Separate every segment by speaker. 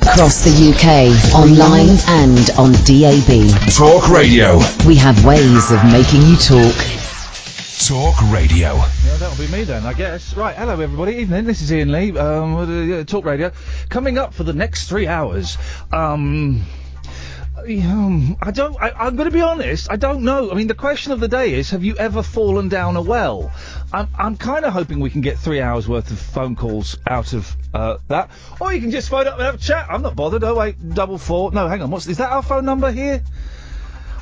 Speaker 1: across the UK, online and on DAB.
Speaker 2: Talk radio.
Speaker 1: We have ways of making you talk.
Speaker 2: Talk radio.
Speaker 3: Yeah, that'll be me then, I guess. Right, hello everybody, evening. This is Ian Lee, um, uh, Talk Radio. Coming up for the next three hours, um, um, I don't. I, I'm going to be honest. I don't know. I mean, the question of the day is: Have you ever fallen down a well? I'm, I'm kind of hoping we can get three hours worth of phone calls out of uh, that, or you can just phone up and have a chat. I'm not bothered. Oh wait, double four. No, hang on. What's is that our phone number here?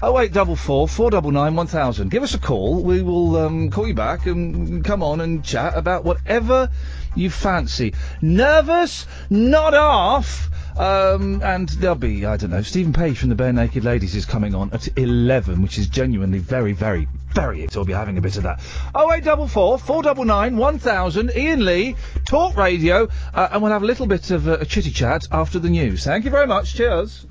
Speaker 3: Oh eight double four four double nine one thousand. Give us a call. We will um, call you back and come on and chat about whatever you fancy. Nervous? Not off. Um, and there'll be I don't know. Stephen Page from the Bare Naked Ladies is coming on at eleven, which is genuinely very very very. So we'll be having a bit of that. Oh eight double four four double nine one thousand. Ian Lee Talk Radio, uh, and we'll have a little bit of uh, a chitty chat after the news. Thank you very much. Cheers.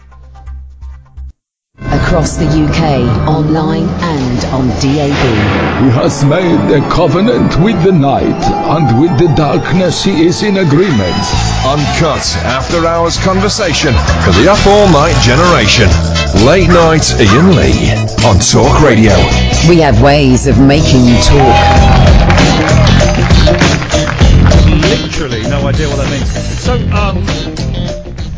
Speaker 1: Across the UK, online and on DAB.
Speaker 4: He has made a covenant with the night, and with the darkness he is in agreement.
Speaker 2: Uncut after hours conversation for the up all night generation. Late night Ian Lee on Talk Radio.
Speaker 1: We have ways of making you talk.
Speaker 3: Literally, no idea what that means. So, um,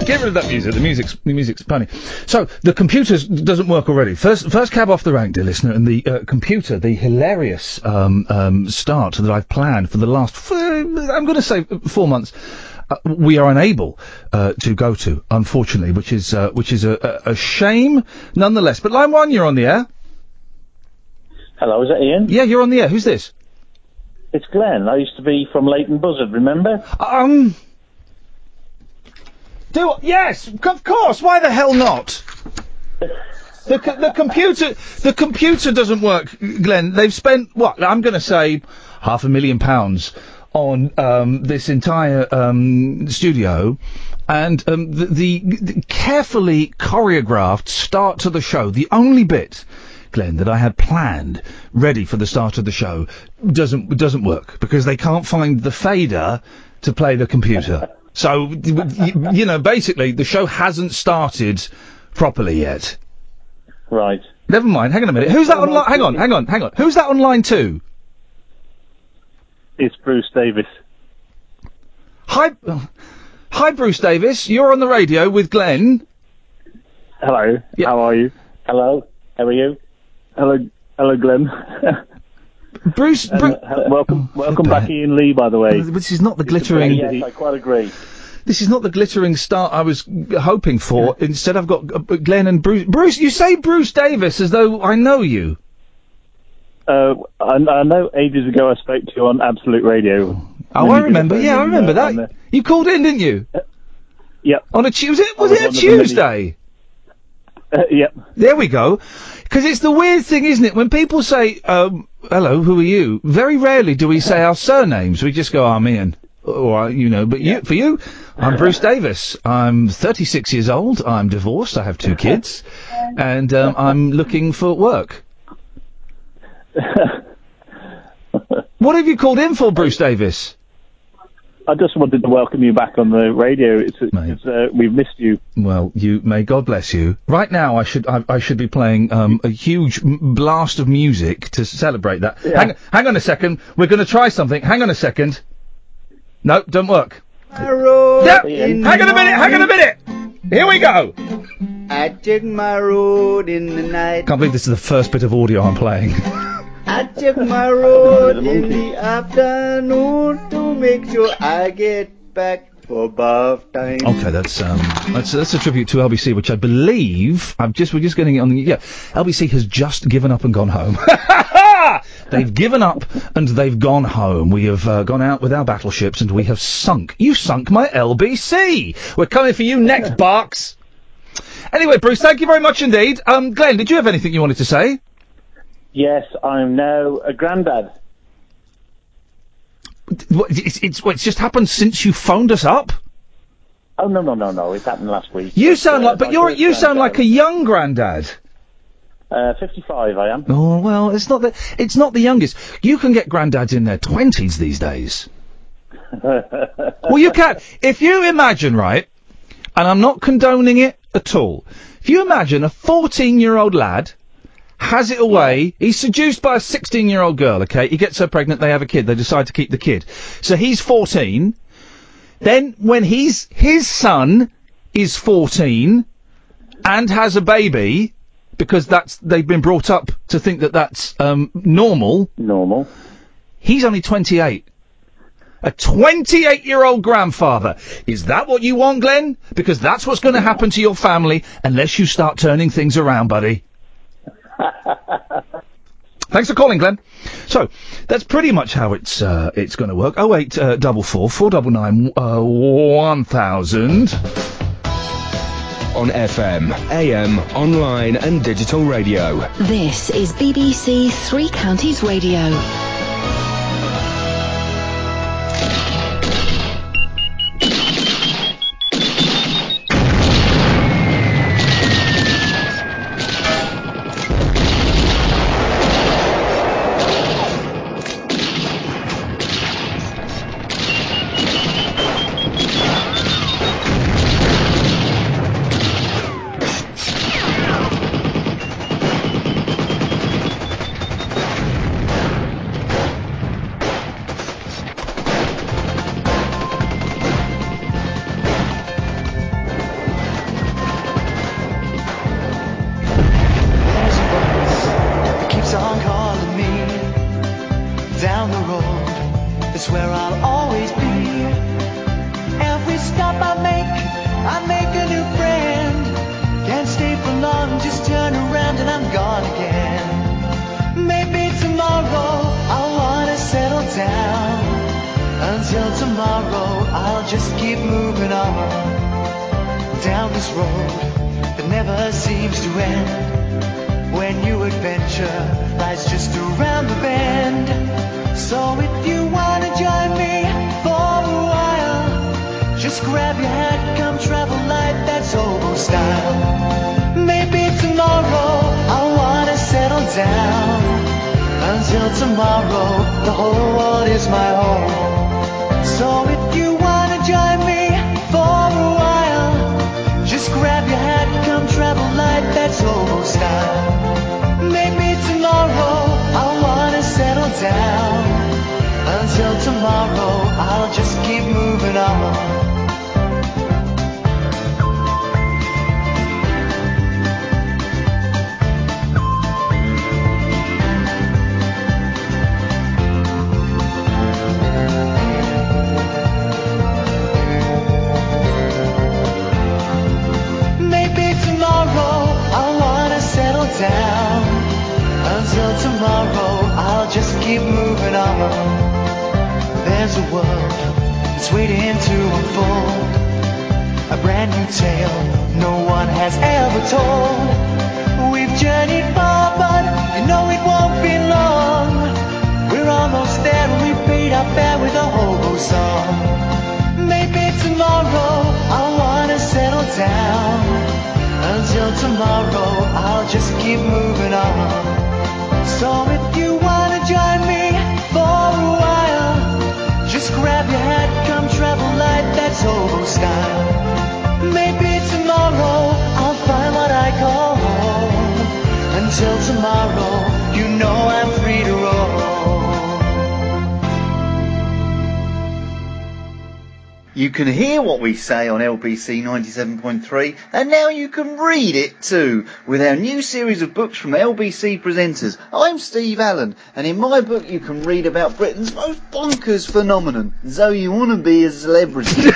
Speaker 3: get rid of that music. The music's the music's funny. So the computer doesn't work already. First, first cab off the rank, dear listener, and the uh, computer, the hilarious um, um, start that I've planned for the last, f- I'm going to say four months. Uh, we are unable uh, to go to, unfortunately, which is uh, which is a, a, a shame, nonetheless. But line one, you're on the air.
Speaker 5: Hello, is that Ian?
Speaker 3: Yeah, you're on the air. Who's this?
Speaker 5: It's Glenn. I used to be from Leighton Buzzard, remember?
Speaker 3: Um. Do yes, of course. Why the hell not? The, co- the computer the computer doesn't work, Glenn. They've spent what I'm going to say half a million pounds on um, this entire um, studio, and um, the, the, the carefully choreographed start to the show. The only bit. Glenn, that I had planned ready for the start of the show doesn't doesn't work because they can't find the fader to play the computer. So, you, you know, basically, the show hasn't started properly yet.
Speaker 5: Right.
Speaker 3: Never mind. Hang on a minute. Who's that on? Li- hang on. Hang on. Hang on. Who's that on line two?
Speaker 5: It's Bruce Davis.
Speaker 3: Hi, hi, Bruce Davis. You're on the radio with Glenn.
Speaker 6: Hello.
Speaker 3: Yeah.
Speaker 6: How are you?
Speaker 5: Hello. How are you?
Speaker 6: Hello. Hello, Glenn.
Speaker 3: Bruce. Bru-
Speaker 6: welcome, welcome back, Ian Lee. By the way,
Speaker 3: This is not the glittering.
Speaker 5: Yes, I quite agree.
Speaker 3: This is not the glittering star I was hoping for. Instead, I've got uh, Glenn and Bruce. Bruce, you say Bruce Davis as though I know you.
Speaker 6: uh, I, I know ages ago I spoke to you on Absolute Radio.
Speaker 3: Oh,
Speaker 6: And
Speaker 3: I
Speaker 6: you did a
Speaker 3: remember.
Speaker 6: phone
Speaker 3: Yeah, I
Speaker 6: in,
Speaker 3: remember
Speaker 6: uh, on
Speaker 3: that.
Speaker 6: the-
Speaker 3: You called in, didn't you?
Speaker 6: Uh, Yep.
Speaker 3: On a Tuesday. Was
Speaker 6: was
Speaker 3: it a
Speaker 6: on the mini-
Speaker 3: Tuesday?
Speaker 6: Uh, yep.
Speaker 3: There we go. Because it's the weird thing, isn't it? When people say, um, hello, who are you? Very rarely do we say our surnames. We just go, I'm Ian. Or, uh, you know, but you, for you, I'm Bruce Davis. I'm 36 years old. I'm divorced. I have two kids. And um, I'm looking for work. what have you called in for, Bruce Davis?
Speaker 6: I just wanted to welcome you back on the radio. It's, it's uh, we've missed you.
Speaker 3: Well, you may God bless you. Right now, I should I, I should be playing um, a huge m- blast of music to celebrate that.
Speaker 6: Yeah.
Speaker 3: Hang, hang on a second. We're going to try something. Hang on a second. No, don't work. Yep. Hang on a minute. Hang on a minute. Here we go.
Speaker 7: I took my road in the night.
Speaker 3: Can't believe this is the first bit of audio I'm playing.
Speaker 7: I took my road in the afternoon to make sure I get back for bath time.
Speaker 3: Okay, that's um, that's that's a tribute to LBC, which I believe I'm just we're just getting it on the yeah. LBC has just given up and gone home. they've given up and they've gone home. We have uh, gone out with our battleships and we have sunk. You sunk my LBC. We're coming for you next, Barks. Anyway, Bruce, thank you very much indeed. Um, Glenn, did you have anything you wanted to say?
Speaker 5: Yes, I'm now a granddad.
Speaker 3: What- It's, it's, it's just happened since you phoned us up.
Speaker 5: Oh no no no no! It happened last week.
Speaker 3: You sound
Speaker 5: Uh,
Speaker 3: like, but
Speaker 5: my
Speaker 3: you're
Speaker 5: first
Speaker 3: you sound like
Speaker 5: granddad.
Speaker 3: a young granddad.
Speaker 5: Uh, 55, I am.
Speaker 3: Oh well, it's not the it's not the youngest. You can get granddads in their twenties these days. well, you can. If you imagine, right? and I'm not condoning it at all. If you imagine a 14 year old lad has it away, he's seduced by a 16 year old girl, okay? He gets her pregnant, they have a kid, they decide to keep the kid. So he's 14. Then when he's, his son is 14 and has a baby, because that's, they've been brought up to think that that's, um, normal. Normal. He's only 28. A 28 year old grandfather. Is that what you want, Glenn? Because that's what's going to happen to your family unless you start turning things around, buddy. Thanks for calling, Glenn. So that's pretty much how it's uh, it's going to work. Oh eight uh, double four four double nine uh, one thousand
Speaker 8: on FM, AM, online, and digital radio.
Speaker 9: This is BBC Three Counties Radio.
Speaker 10: There's a bus keeps on calling me down the road. It's where I'll always be. Every stop I make, I make a new friend. Can't stay for long, just turn around and I'm gone again. Maybe tomorrow I'll wanna settle down. Until tomorrow, I'll just keep moving on down this road that never seems to end when you adventure lies just around the bend. So if you wanna join me for a while, just grab your hat, come travel light, that's hobo style. Maybe tomorrow I wanna settle down. Until tomorrow, the whole world is my home. So if you wanna join me for a while, just grab your hat, come travel light, that's hobo style. Maybe tomorrow I wanna settle down. Until tomorrow, I'll just keep moving on. Maybe tomorrow I wanna settle down. Until tomorrow I'll just keep moving on. There's a world that's waiting to unfold. A brand new tale no one has ever told. We've journeyed far, but you know it won't be long. We're almost there and we paid our fare with a hobo song. Maybe tomorrow I wanna settle down. Until tomorrow I'll just keep moving on. So if you wanna join me for a while, just grab your hat, come travel light, that's hobo style. Maybe tomorrow I'll find what I call home. Until tomorrow, you know I'm free to roam.
Speaker 7: You can hear what we say on LBC 97.3, and now you can read it too with our new series of books from LBC presenters. I'm Steve Allen, and in my book you can read about Britain's most bonkers phenomenon. So you want to be a celebrity?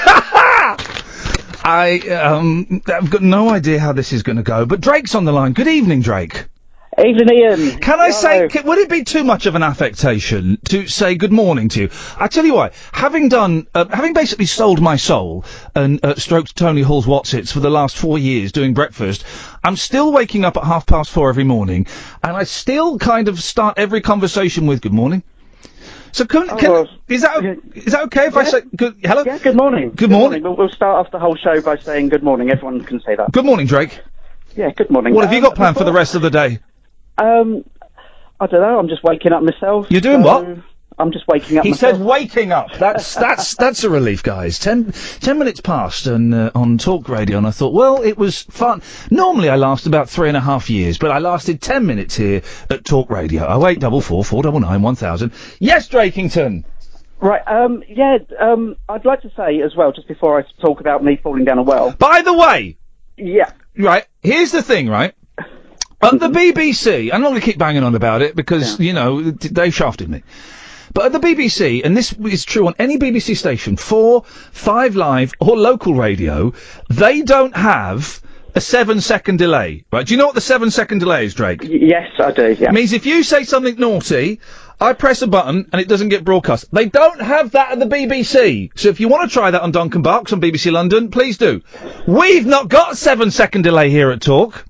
Speaker 3: I um I've got no idea how this is going to go, but Drake's on the line. Good evening, Drake.
Speaker 11: Evening, Ian.
Speaker 3: Can I say, ca- would it be too much of an affectation to say good morning to you? I tell you what, having done, uh, having basically sold my soul and uh, stroked Tony Hall's Watsits for the last four years doing breakfast, I'm still waking up at half past four every morning, and I still kind of start every conversation with good morning. So can, can is that o- is that okay if I say good hello? Yeah,
Speaker 11: good morning.
Speaker 3: Good morning.
Speaker 11: We'll, we'll start off the whole show by saying good morning. Everyone can say that.
Speaker 3: Good morning, Drake.
Speaker 11: Yeah, good morning.
Speaker 3: What have you got planned for the rest of the day?
Speaker 11: Um, I don't know. I'm just waking up myself.
Speaker 3: You're doing what?
Speaker 11: so I'm just waking up.
Speaker 3: He
Speaker 11: myself.
Speaker 3: said waking up. That's that's that's a relief, guys. Ten ten minutes past and uh, on talk radio, and I thought, well, it was fun. Normally, I last about three and a half years, but I lasted ten minutes here at talk radio. Oh eight double four four double nine one thousand. Yes, Drakington.
Speaker 11: Right. Um, yeah. Um, I'd like to say as well, just before I talk about me falling down a well.
Speaker 3: By the way.
Speaker 11: Yeah.
Speaker 3: Right. Here's the thing. Right. At the BBC, I'm not going to keep banging on about it because you know t- they shafted me. But at the BBC, and this is true on any BBC station, four, five live, or local radio, they don't have a seven second delay. Right? Do you know what the seven second delay is, Drake?
Speaker 11: yes, I do. Yeah.
Speaker 3: It means if you say something naughty, I press a button and it doesn't get broadcast. They don't have that at the BBC. So if you want to try that on Duncan Barks on BBC London, please do. We've not got a seven second delay here at Talk.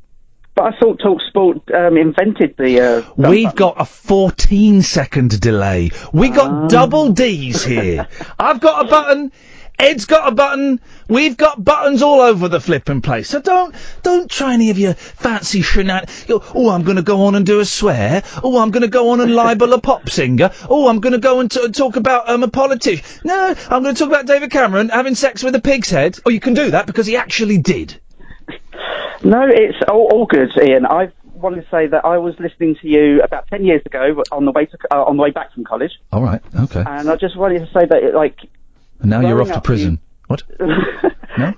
Speaker 11: But I thought TalkSport um, invented the. Uh,
Speaker 3: We've got a 14 second delay. We got double D's here. I've got a button. Ed's got a button. We've got buttons all over the flipping place. So don't don't try any of your fancy shenanigans. Oh, I'm going to go on and do a swear. Oh, I'm going to go on and libel a pop singer. Oh, I'm going to go and t- talk about um, a politician. No, I'm going to talk about David Cameron having sex with a pig's head. Oh, you can do that because he actually did.
Speaker 11: No, it's all, all good, Ian. I wanted to say that I was listening to you about ten years ago on the way to, uh, on the way back from college,
Speaker 3: All right. Okay.
Speaker 11: and I just wanted to say that it, like
Speaker 3: And now you're
Speaker 11: Growing
Speaker 3: off to
Speaker 11: up,
Speaker 3: prison.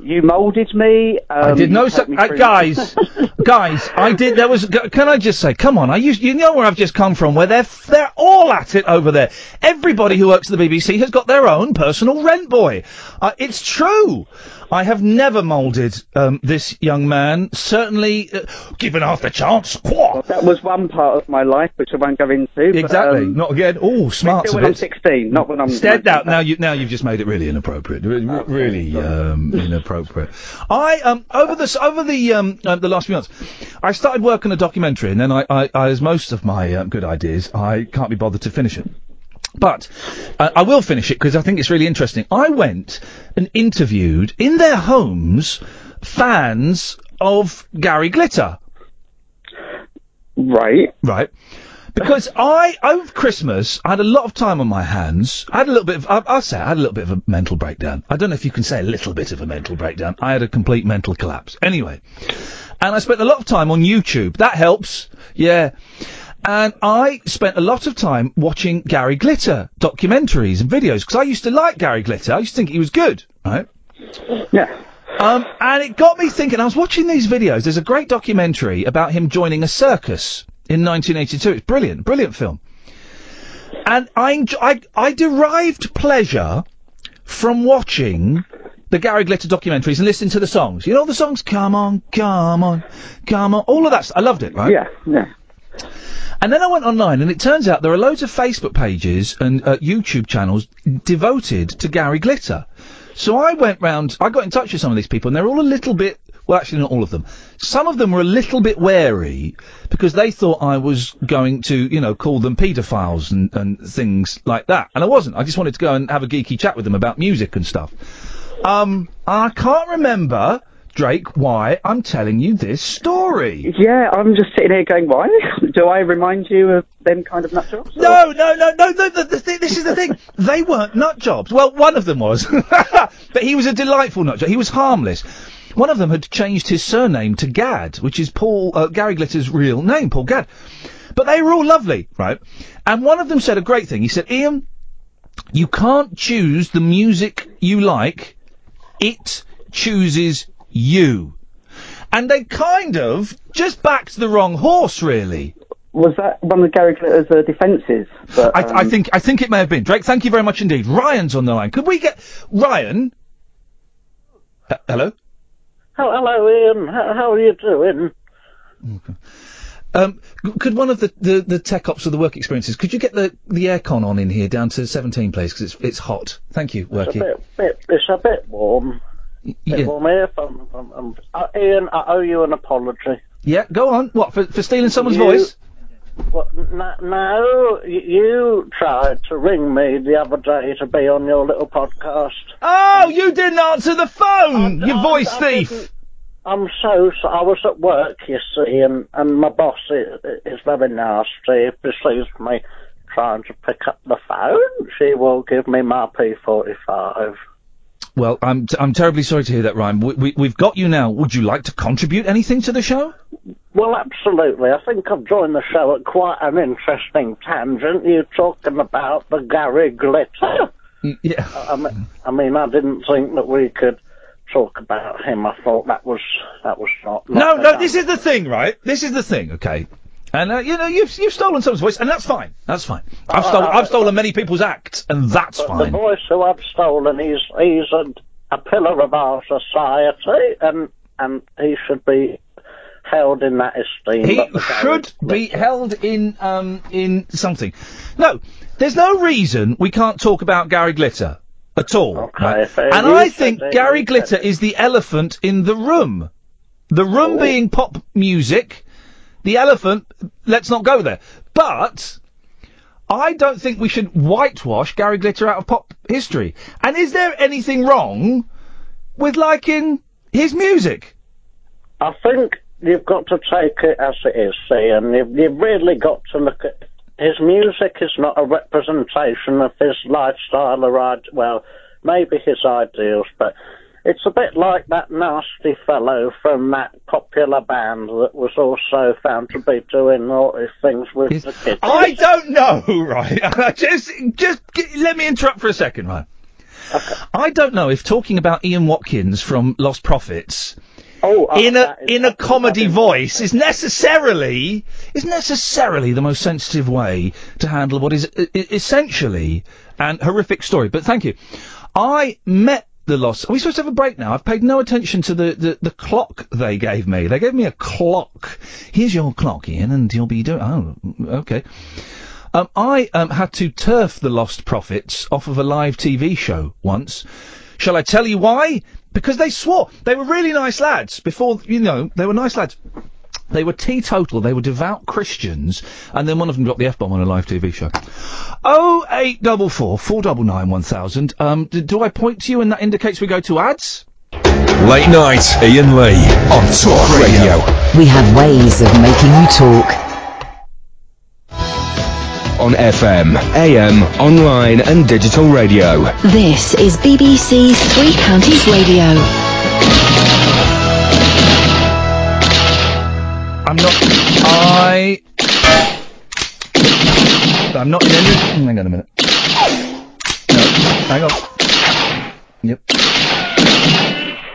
Speaker 11: you moulded me. Um,
Speaker 3: I did no
Speaker 11: you
Speaker 3: such.
Speaker 11: helped me
Speaker 3: Uh,
Speaker 11: through-
Speaker 3: guys, guys, I did. There was. g- Can I just say, come on? I used, you know where I've just come from, where they're f- they're all at it over there. Everybody who works at the BBC has got their own personal rent boy. Uh, it's true. I have never moulded um, this young man. Certainly, uh, given half the chance.
Speaker 11: that was one part of my life which I won't go into. but,
Speaker 3: Exactly.
Speaker 11: um,
Speaker 3: not again. Oh, smart.
Speaker 11: still when I'm 16, not when I'm-
Speaker 3: Instead, now, now you now you've just made it really inappropriate. Re- re- Really um, inappropriate. I um over this over the um uh, the last few months, I started working a documentary, and then I, I, I as most of my um, good ideas, I can't be bothered to finish it. But uh, I will finish it because I think it's really interesting. I went and interviewed in their homes fans of Gary Glitter.
Speaker 11: Right.
Speaker 3: Right. Because I, over Christmas, I had a lot of time on my hands. I had a little bit of, I, I'll say, I had a little bit of a mental breakdown. I don't know if you can say a little bit of a mental breakdown. I had a complete mental collapse. Anyway. And I spent a lot of time on YouTube. That helps. Yeah. And I spent a lot of time watching Gary Glitter documentaries and videos because I used to like Gary Glitter. I used to think he was good, right?
Speaker 11: Yeah.
Speaker 3: Um, and it got me thinking. I was watching these videos. There's a great documentary about him joining a circus in 1982. It's brilliant, brilliant film. And I, enj- I, I derived pleasure from watching the Gary Glitter documentaries and listening to the songs. You know the songs, come on, come on, come on, all of that. Stuff. I loved it, right?
Speaker 11: Yeah, yeah.
Speaker 3: And then I went online, and it turns out there are loads of Facebook pages and uh, YouTube channels devoted to Gary Glitter. So I went round, I got in touch with some of these people, and they're all a little bit, well, actually, not all of them. Some of them were a little bit wary because they thought I was going to, you know, call them paedophiles and, and things like that. And I wasn't. I just wanted to go and have a geeky chat with them about music and stuff. Um, I can't remember, Drake, why I'm telling you this story.
Speaker 11: Yeah, I'm just sitting here going, why? Do I remind you of them kind of nutjobs?
Speaker 3: No, no, no, no, no. The, the thing, this is the thing. They weren't nut jobs. Well, one of them was, but he was a delightful nut job. He was harmless. One of them had changed his surname to Gad, which is Paul uh, Gary Glitter's real name, Paul Gad. But they were all lovely, right? And one of them said a great thing. He said, "Ian, you can't choose the music you like. It chooses you." And they kind of just backed the wrong horse, really.
Speaker 11: Was that one of Gary Glitter's uh, defences? But,
Speaker 3: I, I
Speaker 11: um,
Speaker 3: think I think it may have been Drake. Thank you very much indeed. Ryan's on the line. Could we get Ryan? Uh, hello.
Speaker 12: Oh, hello, Ian. How, how are you doing?
Speaker 3: Um, c- could one of the, the, the tech ops or the work experiences? Could you get the the aircon on in here down to seventeen, please? Because it's it's hot. Thank you,
Speaker 12: It's a
Speaker 3: Worky.
Speaker 12: bit, bit, it's a bit warm.
Speaker 3: Yeah.
Speaker 12: Bit warm here. if I'm, I'm, I'm, uh, Ian, I owe you an apology.
Speaker 3: Yeah, go on. What for, for stealing someone's
Speaker 12: You-
Speaker 3: voice?
Speaker 12: Well, n- no, y- you tried to ring me the other day to be on your little podcast.
Speaker 3: Oh, you didn't answer the phone, you voice thief.
Speaker 12: I'm so, so I was at work, you see, and, and my boss is, is very nasty. He pursues me, trying to pick up the phone, she will give me my P45.
Speaker 3: Well, I'm t- I'm terribly sorry to hear that, Ryan. We, we we've got you now. Would you like to contribute anything to the show?
Speaker 12: Well, absolutely. I think I've joined the show at quite an interesting tangent. You're talking about the Gary Glitter.
Speaker 3: Mm, Yeah.
Speaker 12: I, I mean, I mean, I didn't think that we could talk about him. I thought that was that was not.
Speaker 3: No,
Speaker 12: not
Speaker 3: no. This is the thing, right? This is the thing. Okay. And uh, you know you've you've stolen someone's voice, and that's fine. That's fine. I've
Speaker 12: Uh,
Speaker 3: stolen
Speaker 12: uh,
Speaker 3: I've stolen many people's acts, and that's
Speaker 12: But the
Speaker 3: fine.
Speaker 12: voice who I've stolen, he's he's a, a pillar of our society, and and he should be held in that esteem.
Speaker 3: He
Speaker 12: that the guy
Speaker 3: should be held in um in something. No, there's no reason we can't talk about Gary Glitter at all. right?
Speaker 12: fair
Speaker 3: And
Speaker 12: use,
Speaker 3: I think
Speaker 12: fair
Speaker 3: Gary
Speaker 12: use,
Speaker 3: Glitter is the elephant in the room. The
Speaker 12: Oh.
Speaker 3: room being pop music. The elephant. Let's not go there. But I don't think we should whitewash Gary Glitter out of pop history. And is there anything wrong with liking his music?
Speaker 12: I think you've got to take it as it is, see, and you've, you've really got to look at his music is not a representation of his lifestyle or ide- well, maybe his ideals, but it's a bit like that nasty fellow from that popular band that was also found to be doing naughty things with the kids.
Speaker 3: I don't know, right? just, just g- let me interrupt for a second, right? I don't know if talking about Ian Watkins from Lost Prophets
Speaker 12: oh,
Speaker 3: in a in a comedy voice is necessarily is necessarily the most sensitive way to handle what is e- e- essentially an horrific story. But thank you. I met the Lost. Are we supposed to have a break now? I've paid no attention to the, the, the clock they gave me. They gave me a clock. Here's your clock, Ian, and you'll be doing. Oh, okay. Um, I um, had to turf the Lost Prophets off of a live TV show once. Shall I tell you why? Because they swore. They were really nice lads before, you know, they were nice lads. They were teetotal. They were devout Christians. And then one of them dropped the F bomb on a live TV show. 0844 499 1000. Um, d- do I point to you and that indicates we go to ads?
Speaker 2: Late night, Ian Lee on Talk Radio.
Speaker 1: We have ways of making you talk.
Speaker 8: On FM, AM, online and digital radio.
Speaker 9: This is BBC Three Counties Radio.
Speaker 3: I'm not. I. I'm not in any. Hang on a minute. No, hang on. Yep.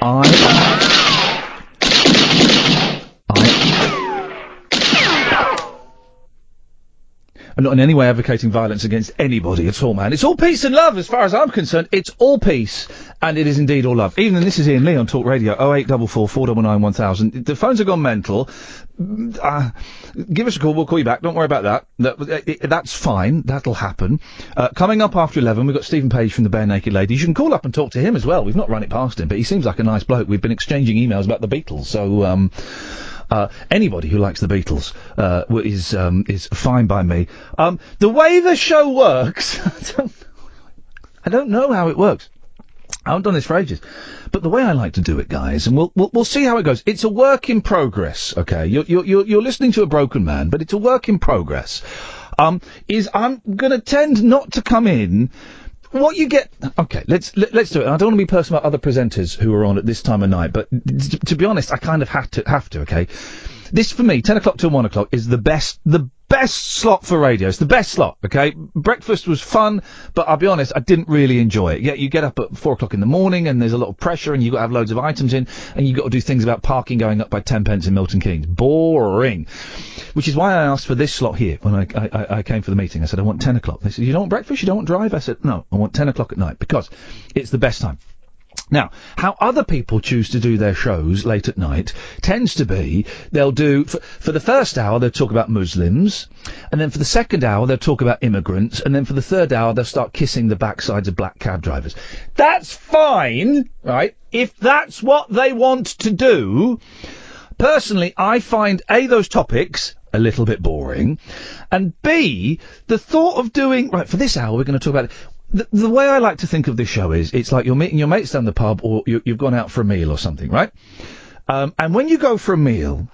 Speaker 3: I. I. I'm not in any way advocating violence against anybody at all, man. It's all peace and love, as far as I'm concerned. It's all peace, and it is indeed all love. Even this is Ian Lee on Talk Radio, 0844 499 1000. The phones have gone mental. Mm, Uh, give us a call, we'll call you back. Don't worry about that. that uh, it, that's fine, that'll happen. Uh, coming up after 11, we've got Stephen Page from the Bare Naked Ladies. You can call up and talk to him as well. We've not run it past him, but he seems like a nice bloke. We've been exchanging emails about the Beatles, so um, uh, anybody who likes the Beatles uh, w- is um, is fine by me. Um, the way the show works, I don't, I don't know how it works. I haven't done this for ages, but the way I like to do it, guys, and we'll we'll, we'll see how it goes. It's a work in progress. Okay, you're, you're you're you're listening to a broken man, but it's a work in progress. Um, is I'm going to tend not to come in. What you get? Okay, let's let, let's do it. I don't want to be personal about other presenters who are on at this time of night, but t- to be honest, I kind of have to have to. Okay, this for me, ten o'clock till one o'clock is the best the best slot for radio. It's the best slot. Okay, breakfast was fun, but I'll be honest, I didn't really enjoy it. Yeah, you get up at four o'clock in the morning, and there's a lot of pressure, and you got to have loads of items in, and you got to do things about parking going up by ten pence in Milton Keynes. Boring. Which is why I asked for this slot here when I I, I- I came for the meeting. I said I want ten o'clock. They said you don't want breakfast, you don't want drive. I said no, I want ten o'clock at night because it's the best time. Now, how other people choose to do their shows late at night tends to be they'll do for, for the first hour they'll talk about Muslims, and then for the second hour they'll talk about immigrants, and then for the third hour they'll start kissing the backsides of black cab drivers. That's fine, right? If that's what they want to do, personally, I find A, those topics a little bit boring, and B, the thought of doing, right, for this hour, we're going to talk about it. The, the way I like to think of this show is it's like you're meeting your mates down the pub or you, you've gone out for a meal or something, right? Um, and when you go for a meal,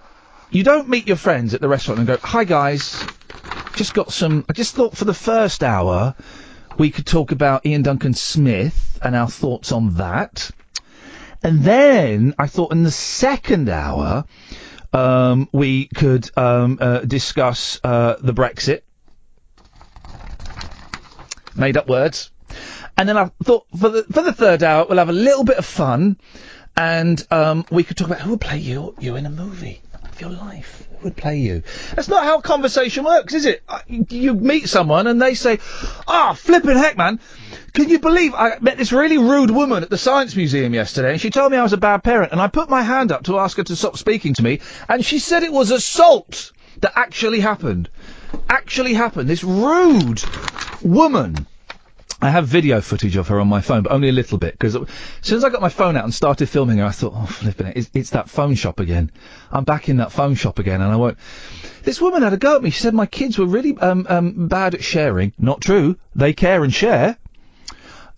Speaker 3: you don't meet your friends at the restaurant and go, hi guys, just got some. I just thought for the first hour we could talk about Ian Duncan Smith and our thoughts on that. And then I thought in the second hour um, we could um, uh, discuss uh, the Brexit. Made up words. And then I thought for the for the third hour we'll have a little bit of fun, and um, we could talk about who would play you you in a movie of your life. Who would play you? That's not how conversation works, is it? Uh, You you meet someone and they say, "Ah, flipping heck, man! Can you believe I met this really rude woman at the science museum yesterday, and she told me I was a bad parent, and I put my hand up to ask her to stop speaking to me, and she said it was assault that actually happened, actually happened. This rude woman." I have video footage of her on my phone, but only a little bit because as soon as I got my phone out and started filming her, I thought, oh flipping it, it's, it's that phone shop again. I'm back in that phone shop again, and I won't. This woman had a go at me. She said my kids were really um, um, bad at sharing. Not true. They care and share,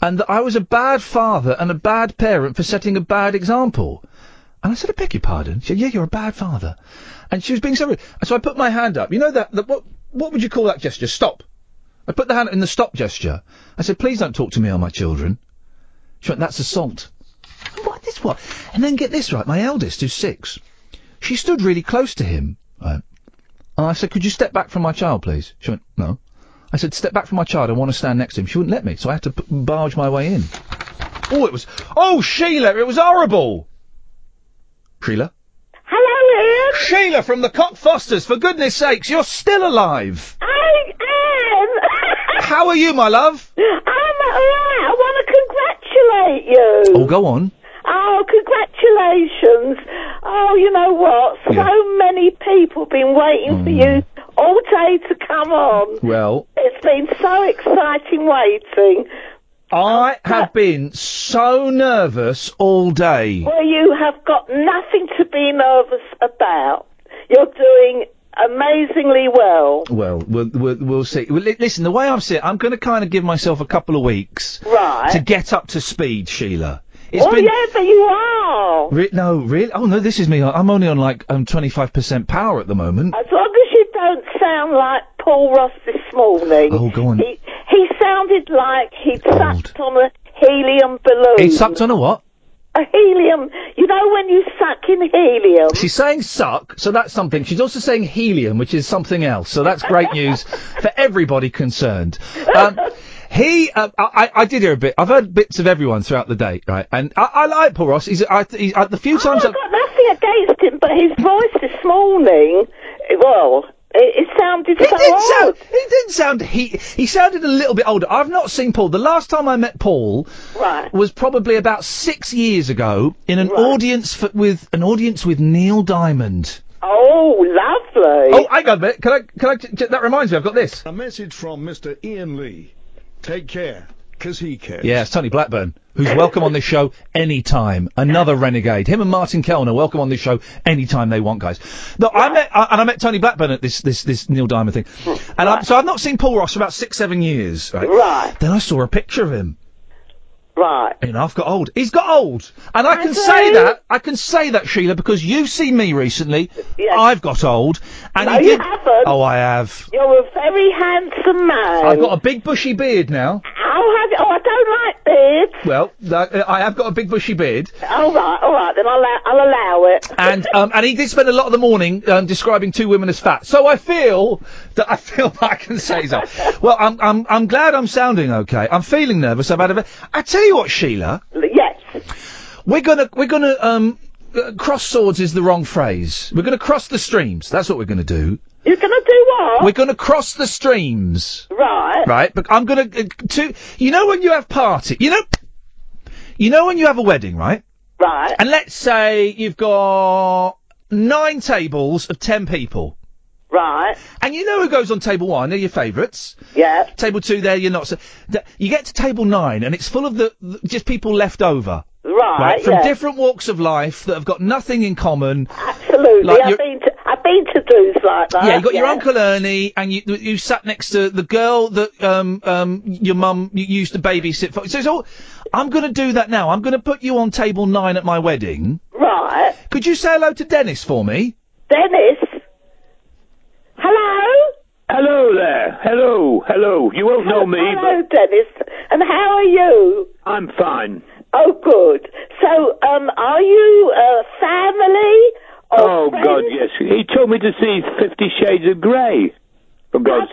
Speaker 3: and that I was a bad father and a bad parent for setting a bad example. And I said, I beg your pardon. She said, yeah, you're a bad father. And she was being so rude. And so I put my hand up. You know that, that what, what would you call that gesture? Stop. I put the hand in the stop gesture. I said, please don't talk to me or my children. She went, that's assault. What, this what? And then get this right, my eldest, who's six, she stood really close to him. Right? And I said, could you step back from my child, please? She went, no. I said, step back from my child, I want to stand next to him. She wouldn't let me, so I had to p- barge my way in. Oh, it was, oh, Sheila, it was horrible! Sheila? Hello, Sheila from the Cock Fosters, for goodness sakes, you're still alive!
Speaker 13: I am.
Speaker 3: How are you, my love?
Speaker 13: I'm alright. I want to congratulate you.
Speaker 3: Oh, go on.
Speaker 13: Oh, congratulations. Oh, you know what? So many people been waiting for
Speaker 3: Mm.
Speaker 13: you all day to come on.
Speaker 3: Well,
Speaker 13: It's been so exciting waiting.
Speaker 3: I have been so nervous all day.
Speaker 13: Well, you have got nothing to be nervous about. You're doing amazingly well.
Speaker 3: Well, we'll, we'll, we'll see. Well, li- listen, the way I'm seeing, I'm going to kind of give myself a couple of weeks
Speaker 13: Right.
Speaker 3: to get up to speed, Sheila. It's
Speaker 13: oh,
Speaker 3: been
Speaker 13: yeah, but you are.
Speaker 3: re- no, really. Oh no, this is me. I'm only on like um 25% power at the moment.
Speaker 13: As long as you don't sound like Paul Ross this morning.
Speaker 3: Oh, go on.
Speaker 13: He, he sounded like he'd sucked on a helium balloon.
Speaker 3: It's sucked on a what?
Speaker 13: A helium. You know when you suck in helium?
Speaker 3: She's saying suck, so that's something. She's also saying helium, which is something else. So that's great news for everybody concerned. Um, he, uh, I, I I did hear a bit. I've heard bits of everyone throughout the day, right? And I, I like Paul Ross. He's, I, he's uh, the few
Speaker 13: Oh,
Speaker 3: times I've,
Speaker 13: Got nothing against him, but his voice this morning, eh, well, it, it sounded
Speaker 3: He
Speaker 13: so
Speaker 3: did
Speaker 13: odd.
Speaker 3: sound. He did sound. He he sounded a little bit older. I've not seen Paul. The last time I met Paul was probably about six years ago in an audience for, with an audience with Neil Diamond.
Speaker 13: Oh, lovely.
Speaker 3: Oh, hang on a minute. Can I? Can I? j- j- that reminds me. I've got this.
Speaker 14: A message from Mr. Ian Lee. Take care, 'cause he cares.
Speaker 3: Yeah, it's Tony Blackburn, who's welcome on this show anytime. Another renegade. Him and Martin Kellner welcome on this show anytime they want, guys. No, I met I, and I met Tony Blackburn at this this this Neil Diamond thing, and I, so I've not seen Paul Ross for about six seven years. Right.
Speaker 13: Right.
Speaker 3: Then I saw a picture of him.
Speaker 13: Right.
Speaker 3: And I've got old. He's got old, and I can say that. I can say that Sheila because you've seen me recently. I've got old, and
Speaker 13: No,
Speaker 3: he
Speaker 13: you
Speaker 3: did.
Speaker 13: haven't.
Speaker 3: Oh, I have.
Speaker 13: You're a very handsome man.
Speaker 3: I've got a big bushy beard now.
Speaker 13: I'll have it. Oh, I don't like beards.
Speaker 3: Well, I I have got a big bushy beard.
Speaker 13: All right, all right, then I'll, allow- I'll allow it.
Speaker 3: and um, and he did spend a lot of the morning um, describing two women as fat. So I feel that I feel that I can say so. well, I'm I'm I'm glad I'm sounding okay. I'm feeling nervous. I've had a bit- I tell you what, Sheila.
Speaker 13: Yes.
Speaker 3: We're gonna we're gonna um uh, cross swords is the wrong phrase. We're gonna cross the streams. That's what we're gonna do.
Speaker 13: You're gonna do what?
Speaker 3: We're gonna cross the streams.
Speaker 13: Right.
Speaker 3: Right. But I'm gonna uh, to you know when you have party. You know. You know when you have a wedding, right?
Speaker 13: Right.
Speaker 3: And let's say you've got nine tables of ten people.
Speaker 13: Right.
Speaker 3: And you know who goes on table one? They're your favourites.
Speaker 13: Yeah.
Speaker 3: Table two, there you're not. So th- you get to table nine, and it's full of the, the just people left over.
Speaker 13: Right,
Speaker 3: From
Speaker 13: yeah.
Speaker 3: different walks of life that have got nothing in common.
Speaker 13: Absolutely.
Speaker 3: Like
Speaker 13: I've,
Speaker 3: you're-
Speaker 13: been to, I've been to do's like that.
Speaker 3: yeah, you got your Uncle Ernie, and you you sat next to the girl that um um your mum y- used to babysit for. So it's all. I'm going to do that now. I'm going to put you on table nine at my wedding.
Speaker 13: Right.
Speaker 3: Could you say hello to Dennis for me?
Speaker 13: Dennis? Hello?
Speaker 15: Hello there. Hello. Hello. You won't know me,
Speaker 13: Hello, Dennis. And how are you?
Speaker 15: but I'm fine.
Speaker 13: Oh, good. So, um, are you uh, family?
Speaker 15: Oh, God, yes. He took me to see Fifty Shades of Grey. For God's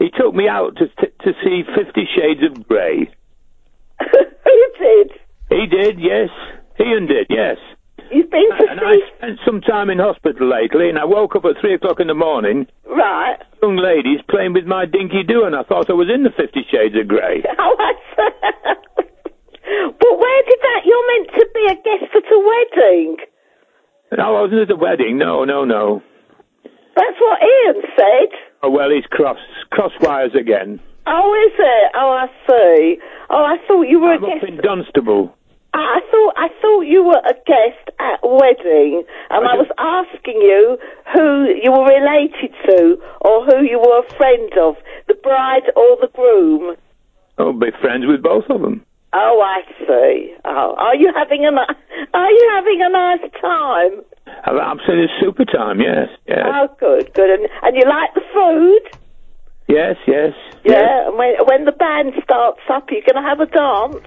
Speaker 15: He took me out to to see Fifty Shades of Grey.
Speaker 13: Who did?
Speaker 15: He did, yes. Ian did, yes.
Speaker 13: You've been to
Speaker 15: And I spent some time in hospital lately, and I woke up at three o'clock in the morning.
Speaker 13: Right.
Speaker 15: Young ladies playing with my dinky do, and I thought I was in the Fifty Shades of Grey.
Speaker 13: Oh, I see. But where did that? You're meant to be a guest at a wedding.
Speaker 15: No, I wasn't at the wedding. No, no, no.
Speaker 13: That's what Ian said.
Speaker 15: Oh well, he's cross cross wires again.
Speaker 13: Oh, is it? Oh, I see. Oh, I thought you were a guest.
Speaker 15: In Dunstable.
Speaker 13: I I thought I thought you were a guest at a wedding, and I, was asking you who you were related to or who you were a friend of, the bride or the groom.
Speaker 15: I'll be friends with both of them.
Speaker 13: Oh, I see. Oh, are you having a ni- are you having a nice time?
Speaker 15: I've absolute super time. Yes, yes,
Speaker 13: Oh, good, good, and and you like the food?
Speaker 15: yes, yes.
Speaker 13: Yeah. And when when the band starts up, you're gonna have a dance.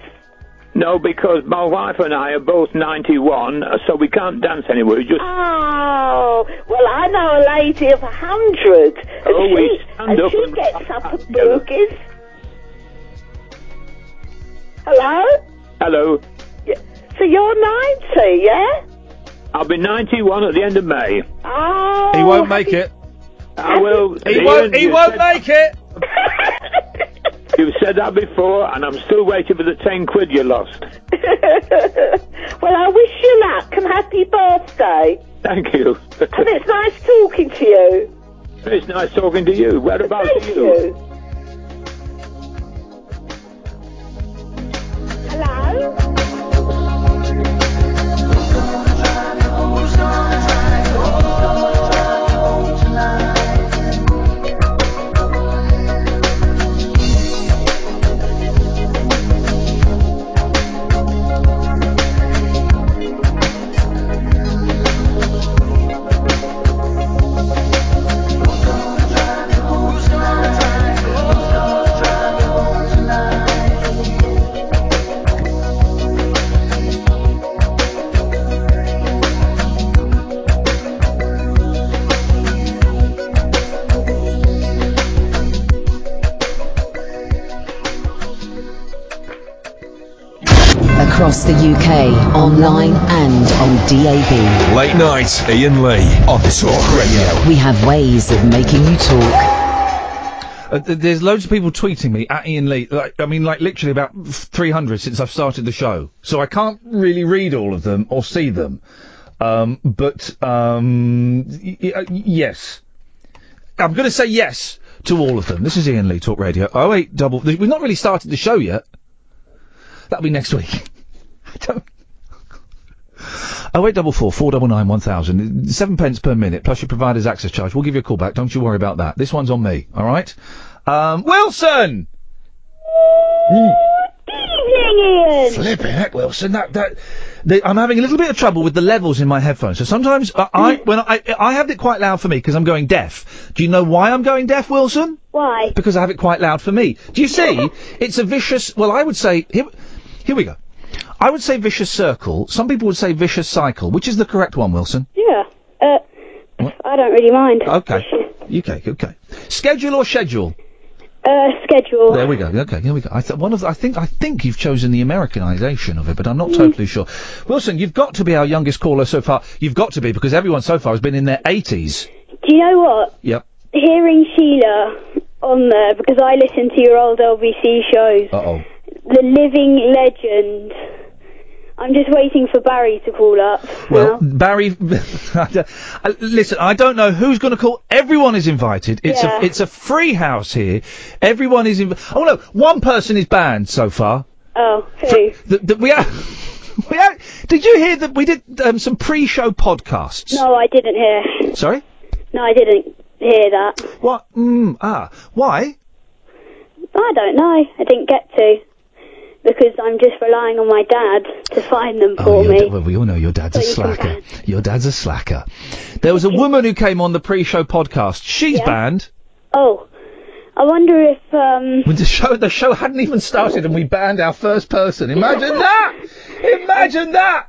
Speaker 15: No, because my wife and I are both 91, so we can't dance anymore. We just
Speaker 13: Oh, well, I know a lady of a hundred.
Speaker 15: Oh,
Speaker 13: and
Speaker 15: we
Speaker 13: she,
Speaker 15: stand
Speaker 13: and
Speaker 15: up
Speaker 13: she
Speaker 15: and
Speaker 13: gets up at boogies. Hello?
Speaker 15: hello.
Speaker 13: So you're 90, yeah?
Speaker 15: I'll be 91 at the end of May.
Speaker 13: Oh.
Speaker 15: He won't make it. I will.
Speaker 3: He won't- he won't
Speaker 15: make
Speaker 3: it.
Speaker 15: You've said that before, and I'm still waiting for the 10 quid you lost.
Speaker 13: well, I wish you luck and happy birthday.
Speaker 15: Thank you.
Speaker 13: And it's nice talking to you.
Speaker 15: it's nice talking to you. Whereabouts
Speaker 13: Thank
Speaker 15: are you?
Speaker 1: Across the UK, online and on DAB.
Speaker 2: Late night, Ian Lee on Talk Radio.
Speaker 1: We have ways of making you talk.
Speaker 3: Uh, th- there's loads of people tweeting me at Ian Lee. Like, I mean, like literally about 300 since I've started the show. So I can't really read all of them or see them. Um, but um, y- y- uh, yes, I'm going to say yes to all of them. This is Ian Lee Talk Radio. Oh eight double. th- We've not really started the show yet. That'll be next week. I don't. Oh eight double four four double nine one thousand seven pence per minute plus your provider's access charge. We'll give you a call back. Don't you worry about that. This one's on me. All right. Um, Wilson. Flipping heck, Wilson. That that they, I'm having a little bit of trouble with the levels in my headphones. So sometimes I, I when I I have it quite loud for me because I'm going deaf. Do you know why I'm going deaf, Wilson?
Speaker 13: Why?
Speaker 3: Because I have it quite loud for me. Do you see? it's a vicious. Well, I would say here, here we go. I would say vicious circle. Some people would say vicious cycle. Which is the correct one, Wilson?
Speaker 16: Yeah. Uh, I don't really mind.
Speaker 3: Okay. Okay. Okay. Schedule or schedule?
Speaker 16: Uh, schedule.
Speaker 3: There we go. Okay, here we go. I th- one of the, I think I think you've chosen the Americanization of it, but I'm not totally sure. Wilson, you've got to be our youngest caller so far. You've got to be because everyone so far has been in their 80s.
Speaker 16: Do you know what?
Speaker 3: Yep.
Speaker 16: Hearing Sheila on there, because I listen to your old LBC shows,
Speaker 3: Uh oh.
Speaker 16: the living legend. I'm just waiting for Barry to call up.
Speaker 3: Well, Barry, I don't- uh, listen, I don't know who's going to call. Everyone is invited. It's
Speaker 16: Yeah.
Speaker 3: a it's a free house here. Everyone is inv- Oh no, one person is banned so far.
Speaker 16: Oh, who?
Speaker 3: That that we are. We are, did you hear that we did um, some pre-show podcasts?
Speaker 16: No, I didn't hear.
Speaker 3: Sorry.
Speaker 16: No, I didn't hear that.
Speaker 3: What? Mm, ah, why?
Speaker 16: I don't know. I didn't get to. Because I'm just relying on my dad to find
Speaker 3: Oh,
Speaker 16: them for me.
Speaker 3: Well, we all know your dad's a slacker. Your dad's a slacker. There was a woman who came on the pre-show podcast. She's banned.
Speaker 16: Oh, I wonder if um.
Speaker 3: When the show the show hadn't even started and we banned our first person. Imagine that! Imagine that!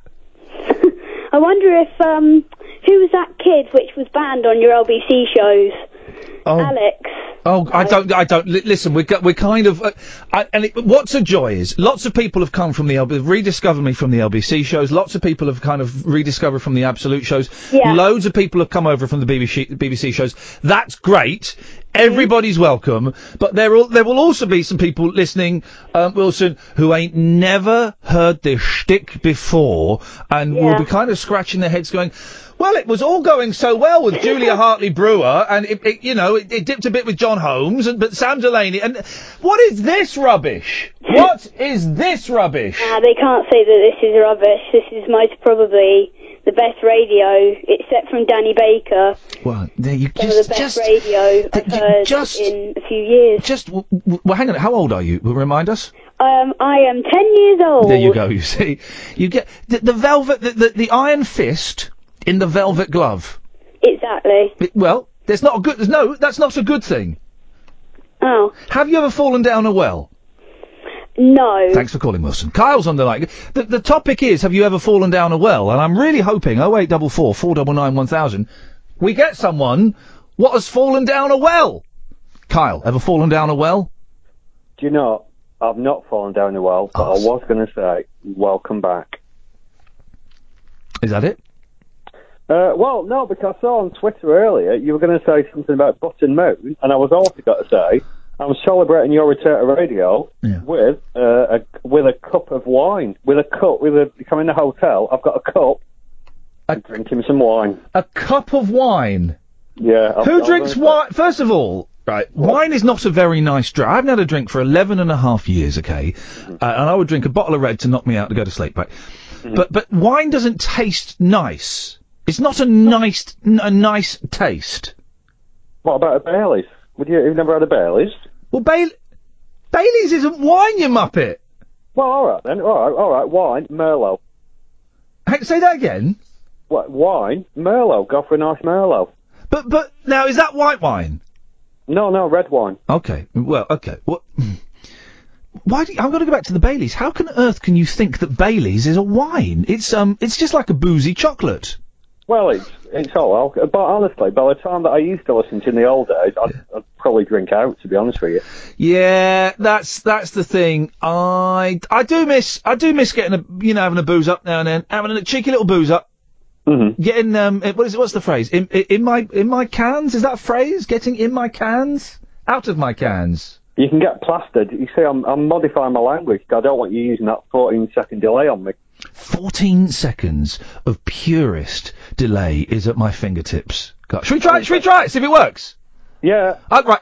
Speaker 16: I wonder if um, who was that kid which was banned on your LBC shows?
Speaker 3: Oh.
Speaker 16: Alex.
Speaker 3: Oh, I don't, I don't. Li- listen, we're, go- we're kind of, uh, I, and it, what's a joy is lots of people have come from the LB, rediscovered me from the LBC shows. Lots of people have kind of rediscovered from the Absolute shows.
Speaker 17: Yeah.
Speaker 3: Loads of people have come over from the BBC, BBC shows. That's great. Everybody's welcome, but there will there will also be some people listening, um, Wilson, who ain't never heard this shtick before, and will be kind of scratching their heads, going, "Well, it was all going so well with Julia Hartley Brewer, and it, it you know it, it dipped a bit with John Holmes, and but Sam Delaney, and what is this rubbish? What is this rubbish?
Speaker 16: Ah, they can't say that this is rubbish. This is most probably the best radio, except from Danny Baker.
Speaker 3: Well, there you
Speaker 16: Some of the
Speaker 3: just
Speaker 16: best
Speaker 3: just uh,
Speaker 16: radio I've heard in a few years.
Speaker 3: just w- w- well, hang on. How old are you? Remind us.
Speaker 16: Um, I am ten years old.
Speaker 3: There you go. You see, you get the, the velvet, the, the the iron fist in the velvet glove.
Speaker 16: Exactly.
Speaker 3: It- well, there's not a good. There's no. That's not a good thing.
Speaker 16: Oh.
Speaker 3: Have you ever fallen down a well?
Speaker 16: No.
Speaker 3: Thanks for calling, Wilson. Kyle's on the line. The, the topic is: Have you ever fallen down a well? And I'm really hoping 0844 499 1000 we get someone what has fallen down a well. Kyle, ever fallen down a well?
Speaker 18: Do you know, I've not fallen down a well, but I was going to say, welcome back.
Speaker 3: Is that it?
Speaker 18: Uh, well, no, because I saw on Twitter earlier you were going to say something about Button Moon, and I was also going to say, I'm celebrating your return to radio with uh, a with a cup of wine, with a cup, with a. Come in the hotel, I've got a cup.
Speaker 3: I'm
Speaker 18: drinking some wine.
Speaker 3: A cup of wine.
Speaker 18: Yeah. I've-
Speaker 3: Who
Speaker 18: I've
Speaker 3: drinks
Speaker 18: been-
Speaker 3: wine? First of all, right, wine is not a very nice drink. I haven't had a drink for 11 and a half years, okay? Uh, and I would drink a bottle of red to knock me out to go to sleep, right? But, but wine doesn't taste nice. It's not a nice, n- a nice taste.
Speaker 18: What about a Bailey's? Would you? You've never had a Bailey's?
Speaker 3: Well, Bailey. Bailey's isn't wine, you muppet.
Speaker 18: Well, all right then. All right, all right. Wine, Merlot.
Speaker 3: Hey, say that again.
Speaker 18: What wine? Merlot. Go for a nice Merlot.
Speaker 3: But but now is that white wine?
Speaker 18: No, no, red wine.
Speaker 3: Okay. Well, okay. What? Why? Do you, I've got to go back to the Baileys. How can earth can you think that Baileys is a wine? It's um, it's just like a boozy chocolate.
Speaker 18: Well, it's it's all alcohol. But honestly, by the time that I used to listen to in the old days, I'd, I'd probably drink out. To be honest with you.
Speaker 3: Yeah, that's that's the thing. I I do miss I do miss getting a you know having a booze up now and then, having a cheeky little booze up. Getting um, eh, what is it? What's the phrase? In, in in my in my cans is that a phrase? Getting in my cans, out of my cans.
Speaker 18: You can get plastered. You see, I'm, I'm modifying my language. 'cause I don't want you using that 14 second delay on me.
Speaker 3: 14 seconds of purest delay is at my fingertips. God, should we try it? Should we try it? See if it works?
Speaker 18: Yeah.
Speaker 3: Uh, right.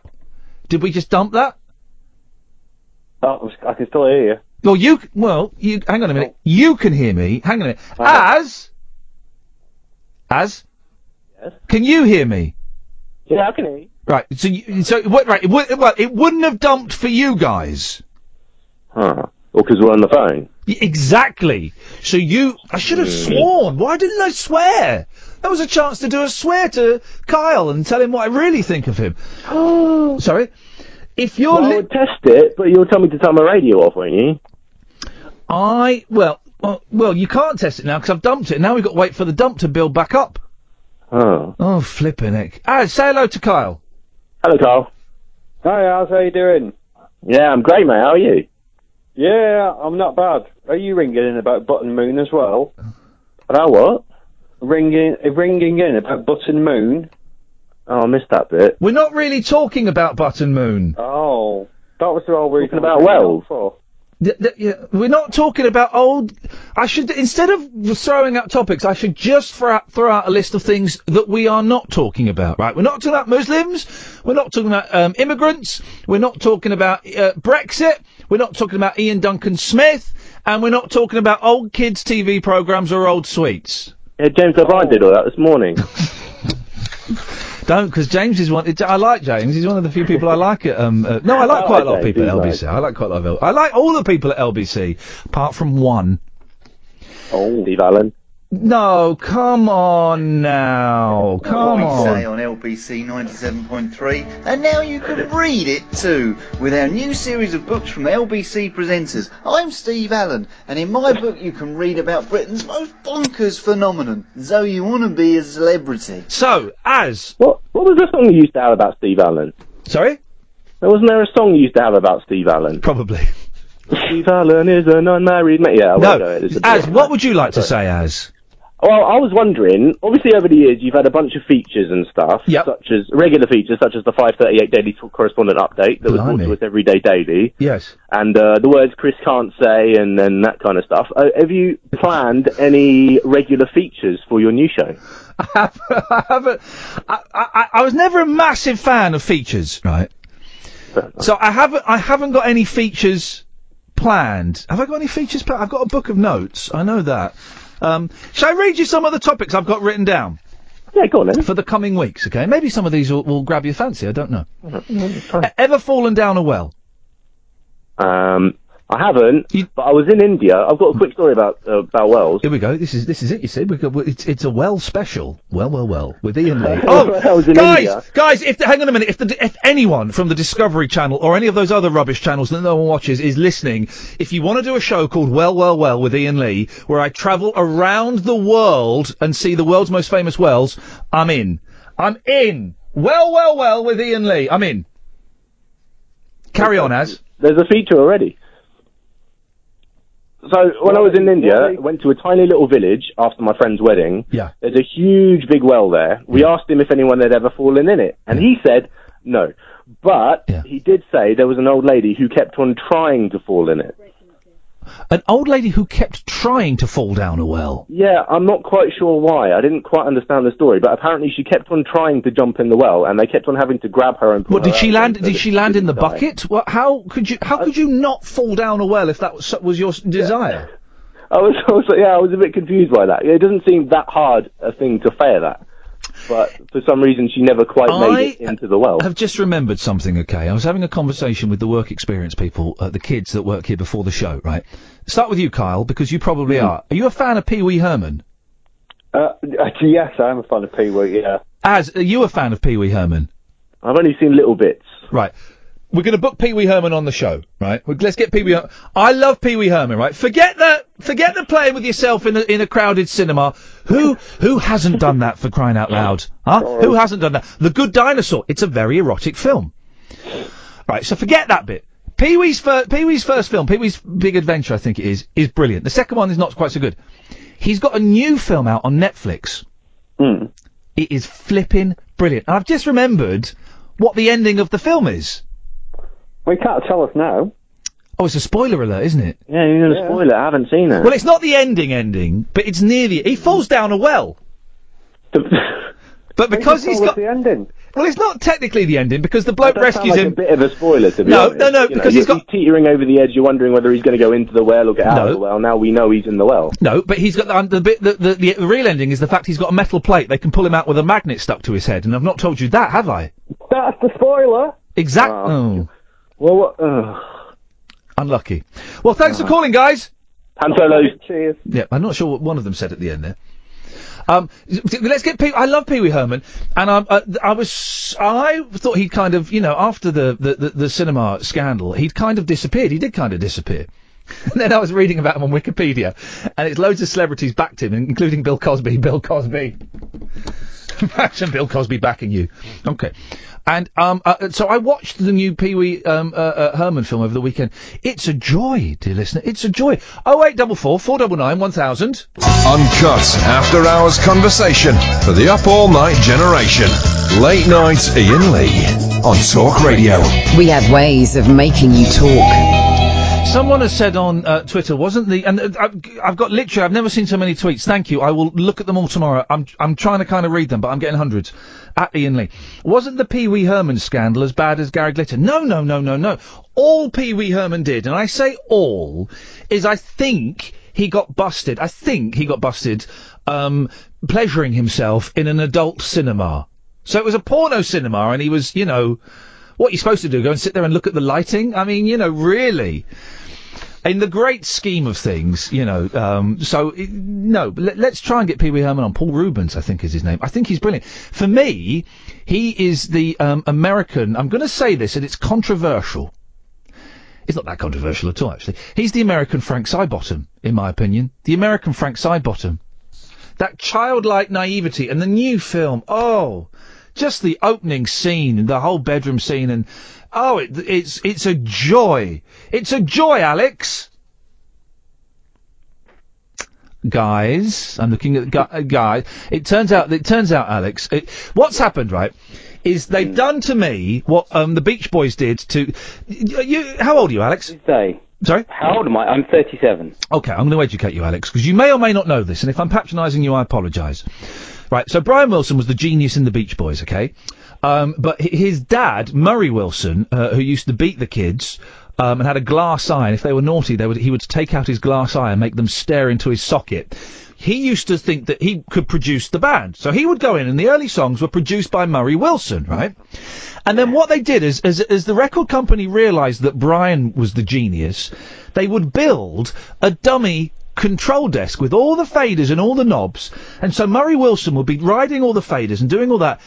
Speaker 3: Did we just dump that?
Speaker 18: I, was, I can still hear you.
Speaker 3: Well, you, c- well, you, hang on a
Speaker 19: Oh.
Speaker 3: minute. You can hear me. Hang on a minute. As? As? Yes. Can you hear me?
Speaker 19: Yeah, I can hear you.
Speaker 3: Right. So, you, so, what, right. It, would- well, it wouldn't have dumped for you guys.
Speaker 19: Huh. Well, because we're on the phone.
Speaker 3: Y- Exactly. So you, I should have
Speaker 19: Mm.
Speaker 3: sworn. Why didn't I swear? That was a chance to do a swear to Kyle and tell him what I really think of him. Sorry. If you're,
Speaker 19: Well, I
Speaker 3: li-
Speaker 19: would test it, but you'll tell me to turn my radio off, won't you?
Speaker 3: I well, well, well, you can't test it now because I've dumped it. Now we've got to wait for the dump to build back up.
Speaker 19: Oh.
Speaker 3: Oh, flipping heck! Ah, say hello to Kyle.
Speaker 19: Hello, Carl.
Speaker 18: Hi, how's how you doing?
Speaker 19: Yeah, I'm great, mate. How are you?
Speaker 18: Yeah, I'm not bad. Are you ringing in about Button Moon as well?
Speaker 19: About what?
Speaker 18: Ringing, ringing in about Button Moon.
Speaker 19: Oh, I missed that bit.
Speaker 3: We're not really talking about Button Moon.
Speaker 18: Oh, that was the whole reason.
Speaker 3: Talking about
Speaker 18: I was ringing
Speaker 3: Wells?
Speaker 18: up For.
Speaker 3: Th- th- yeah, we're not talking about old. I should instead of throwing out topics, I should just throw out, throw out a list of things that we are not talking about. Right? We're not talking about Muslims. We're not talking about um, immigrants. We're not talking about uh, Brexit. We're not talking about Ian Duncan Smith. And we're not talking about old kids' TV programs or old sweets.
Speaker 19: Yeah, James Levine did all that this morning.
Speaker 3: Don't, because James is one. I like James. He's one of the few people I like at. Um, uh, no, I like
Speaker 19: Oh, I
Speaker 3: quite
Speaker 19: like
Speaker 3: a lot of
Speaker 19: James,
Speaker 3: people at
Speaker 19: he's
Speaker 3: LBC. I like quite a lot of. L- I like all the people at LBC, apart from one.
Speaker 19: oh, Steve Allen.
Speaker 3: No, come on now. Come
Speaker 7: we
Speaker 3: on.
Speaker 7: say on LBC 97.3, and now you can read it too with our new series of books from LBC Presenters. I'm Steve Allen, and in my book you can read about Britain's most bonkers phenomenon, So You Wanna Be a Celebrity.
Speaker 3: So, as.
Speaker 19: What, what was the song you used to have about Steve Allen?
Speaker 3: Sorry?
Speaker 19: Wasn't there a song you used to have about Steve Allen?
Speaker 3: Probably.
Speaker 19: Steve Allen is an unmarried man. Yeah, I
Speaker 3: No,
Speaker 19: won't know it. It's a
Speaker 3: as what would you like to say as?
Speaker 19: Well, I was wondering. Obviously, over the years, you've had a bunch of features and stuff, such as regular features, such as the 538 Daily Correspondent Update that was brought to us every day daily,
Speaker 3: Yes.
Speaker 19: and uh, the words Chris can't say, and then that kind of stuff. Uh, have you planned any regular features for your new show?
Speaker 3: I, haven't- I, I, I was never a massive fan of features, right? So I haven't, I haven't got any features planned. Have I got any features planned? I've got a book of notes. I know that. Um, shall I read you some of the topics I've got written down?
Speaker 19: Yeah, go on
Speaker 3: For the coming weeks, okay? Maybe some of these will, will grab your fancy. I don't know.
Speaker 19: Mm-hmm.
Speaker 3: E- Ever fallen down a well?
Speaker 19: Um, I haven't, but I was in India. I've got a quick story about uh, about Wells.
Speaker 3: Here we go. This is this is it. You see, we got, it's it's a well special. Well, well, well. With Ian Lee.
Speaker 19: I
Speaker 3: Oh,
Speaker 19: was in
Speaker 3: guys,
Speaker 19: India.
Speaker 3: guys! If the, hang on a minute, if the, if anyone from the Discovery Channel or any of those other rubbish channels that no one watches is listening, if you want to do a show called Well, Well, Well with Ian Lee, where I travel around the world and see the world's most famous wells, I'm in. I'm in. Well, well, well with Ian Lee. I'm in. Carry on, as.
Speaker 19: There's a feature already. So when I was in India, I went to a tiny little village after my friend's wedding.
Speaker 3: Yeah.
Speaker 19: There's a huge big well there. We asked him if anyone had ever fallen in it, and he said no. But he did say there was an old lady who kept on trying to fall in it.
Speaker 3: An old lady who kept trying to fall down a well.
Speaker 19: Yeah, I'm not quite sure why. I didn't quite understand the story, but apparently she kept on trying to jump in the well, and they kept on having to grab her and. pull
Speaker 3: What did
Speaker 19: her
Speaker 3: she
Speaker 19: out
Speaker 3: land?
Speaker 19: so
Speaker 3: Did
Speaker 19: that
Speaker 3: she land in the
Speaker 19: didn't die.
Speaker 3: bucket? What? How could you? How could you not fall down a well if that was, was your s- desire?
Speaker 19: I was, I was, yeah, I was a bit confused by that. It doesn't seem that hard a thing to fail at, but for some reason she never quite made it into the well.
Speaker 3: I've just remembered something, okay? I was having a conversation with the work experience people, uh, the kids that work here before the show, right? Start with you, Kyle, because you probably
Speaker 19: Hmm.
Speaker 3: are. Are you a fan of Pee Wee Herman?
Speaker 20: Uh, actually, yes, I am a fan of Pee Wee. Yeah.
Speaker 3: As are you a fan of Pee Wee Herman?
Speaker 19: I've only seen little bits.
Speaker 3: Right. We're going to book Pee Wee Herman on the show, right? We- Let's get Pee Wee. Her- I love Pee Wee Herman, right? Forget the forget the playing with yourself in a, in a crowded cinema. Who who hasn't done that for crying out loud? Huh? Who hasn't done that? The Good Dinosaur. It's a very erotic film. Right, so forget that bit. Pee Wee's fir- Pee Wee's first film, Pee Wee's Big Adventure, I think it is, is brilliant. The second one is not quite so good. He's got a new film out on Netflix. It is flipping brilliant. And I've just remembered what the ending of the film is.
Speaker 20: Well, you can't tell us now.
Speaker 3: Oh, it's a spoiler alert, isn't it?
Speaker 19: Yeah, you're going to
Speaker 3: Yeah.
Speaker 19: spoil it. I haven't seen it.
Speaker 3: Well, it's not the ending ending, but it's near the. He falls down a well. but because he's got the
Speaker 20: ending.
Speaker 3: Well, it's not technically the ending because the bloke
Speaker 19: That sounds
Speaker 3: rescues
Speaker 19: like
Speaker 3: him.
Speaker 19: a bit of a spoiler to be
Speaker 3: No,
Speaker 19: honest.
Speaker 3: no, no,
Speaker 19: You know,
Speaker 3: because
Speaker 19: you're-
Speaker 3: he's got-
Speaker 19: teetering over the edge. You're wondering whether he's going to go into the well or get out of the well. Now we know he's in the well.
Speaker 3: No, but he's got the, um, the bit. The, the, the real ending is the fact he's got a metal plate. They can pull him out with a magnet stuck to his head. And I've not told you that, have I?
Speaker 20: That's the spoiler. Ah.
Speaker 3: Exactly.
Speaker 19: Well, what,
Speaker 3: Oh. unlucky.
Speaker 20: Ah.
Speaker 3: Well, thanks for calling, guys.
Speaker 19: Han Solo's-
Speaker 20: Cheers.
Speaker 3: Yeah, I'm not sure what one of them said at the end there. Um, d- d- let's get. Pee- I love Pee Wee Herman, and I, uh, I was, I thought he'd kind of, you know, after the, the, the, the cinema scandal, he'd kind of disappeared. He did kind of disappear. And then I was reading about him on Wikipedia, and it's loads of celebrities backed him, including Bill Cosby. Bill Cosby. Imagine Bill Cosby backing you. Okay. And um, uh, so I watched the new Pee Wee um, uh, uh, Herman film over the weekend. It's a joy, dear listener. It's a joy. 0844 499 1000.
Speaker 2: Uncut after hours conversation for the up all night generation. Late night Ian Lee on Talk Radio.
Speaker 1: We have ways of making you talk.
Speaker 3: Someone has said on uh, Twitter, wasn't the and uh, I've, I've got literally I've never seen so many tweets. Thank you. I will look at them all tomorrow. I'm I'm trying to kind of read them, but I'm getting hundreds. At Ian Lee, wasn't the Pee Wee Herman scandal as bad as Gary Glitter? No, no, no, no, no. All Pee Wee Herman did, and I say all, is I think he got busted. I think he got busted um, pleasuring himself in an adult cinema. So it was a porno cinema, and he was, you know, what are you supposed to do? Go and sit there and look at the lighting? I mean, you know, really. in the great scheme of things, you know, um, so it, no, but let, us try and get Pee Wee Herman on. Paul Rubens, I think, is his name. I think he's brilliant. For me, he is the um, American. I'm going to say this, and it's controversial. It's not that controversial at all, actually. He's the American Frank Sybottom, in my opinion. The American Frank Sybottom. That childlike naivety and the new film. Oh, just the opening scene, the whole bedroom scene, and oh, it, it's it's a joy. It's a joy, Alex. Guys, I'm looking at gu- uh, guys. It turns out, it turns out, Alex. It, what's happened, right? Is they've done to me what um, the Beach Boys did to you, you. How old are you, Alex?
Speaker 21: Say.
Speaker 3: Sorry?
Speaker 21: How old am I? I'm 37.
Speaker 3: Okay, I'm going to educate you, Alex, because you may or may not know this, and if I'm patronising you, I apologise. Right, so Brian Wilson was the genius in the Beach Boys, okay? Um, but hi- his dad, Murray Wilson, uh, who used to beat the kids um, and had a glass eye, and if they were naughty, they would, he would take out his glass eye and make them stare into his socket. He used to think that he could produce the band. So he would go in, and the early songs were produced by Murray Wilson, right? And then what they did is, as, as the record company realised that Brian was the genius, they would build a dummy control desk with all the faders and all the knobs. And so Murray Wilson would be riding all the faders and doing all that,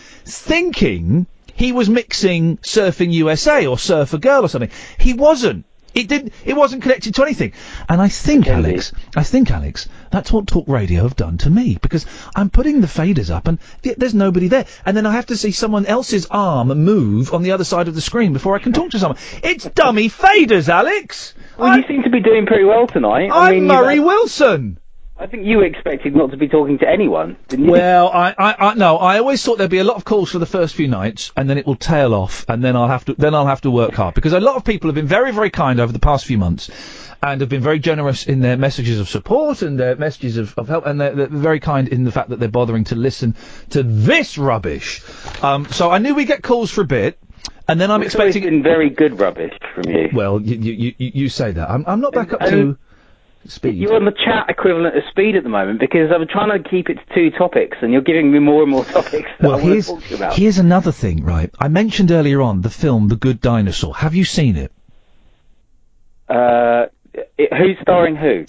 Speaker 3: thinking he was mixing Surfing USA or Surfer Girl or something. He wasn't. It didn't. It wasn't connected to anything. And I think, Alex, I think, Alex, that's what Talk Radio have done to me because I'm putting the faders up and th- there's nobody there, and then I have to see someone else's arm move on the other side of the screen before I can talk to someone. It's dummy faders, Alex.
Speaker 21: Well, you seem to be doing pretty well tonight.
Speaker 3: I'm Murray
Speaker 21: you-
Speaker 3: Wilson.
Speaker 21: I think you expected not to be talking to anyone, didn't you?
Speaker 3: Well, I, I, I, no, I always thought there'd be a lot of calls for the first few nights, and then it will tail off, and then I'll have to, then I'll have to work hard because a lot of people have been very, very kind over the past few months, and have been very generous in their messages of support and their messages of, of help, and they're, they're very kind in the fact that they're bothering to listen to this rubbish. Um, so I knew we'd get calls for a bit, and then I'm
Speaker 21: It's always
Speaker 3: expecting
Speaker 21: been very good rubbish from you.
Speaker 3: Well, you, you, you, you say that. I'm, I'm not back up
Speaker 21: and-
Speaker 3: to speed.
Speaker 21: You're on the chat equivalent of speed at the moment because I'm trying to keep it to two topics, and you're giving me more and more topics that
Speaker 3: Well,
Speaker 21: I want
Speaker 3: here's,
Speaker 21: to talk to you about.
Speaker 3: here's another thing, right? I mentioned earlier on the film The Good Dinosaur. Have you seen it?
Speaker 21: Uh, it, who's starring who?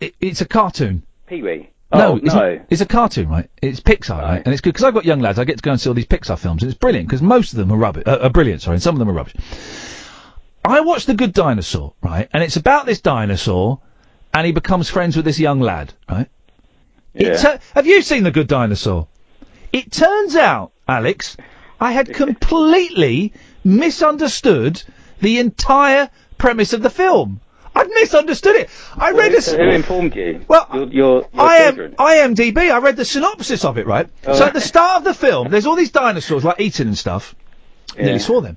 Speaker 3: it it's a cartoon.
Speaker 21: Pee Wee.
Speaker 3: no,
Speaker 21: oh,
Speaker 3: it's,
Speaker 21: no.
Speaker 3: Not, it's a cartoon, right? It's Pixar, right? And it's good because I've got young lads. I get to go and see all these Pixar films, and it's brilliant because most of them are rubbish. Uh, are brilliant, sorry, and some of them are rubbish. I watched The Good Dinosaur, right? And it's about this dinosaur, and he becomes friends with this young lad, right? It
Speaker 21: Yeah.
Speaker 3: tu- have you seen The Good Dinosaur? It turns out, Alex, I had completely misunderstood the entire premise of the film. I'd misunderstood it. I read a. s-
Speaker 21: Who informed you?
Speaker 3: Well,
Speaker 21: your, your, your
Speaker 3: I am
Speaker 21: children.
Speaker 3: IMDb. I read the synopsis of it, right?
Speaker 21: Oh.
Speaker 3: So at the start of the film, there's all these dinosaurs like eating and stuff. I Nearly saw them.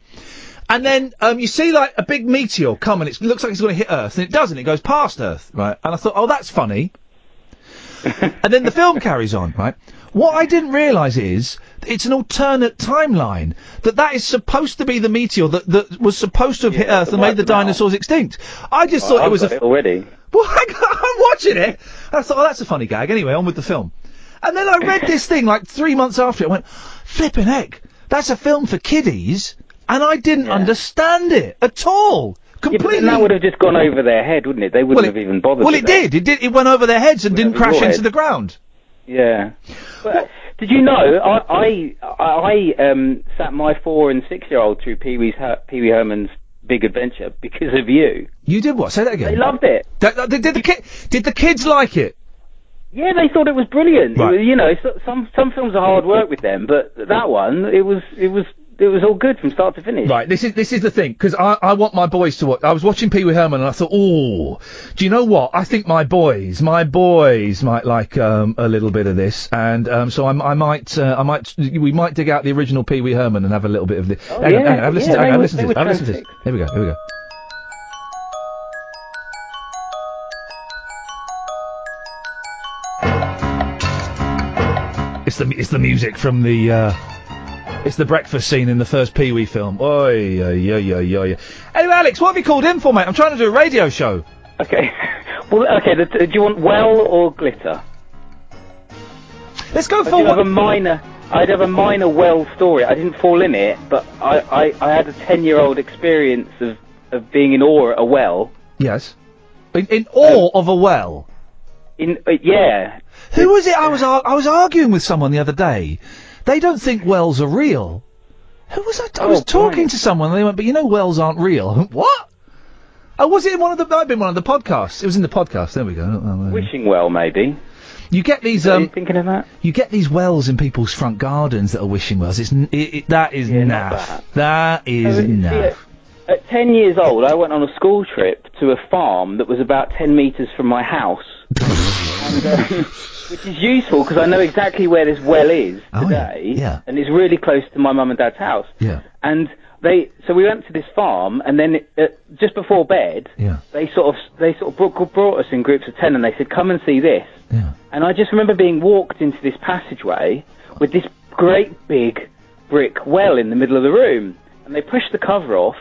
Speaker 3: And then um, you see like a big meteor come and it looks like it's going to hit Earth, and it doesn't. It goes past Earth, right? And I thought, oh, that's funny. and then the film carries on, right? What I didn't realise is that it's an alternate timeline. That that is supposed to be the meteor that, that was supposed to have hit Earth and made the dinosaurs extinct. I just
Speaker 21: Well,
Speaker 3: thought
Speaker 21: Oh, I've
Speaker 3: it was
Speaker 21: got
Speaker 3: a
Speaker 21: it already.
Speaker 3: well, I, am watching it. And I thought, oh, that's a funny gag. Anyway, on with the film. And then I read this thing like three months after it. I went, flipping heck, that's a film for kiddies. And I didn't understand it at all. Completely.
Speaker 21: And that would have just gone over their head, wouldn't it? They wouldn't have even bothered.
Speaker 3: well,
Speaker 21: with
Speaker 3: it did. It did. It went over their heads and didn't
Speaker 21: over your
Speaker 3: crash into
Speaker 21: head.
Speaker 3: the ground.
Speaker 21: Yeah. But did you know? I I, I um, sat my four and six year old through Pee Wee's Her- Pee Wee Herman's Big Adventure because of you.
Speaker 3: You did what? Say that again.
Speaker 21: They loved it.
Speaker 3: That- that- did, the ki- did the kids like it?
Speaker 21: Yeah, they thought it was brilliant. It
Speaker 3: Right.
Speaker 21: was- you know, so, some some films are hard work with them, but that one, it was it was it was all good from start to finish.
Speaker 3: Right, this is this is the thing because I, I want my boys to watch. I was watching Pee Wee Herman and I thought, oh, do you know what? I think my boys, my boys might like um, a little bit of this, and um, so I, I might, uh, I might, we might dig out the original Pee Wee Herman and have a little bit of this.
Speaker 21: Oh,
Speaker 3: hang on,
Speaker 21: yeah,
Speaker 3: hang on, I've listened,
Speaker 21: yeah,
Speaker 3: to, hang on,
Speaker 21: they
Speaker 3: I've
Speaker 21: were-
Speaker 3: listened to
Speaker 21: they
Speaker 3: this,
Speaker 21: were
Speaker 3: I've listened to this. Here we go, here we go. It's the it's the music from the uh, it's the breakfast scene in the first Pee Wee film. Oi, oi, oi, oi, oi. Anyway, Alex, what have you called in for, mate? I'm trying to do a radio show.
Speaker 21: Okay. Well, okay. The, do you want well or glitter?
Speaker 3: Let's go
Speaker 21: for. I'd have a minor. I'd have a minor well story. I didn't fall in it, but I, I, I had a ten year old experience of, of being in awe at a well, Um,
Speaker 3: Yes. In, in awe of a well.
Speaker 21: In uh, yeah.
Speaker 3: Who was it? I was ar- I was arguing with someone the other day. They don't think wells are real. Who was I? I
Speaker 21: Oh,
Speaker 3: was talking to someone and they went, "But you know, wells aren't real." I went, what? Oh, was it in one of the? Might have been one of the podcasts. It was in the podcast. There we go. Oh, there we go.
Speaker 21: Wishing well, maybe.
Speaker 3: You get these. Um,
Speaker 21: thinking of that?
Speaker 3: You get these wells in people's front gardens that are wishing wells. It's n- it, it, that is naff. That is
Speaker 21: Oh, it's-
Speaker 3: naff.
Speaker 21: At 10 years old, I went on a school trip to a farm that was about 10 metres from my house. and, uh, which is useful because I know exactly where this well is today. And it's really close to my mum and dad's house.
Speaker 3: Yeah.
Speaker 21: And they, so we went to this farm, and then uh, just before bed,
Speaker 3: Yeah.
Speaker 21: they sort of they sort of brought, brought us in groups of ten, and they said, "Come and see this." And I just remember being walked into this passageway with this great big brick well in the middle of the room, and they pushed the cover off,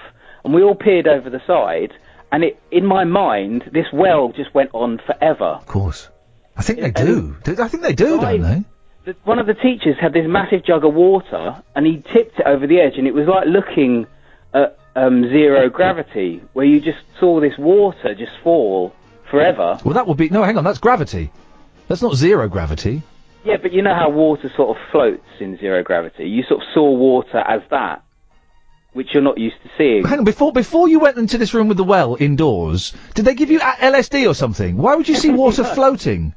Speaker 21: and we all peered over the side, and it, in my mind, this well just went on forever.
Speaker 3: Of course. I think they do. Do- I think they do, don't they?
Speaker 21: The, one of the teachers had this massive jug of water, and he tipped it over the edge, and it was like looking at um, zero gravity, where you just saw this water just fall forever.
Speaker 3: Well, that would be no. Hang on, that's gravity. That's not zero gravity.
Speaker 21: Yeah, but you know how water sort of floats in zero gravity. You sort of saw water as that, which you're not used to seeing.
Speaker 3: Hang on, before before you went into this room with the well indoors, did they give you a- LSD or something? Why would you see water floating?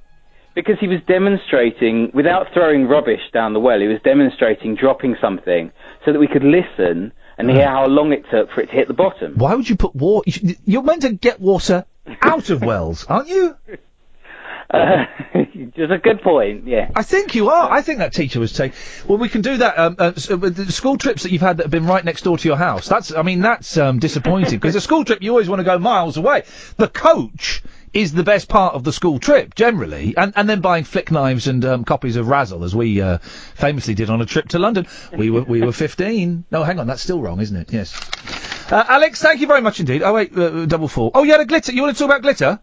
Speaker 21: Because he was demonstrating, without throwing rubbish down the well, he was demonstrating dropping something so that we could listen and hear how long it took for it to hit the bottom.
Speaker 3: Why would you put water? You're meant to get water out of wells, aren't you?
Speaker 21: Uh, just a good point. Yeah.
Speaker 3: I think you are. I think that teacher was taking. Well, we can do that. Um, uh, s- uh, with the school trips that you've had that have been right next door to your house. That's. I mean, that's um, disappointing because a school trip you always want to go miles away. The coach is the best part of the school trip generally, and and then buying flick knives and um, copies of Razzle as we uh, famously did on a trip to London. We were we were fifteen. No, hang on, that's still wrong, isn't it? Yes. Uh, Alex, thank you very much indeed. Oh wait, uh, double four. Oh, you had a glitter. You want to talk about glitter?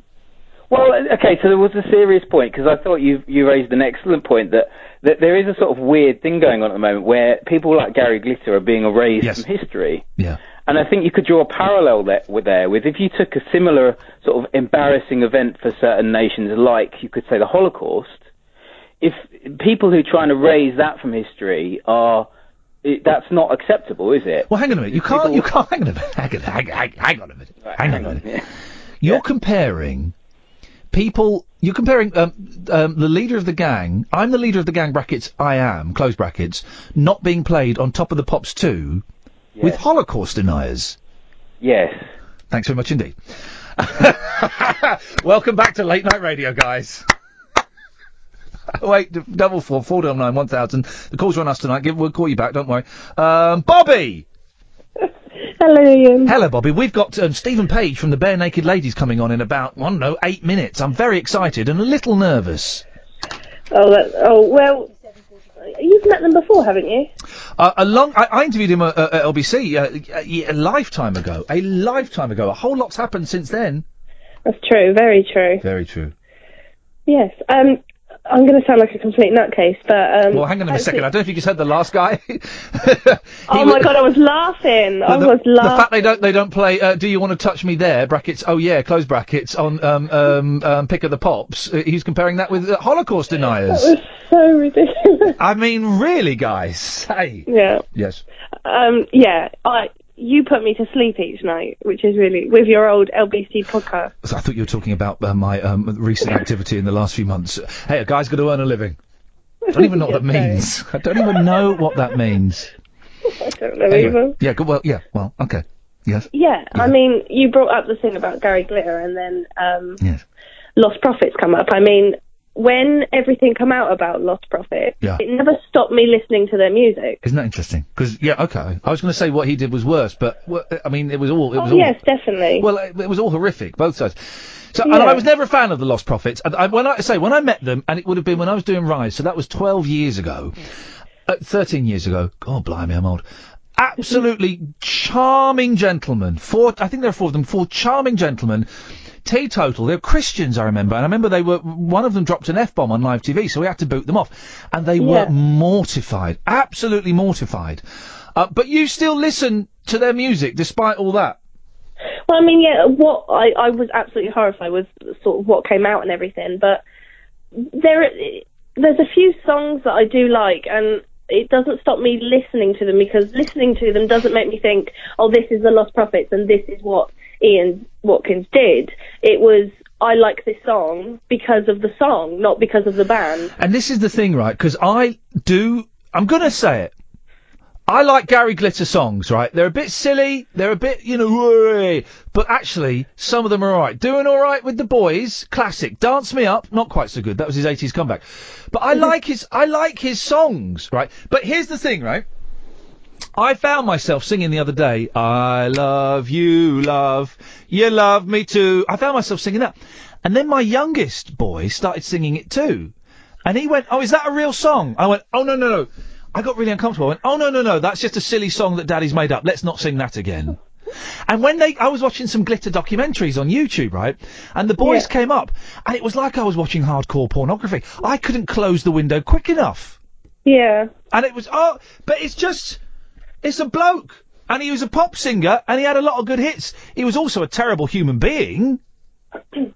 Speaker 21: Well, okay, so there was a serious point because I thought you you raised an excellent point that that there is a sort of weird thing going on at the moment where people like Gary Glitter are being erased from history.
Speaker 3: Yeah.
Speaker 21: And I think you could draw a parallel there with, there with if you took a similar sort of embarrassing event for certain nations, like you could say the Holocaust. If people who are trying to erase that from history are, it, that's not acceptable, is it?
Speaker 3: Well, hang on a minute. You can't. You can't. Hang on a minute. Hang on. Hang, hang, hang on a minute. hang, on a minute. You're comparing people. You're comparing um, um, the leader of the gang. I'm the leader of the gang. Brackets. I am. Close brackets. Not being played on Top of the Pops two with Holocaust deniers.
Speaker 21: Yes.
Speaker 3: Thanks very much indeed. Welcome back to late night radio, guys. Oh, Wait, d- double four four double nine one thousand. The calls are on us tonight. Give, we'll call you back. Don't worry. Um, Bobby.
Speaker 22: Hello, Ian.
Speaker 3: Hello, Bobby. We've got um, Stephen Page from the Bare Naked Ladies coming on in about I don't know eight minutes. I'm very excited and a little nervous.
Speaker 22: Oh, that, oh well, you've met them before, haven't you?
Speaker 3: Uh, a long, I, I interviewed him at, uh, at LBC uh, a, ye- a lifetime ago. A lifetime ago. A whole lot's happened since then.
Speaker 22: That's true. Very true.
Speaker 3: Very true.
Speaker 22: Yes. Um, I'm going to sound like a complete nutcase, but um.
Speaker 3: well, hang on a
Speaker 22: actually-
Speaker 3: second. I don't know if you just heard the last guy.
Speaker 22: Oh my god, I was laughing. I
Speaker 3: the,
Speaker 22: was
Speaker 3: the
Speaker 22: laughing.
Speaker 3: fact they don't they don't play. Uh, Do you want to touch me there? Brackets. Oh yeah. Close brackets on um, um, um, pick of the pops. Uh, he's comparing that with uh, Holocaust deniers.
Speaker 22: That was so ridiculous.
Speaker 3: I mean, really, guys. Hey.
Speaker 22: Yeah.
Speaker 3: Yes.
Speaker 22: Um. Yeah. I. You put me to sleep each night, which is really with your old LBC podcast.
Speaker 3: So I thought you were talking about uh, my um, recent activity in the last few months. Hey, a guy's got to earn a living. I don't even know what that means. I don't even know what that means.
Speaker 22: I don't know
Speaker 3: Anyway,
Speaker 22: either.
Speaker 3: yeah, good. Well, yeah, well, okay. Yes.
Speaker 22: Yeah, I mean, you brought up the thing about Gary Glitter and then um, lost profits come up. I mean, when everything come out about lost profits,
Speaker 3: Yeah.
Speaker 22: it never stopped me listening to their music.
Speaker 3: Isn't that interesting? Because yeah, okay. I was going to say what he did was worse, but wha- I mean, it was all. It was
Speaker 22: oh
Speaker 3: all,
Speaker 22: yes, definitely.
Speaker 3: Well, it, it was all horrific, both sides. So, and
Speaker 22: Yeah.
Speaker 3: I was never a fan of the Lost Prophets. And I, when I say when I met them, and it would have been when I was doing Rise, so that was twelve years ago, uh, thirteen years ago. God, blimey, I'm old. Absolutely charming gentlemen. Four, I think there are four of them. Four charming gentlemen. Teetotal. They're Christians, I remember, and I remember they were. One of them dropped an f bomb on live TV, so we had to boot them off, and they were
Speaker 23: Yeah.
Speaker 3: mortified, absolutely mortified. Uh, but you still listen to their music despite all that.
Speaker 22: I mean, yeah, what I, I was absolutely horrified with sort of what came out and everything, but there there's a few songs that I do like, and it doesn't stop me listening to them because listening to them doesn't make me think, oh, this is the Lost Prophets and this is what Ian Watkins did. It was I like this song because of the song, not because of the band.
Speaker 3: And this is the thing, right? Because I do. I'm going to say it. I like Gary Glitter songs, right? They're a bit silly. They're a bit, you know, "Whoa," but actually, some of them are alright. Doing alright with the boys, classic. Dance Me Up, not quite so good. That was his 80s comeback. But I like his, I like his songs, right? But here's the thing, right? I found myself singing the other day, I love you, love, you love me too. I found myself singing that. And then my youngest boy started singing it too. And he went, Oh, is that a real song? I went, Oh, no, no, no. I got really uncomfortable. I went, Oh, no, no, no. That's just a silly song that daddy's made up. Let's not sing that again. And when they, I was watching some glitter documentaries on YouTube, right? And the boys came up, and it was like I was watching hardcore pornography. I couldn't close the window quick enough.
Speaker 22: Yeah.
Speaker 3: And it was, oh, but it's just, it's a bloke. And he was a pop singer, and he had a lot of good hits. He was also a terrible human being.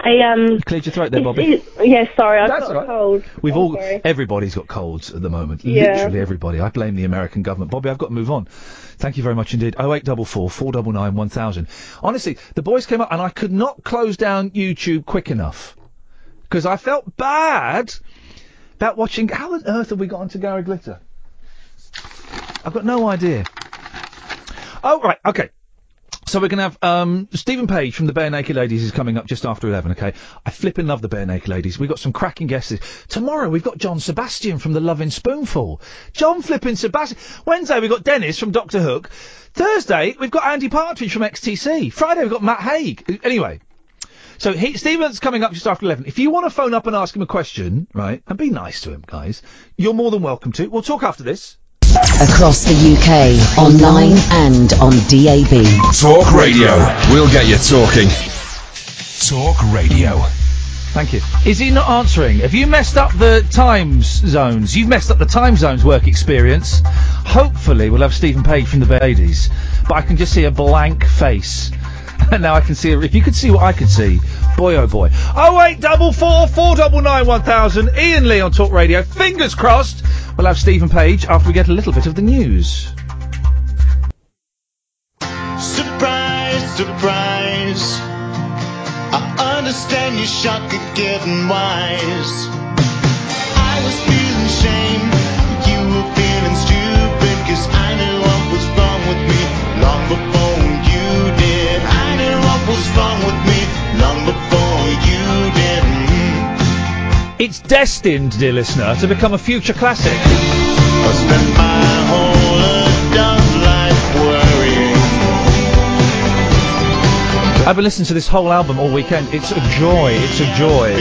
Speaker 22: I um.
Speaker 3: Cleared your throat there, Bobby.
Speaker 22: It- yeah, sorry, I've
Speaker 3: That's
Speaker 22: got
Speaker 3: all
Speaker 22: a cold.
Speaker 3: We've
Speaker 22: I'm
Speaker 3: all,
Speaker 22: sorry.
Speaker 3: everybody's got colds at the moment.
Speaker 22: Yeah.
Speaker 3: Literally everybody. I blame the American government. Bobby, I've got to move on. Thank you very much indeed. 0844 499 1000. Honestly, the boys came up and I could not close down YouTube quick enough. Because I felt bad about watching. How on earth have we got onto Gary Glitter? I've got no idea. Oh, right, okay. So we're going to have um, Stephen Page from the Bare Naked Ladies is coming up just after 11, okay? I flippin' love the Bare Naked Ladies. We've got some cracking guesses. Tomorrow we've got John Sebastian from the Loving Spoonful. John flippin' Sebastian. Wednesday we've got Dennis from Doctor Hook. Thursday we've got Andy Partridge from XTC. Friday we've got Matt Haig. Uh, Anyway, so he, Stephen's coming up just after 11. If you want to phone up and ask him a question, right, and be nice to him, guys, you're more than welcome to. We'll talk after this.
Speaker 1: Across the UK, online and on DAB.
Speaker 2: Talk radio. We'll get you talking. Talk radio.
Speaker 3: Thank you. Is he not answering? Have you messed up the times zones? You've messed up the time zones work experience. Hopefully, we'll have Stephen Page from the Babies. But I can just see a blank face. And now I can see. If you could see what I could see, boy oh boy. Oh eight double four four double nine one thousand. Ian Lee on Talk Radio. Fingers crossed. We'll have Stephen Page after we get a little bit of the news.
Speaker 10: Surprise, surprise. I understand you're shocked at getting wise. I was feeling shame, you were feeling stupid, cause I knew what was wrong with me long before you did. I knew what was wrong with me long before you did.
Speaker 3: It's destined, dear listener, to become a future classic.
Speaker 10: I spent my whole adult life worrying.
Speaker 3: I've been listening to this whole album all weekend. It's a joy. It's a joy.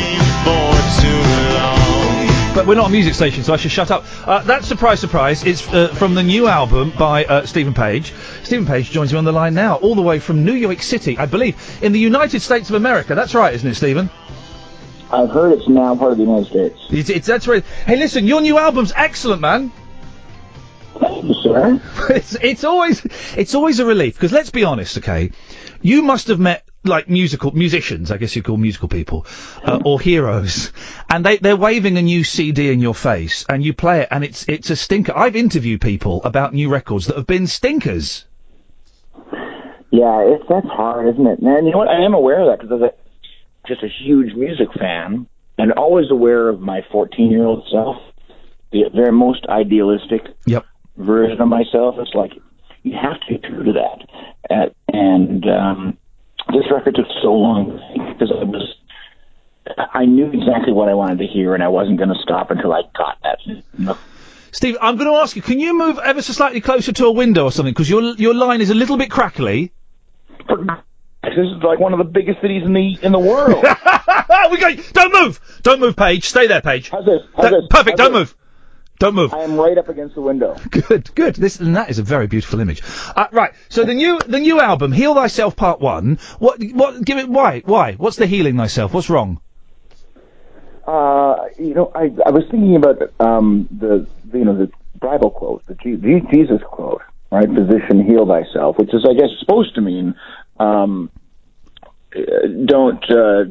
Speaker 3: But we're not a music station, so I should shut up. Uh, that surprise, surprise, is uh, from the new album by uh, Stephen Page. Stephen Page joins me on the line now, all the way from New York City, I believe, in the United States of America. That's right, isn't it, Stephen?
Speaker 23: I've heard it's now part of the United States.
Speaker 3: It's, it's, that's right. Hey, listen, your new album's excellent, man.
Speaker 23: Sure.
Speaker 3: it's, it's always it's always a relief because let's be honest, okay? You must have met like musical musicians, I guess you call musical people, uh, or heroes, and they they're waving a new CD in your face, and you play it, and it's it's a stinker. I've interviewed people about new records that have been stinkers.
Speaker 23: Yeah, it's that's hard, isn't it? And you know what? I am aware of that because I was a, just a huge music fan and always aware of my 14 year old self, the very most idealistic
Speaker 3: Yep.
Speaker 23: version of myself. It's like you have to be true to that. Uh, and um, this record took so long because I was. I knew exactly what I wanted to hear, and I wasn't going to stop until I got that.
Speaker 3: Steve, I'm going to ask you, can you move ever so slightly closer to a window or something? Because your your line is a little bit crackly.
Speaker 23: This is like one of the biggest cities in the in the world.
Speaker 3: we go. Don't move. Don't move, Paige. Stay there, Paige. How's
Speaker 23: this?
Speaker 3: Perfect. don't move. Don't move.
Speaker 23: I am right up against the window.
Speaker 3: Good, good. This and that is a very beautiful image. Uh, right. So the new the new album, Heal Thyself Part One. What what? Give it. Why? Why? What's the healing thyself? What's wrong?
Speaker 23: Uh, you know, I I was thinking about um the you know the Bible quote, the Je- Je- Jesus quote, right? Physician, heal thyself, which is I guess supposed to mean um, uh, don't uh,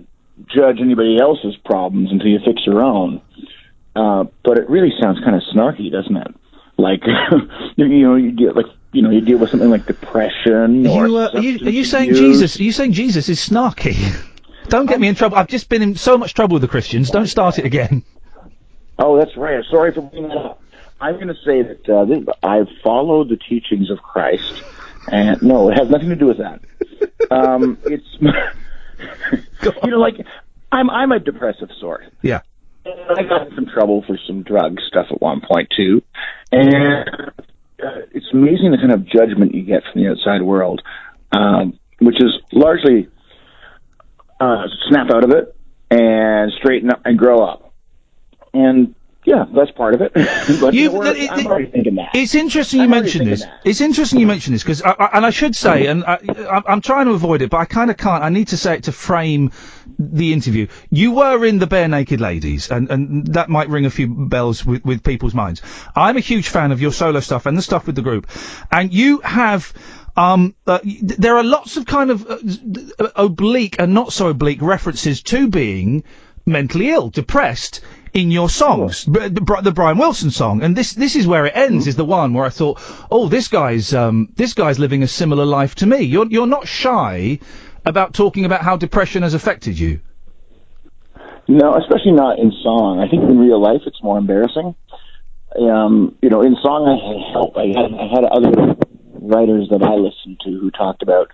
Speaker 23: judge anybody else's problems until you fix your own. Uh, but it really sounds kind of snarky, doesn't it? Like you know, you deal like you know, you deal with something like depression or
Speaker 3: You, uh, are, you, are you
Speaker 23: substance
Speaker 3: saying
Speaker 23: abuse.
Speaker 3: Jesus? Are you saying Jesus is snarky? Don't get me in trouble. I've just been in so much trouble with the Christians. Don't start it again.
Speaker 23: Oh, that's right. I'm sorry for bringing that up. I'm going to say that uh, this, I follow the teachings of Christ, and no, it has nothing to do with that. Um, it's you know, like I'm I'm a depressive sort.
Speaker 3: Yeah.
Speaker 23: I got in some trouble for some drug stuff at one point too, and uh, it's amazing the kind of judgment you get from the outside world, um, which is largely uh, snap out of it and straighten up and grow up, and yeah, that's part of it. but
Speaker 3: You-
Speaker 23: we're-
Speaker 3: that-
Speaker 23: I'm already thinking that.
Speaker 3: It's interesting you mention this. It's interesting you mention this because, I, I, and I should say, and
Speaker 23: Mm-hmm.
Speaker 3: I, I, I'm trying to avoid it, but I kind of can't. I need to say it to frame the interview. You were in the Bare Naked Ladies, and, and that might ring a few bells with, with people's minds. I'm a huge fan of your solo stuff and the stuff with the group, and you have. Um, uh, y- there are lots of kind of uh, d- oblique and not so oblique references to being mentally ill, depressed in your songs. B- the Bri- the Brian Wilson song, and this this is where it ends. Is the one where I thought, oh, this guy's um, this guy's living a similar life to me. You're you're not shy about talking about how depression has affected you.
Speaker 23: No, especially not in song. I think in real life it's more embarrassing. Um, you know, in song I had help. I had I had other writers that I listened to who talked about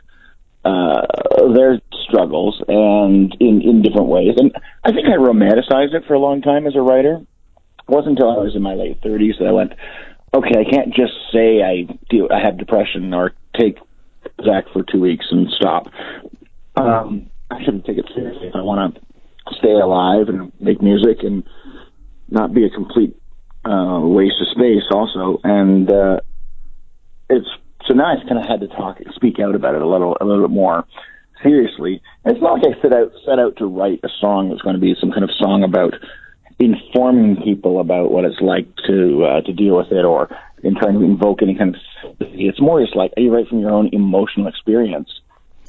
Speaker 23: uh, their struggles and in in different ways. And I think I romanticized it for a long time as a writer. It wasn't until I was in my late thirties that I went, okay, I can't just say I do. I have depression or take Zach for two weeks and stop. Um, I shouldn't take it seriously if I want to stay alive and make music and not be a complete uh, waste of space also and uh, it's so now I kind of had to talk speak out about it a little a little bit more seriously and it's not like I set out set out to write a song that's going to be some kind of song about informing people about what it's like to uh, to deal with it or in trying to invoke any kind of sympathy. it's more just like you write from your own emotional experience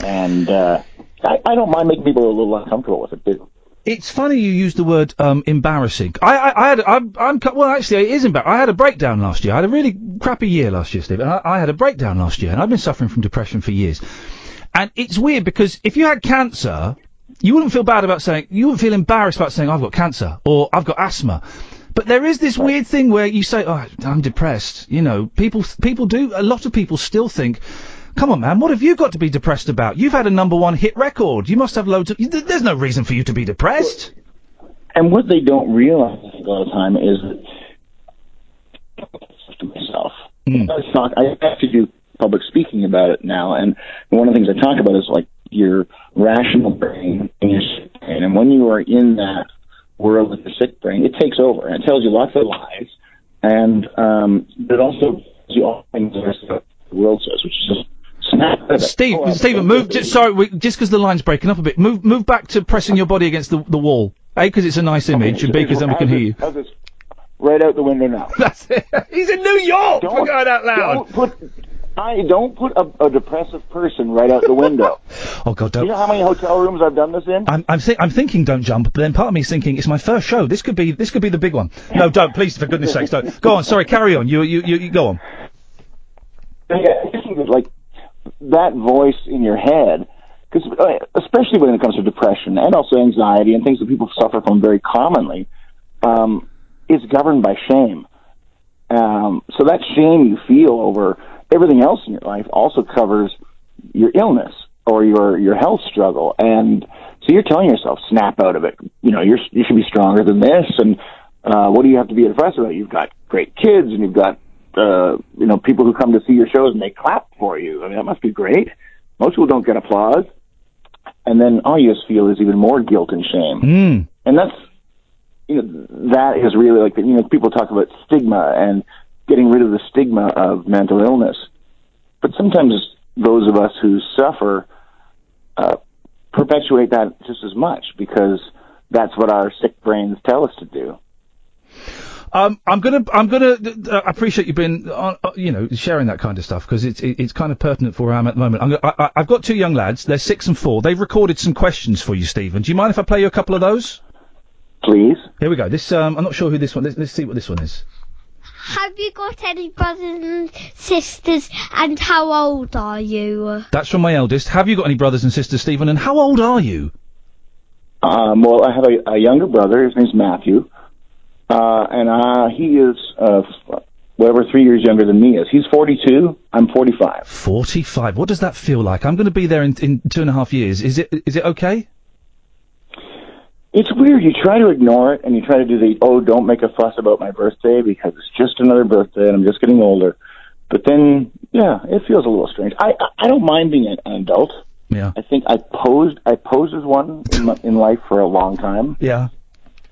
Speaker 23: and uh, I, I don't mind making people a little uncomfortable with it too.
Speaker 3: It's funny you use the word um, embarrassing. I, I, I had, I'm, I'm, cu- well, actually, it is embarrassing. I had a breakdown last year. I had a really crappy year last year, Steve. And I, I had a breakdown last year, and I've been suffering from depression for years. And it's weird because if you had cancer, you wouldn't feel bad about saying, you wouldn't feel embarrassed about saying, I've got cancer or I've got asthma. But there is this weird thing where you say, "Oh, I'm depressed." You know, people people do a lot of people still think, "Come on, man, what have you got to be depressed about? You've had a number one hit record. You must have loads of. th- There's no reason for you to be depressed."
Speaker 23: And what they don't realize I think, a lot of time is that to myself. I, talk, I have to do public speaking about it now, and one of the things I talk about is like your rational brain and your sick brain. And when you are in that world with your sick brain, it takes over and it tells you lots of lies, and um, it also tells you all things that the world says, which is just snap. out of it.
Speaker 3: Steve, Stephen, move. Just, sorry, we, just because the line's breaking up a bit, move move back to pressing your body against the, the wall. A, because it's a nice image, and B, because then we can hear you.
Speaker 23: How's this? Right out the window now.
Speaker 3: That's it. He's in New York.
Speaker 23: Don't, for
Speaker 3: God out loud.
Speaker 23: Don't put, I don't put a, a depressive person right out the window.
Speaker 3: Oh God,
Speaker 23: Do
Speaker 3: don't.
Speaker 23: you know how many hotel rooms I've done this in?
Speaker 3: I'm I'm, thi- I'm thinking don't jump, but then part of me is thinking it's my first show. This could be this could be the big one. No, don't please for goodness sakes don't. Go on, sorry, carry on. You you you, you go on.
Speaker 23: Yeah, I think that, like that voice in your head, because especially when it comes to depression and also anxiety and things that people suffer from very commonly, um, is governed by shame. Um, so that shame you feel over everything else in your life also covers your illness or your your health struggle, and so you're telling yourself, snap out of it. You know, you're you should be stronger than this, and uh, what do you have to be depressed about? You've got great kids, and you've got uh, you know people who come to see your shows and they clap for you. I mean, that must be great. Most people don't get applause, and then all you just feel is even more guilt and shame.
Speaker 3: Mm.
Speaker 23: And that's you know that is really like you know people talk about stigma and getting rid of the stigma of mental illness, but sometimes those of us who suffer uh, perpetuate that just as much because that's what our sick brains tell us to do.
Speaker 3: Um, I'm gonna, I'm gonna uh, appreciate you being, on, uh, you know, sharing that kind of stuff because it's it- it's kind of pertinent for where I'm at the moment. I'm gonna, I, I- I've got two young lads. They're six and four. They've recorded some questions for you, Stephen. Do you mind if I play you a couple of those?
Speaker 23: Please.
Speaker 3: Here we go. This, um, I'm not sure who this one. Let's, let's see what this one is.
Speaker 4: Have you got any brothers and sisters, and how old are you?
Speaker 3: That's from my eldest. Have you got any brothers and sisters, Stephen? And how old are you?
Speaker 23: Um, well, I have a, a younger brother. His name's Matthew, uh, and uh, he is uh, f- whatever three years younger than me is. He's 42. I'm 45.
Speaker 3: Forty-five. What does that feel like? I'm going to be there in, in two and a half years. Is it is it okay?
Speaker 23: It's weird. You try to ignore it, and you try to do the oh, don't make a fuss about my birthday because it's just another birthday, and I'm just getting older. But then, yeah, it feels a little strange. I I, I don't mind being an, an adult.
Speaker 3: Yeah.
Speaker 23: I think I posed I posed as one in, my, in life for a long time.
Speaker 3: Yeah.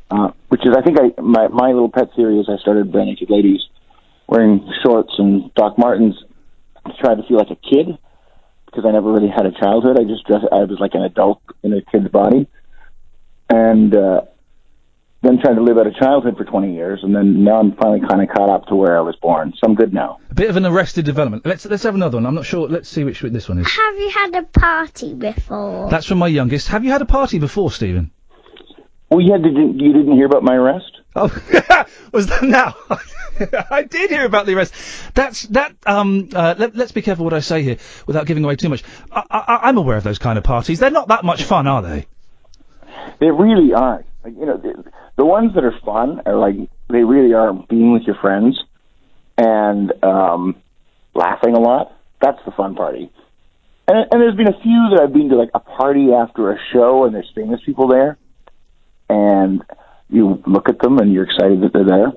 Speaker 23: uh, which is I think I my my little pet series I started by naked ladies wearing shorts and Doc Martens to try to feel like a kid because I never really had a childhood. I just dressed I was like an adult in a kid's body, and uh, then trying to live out a childhood for 20 years, and then now I'm finally kind of caught up to where I was born. So I'm good now.
Speaker 3: A bit of an arrested development. Let's let's have another one. I'm not sure. Let's see which this one is.
Speaker 4: Have you had a party before?
Speaker 3: That's from my youngest. Have you had a party before, Stephen?
Speaker 23: Well, yeah. Did you, you didn't hear about my arrest?
Speaker 3: Oh, was that now? I did hear about the arrest. That's that. Um, uh, let, let's be careful what I say here without giving away too much. I, I, I'm aware of those kind of parties. They're not that much fun, are they?
Speaker 23: They really aren't. Like, you know, the, the ones that are fun are like they really are being with your friends and um, laughing a lot. That's the fun party. And, and there's been a few that I've been to like a party after a show, and there's famous people there, and you look at them and you're excited that they're there.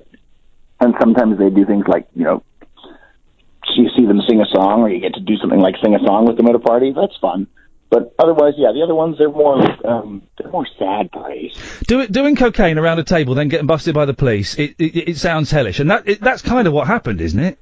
Speaker 23: And sometimes they do things like you know, you see them sing a song, or you get to do something like sing a song with them at a party. That's fun. But otherwise, yeah, the other ones they're more like, um, they're more sad parties.
Speaker 3: Do, doing cocaine around a table, then getting busted by the police. It it, it sounds hellish, and that it, that's kind of what happened, isn't it?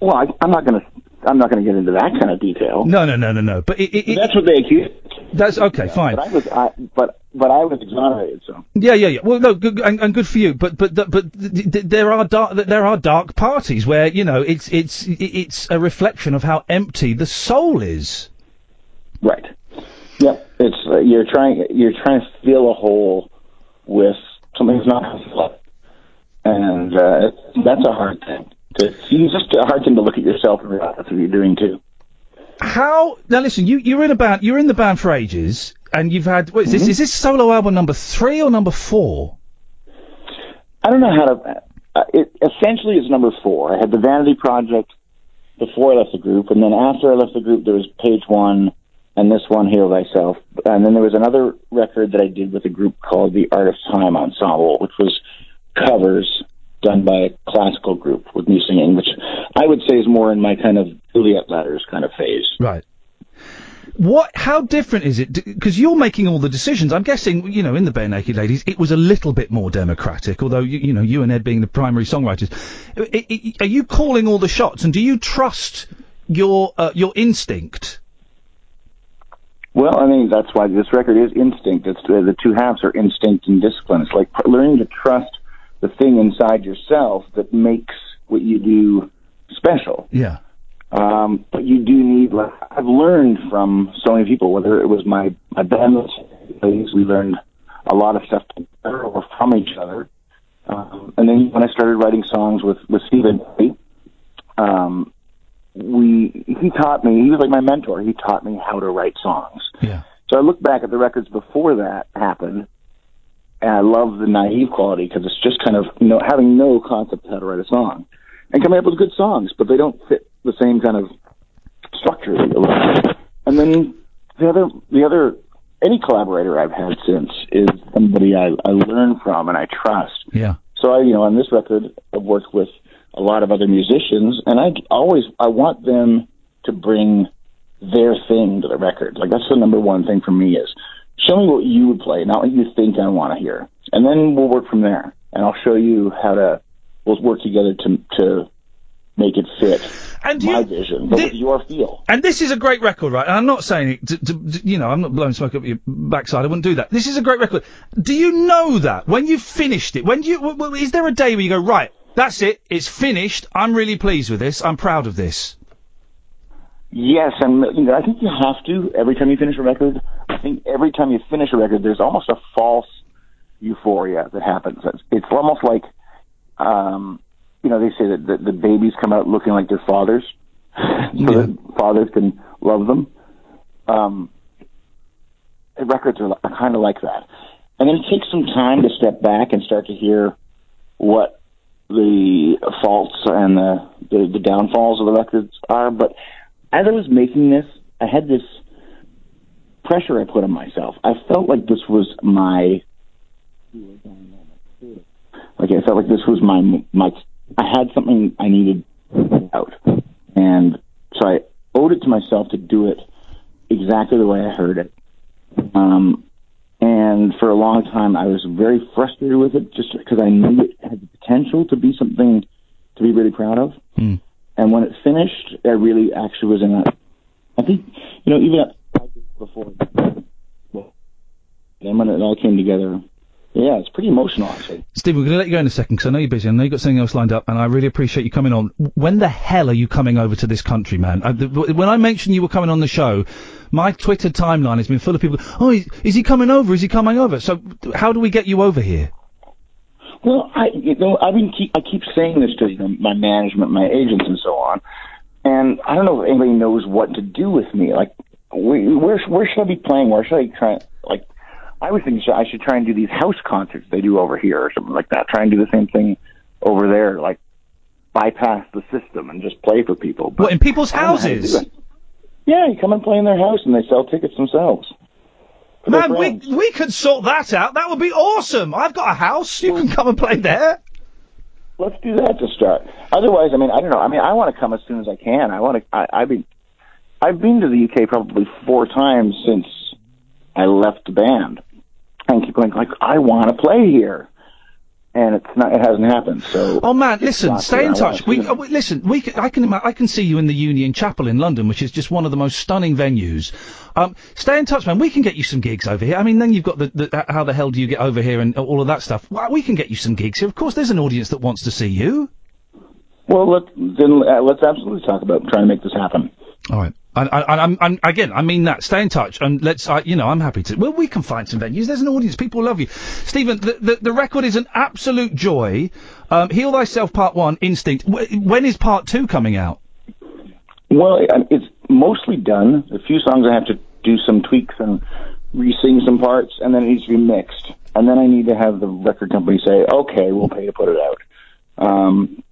Speaker 23: Well, I, I'm not going to. I'm not going to get into that kind of detail.
Speaker 3: No, no, no, no, no. But it, it,
Speaker 23: that's what they accused.
Speaker 3: That's okay, fine.
Speaker 23: But I was, I, but but I was exonerated. So
Speaker 3: Yeah, yeah, yeah. Well, no, good, and, and good for you. But but but, but th- th- there are dark there are dark parties where you know it's it's it's a reflection of how empty the soul is.
Speaker 23: right. Yep. It's uh, you're trying you're trying to fill a hole with something that's not filled, and uh, that's a hard thing. To, it's just a hard thing to look at yourself and realize that's what you're doing too.
Speaker 3: How now? Listen, you you're in a band. You're in the band for ages, and you've had what is this? Is this solo album number three or number four?
Speaker 23: I don't know how to. Uh, it essentially is number four. I had the Vanity Project before I left the group, and then after I left the group, there was Page One, and this one, Heal Thyself, and then there was another record that I did with a group called the Art of Time Ensemble, which was covers done by a classical group with new singing, which I would say is more in my kind of Juliet Letters kind of phase.
Speaker 3: Right. What? How different is it? Because you're making all the decisions. I'm guessing, you know, in the Bare Naked Ladies, it was a little bit more democratic. Although, you, you know, you and Ed being the primary songwriters, I- I- are you calling all the shots? And do you trust your uh, your instinct?
Speaker 23: Well, I mean, that's why this record is instinct. It's uh, the, the two halves are instinct and discipline. It's like pr- learning to trust the thing inside yourself that makes what you do special.
Speaker 3: Yeah.
Speaker 23: Um, but you do need, like, I've learned from so many people, whether it was my, my band, mates, we learned a lot of stuff together or from each other. Um, and then when I started writing songs with, with Stephen, um, we, he taught me, he was like my mentor. He taught me how to write songs.
Speaker 3: Yeah.
Speaker 23: So I look back at the records before that happened, and I love the naive quality because it's just kind of you know having no concept of how to write a song and coming up with good songs, but they don't fit the same kind of structure. that you like. And then the other, the other, any collaborator I've had since is somebody I, I learn from and I trust.
Speaker 3: Yeah.
Speaker 23: So I, you know, on this record, I've worked with a lot of other musicians, and I always I want them to bring their thing to the record. Like that's the number one thing for me is show me what you would play, not what you think I want to hear, and then we'll work from there. And I'll show you how to we'll work together to to make it fit
Speaker 3: and
Speaker 23: my vision, but with your feel.
Speaker 3: And this is a great record, right? And I'm not saying it, to, to, to- you know, I'm not blowing smoke up your backside. I wouldn't do that. This is a great record. Do you know that when you finished it? When do you? W- w- is there a day where you go, right? That's it. It's finished. I'm really pleased with this. I'm proud of this.
Speaker 23: Yes, and you know, I think you have to every time you finish a record. I think every time you finish a record, there's almost a false euphoria that happens. It's, it's almost like, um, you know, they say that the, the babies come out looking like their fathers, so that fathers can love them. Um, and records are, li- are kind of like that, and then it takes some time to step back and start to hear what the faults and the, the the downfalls of the records are, but as I was making this, I had this pressure I put on myself. I felt like this was my like I felt like this was my my I had something I needed out, and so I owed it to myself to do it exactly the way I heard it. Um, and for a long time, I was very frustrated with it, just because I knew it had the potential to be something to be really proud of. And when it finished, I really actually was in a. I think you know even before then when it all came together. Yeah, it's pretty emotional actually.
Speaker 3: Steve, we're going to let you go in a second because I know you're busy. I know you've got something else lined up, and I really appreciate you coming on. When the hell are you coming over to this country, man? I, the, when I mentioned you were coming on the show, my Twitter timeline has been full of people. Oh, is, is he coming over? Is he coming over? So, how do we get you over here?
Speaker 23: Well, I you know I've been keep, I keep saying this to you know, my management, my agents, and so on, and I don't know if anybody knows what to do with me. Like, where where, where should I be playing? Where should I try? Like, I was thinking I should try and do these house concerts they do over here or something like that. Try and do the same thing over there, like bypass the system and just play for people. But
Speaker 3: What in people's
Speaker 23: I don't know how to do
Speaker 3: houses?
Speaker 23: it. Yeah, you come and play in their house, and they sell tickets themselves.
Speaker 3: Man, we we could sort that out. That would be awesome. I've got a house. You can come and play there.
Speaker 23: Let's do that to start. Otherwise, I mean, I don't know. I mean, I want to come as soon as I can. I want to. I, I've been, I've been to the UK probably four times since I left the band, and keep going like I want to play here, and it's not. It hasn't happened. So.
Speaker 3: Oh man,
Speaker 23: it's
Speaker 3: listen,
Speaker 23: not
Speaker 3: stay
Speaker 23: here.
Speaker 3: in
Speaker 23: I wanna
Speaker 3: touch. We, uh, we listen. We c- I can ima- I can see you in the Union Chapel in London, which is just one of the most stunning venues. Um, stay in touch, man. We can get you some gigs over here. I mean, then you've got the, the h- how the hell do you get over here and all of that stuff. Well, we can get you some gigs here. Of course, there's an audience that wants to see you.
Speaker 23: Well, let then uh, let's absolutely talk about trying to make this happen.
Speaker 3: All right. And I, I, I'm, I'm, again, I mean that. Stay in touch, and let's. I, you know, I'm happy to. Well, we can find some venues. There's an audience. People love you, Stephen. The, the, the record is an absolute joy. Um, Heal thyself, part one. Instinct. Wh- when is part two coming out?
Speaker 23: Well, I- it's mostly done. A few songs I have to do some tweaks and re-sing some parts, and then it needs to be mixed. And then I need to have the record company say, "Okay, we'll pay to put it out." Um,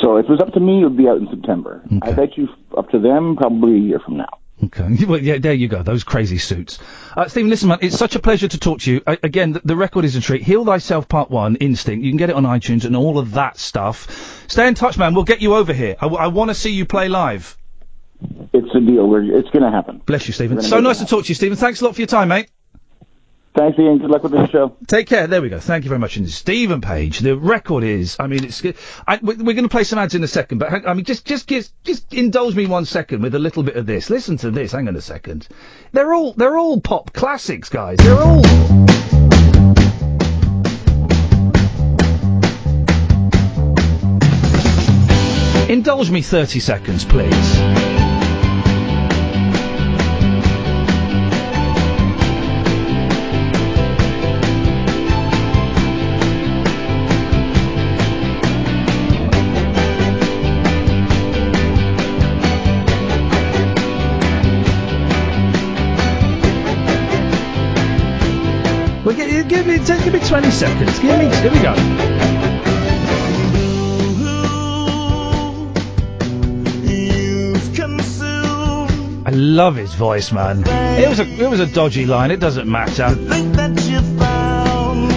Speaker 23: so if it was up to me, it would be out in September. I bet you, up to them, probably a year from now.
Speaker 3: Okay. Well, yeah, there you go. Those crazy suits. Uh, Stephen, listen, man, it's such a pleasure to talk to you. I, again, the, the record is a treat. Heal Thyself Part 1, Instinct. You can get it on iTunes and all of that stuff. Stay in touch, man. We'll get you over here. I, want to see you play live.
Speaker 23: It's a deal. We're, it's going to happen.
Speaker 3: Bless you, Stephen.
Speaker 23: We're gonna
Speaker 3: So
Speaker 23: make it
Speaker 3: nice to talk to you, Stephen. Thanks a lot for your time, mate.
Speaker 23: Thanks, Ian. Good luck with the show.
Speaker 3: Take care. There we go. Thank you very much. And Stephen Page, the record is. I mean, it's. I, we- we're going to play some ads in a second, but hang, I mean, just just give, just indulge me one second with a little bit of this. Listen to this. Hang on a second. They're all they're all pop classics, guys. They're all. Indulge me 30 seconds, please. Well, give, give me just give me 20 seconds. Give me here we go. I love his voice, man. It was a it was a dodgy line. It doesn't matter.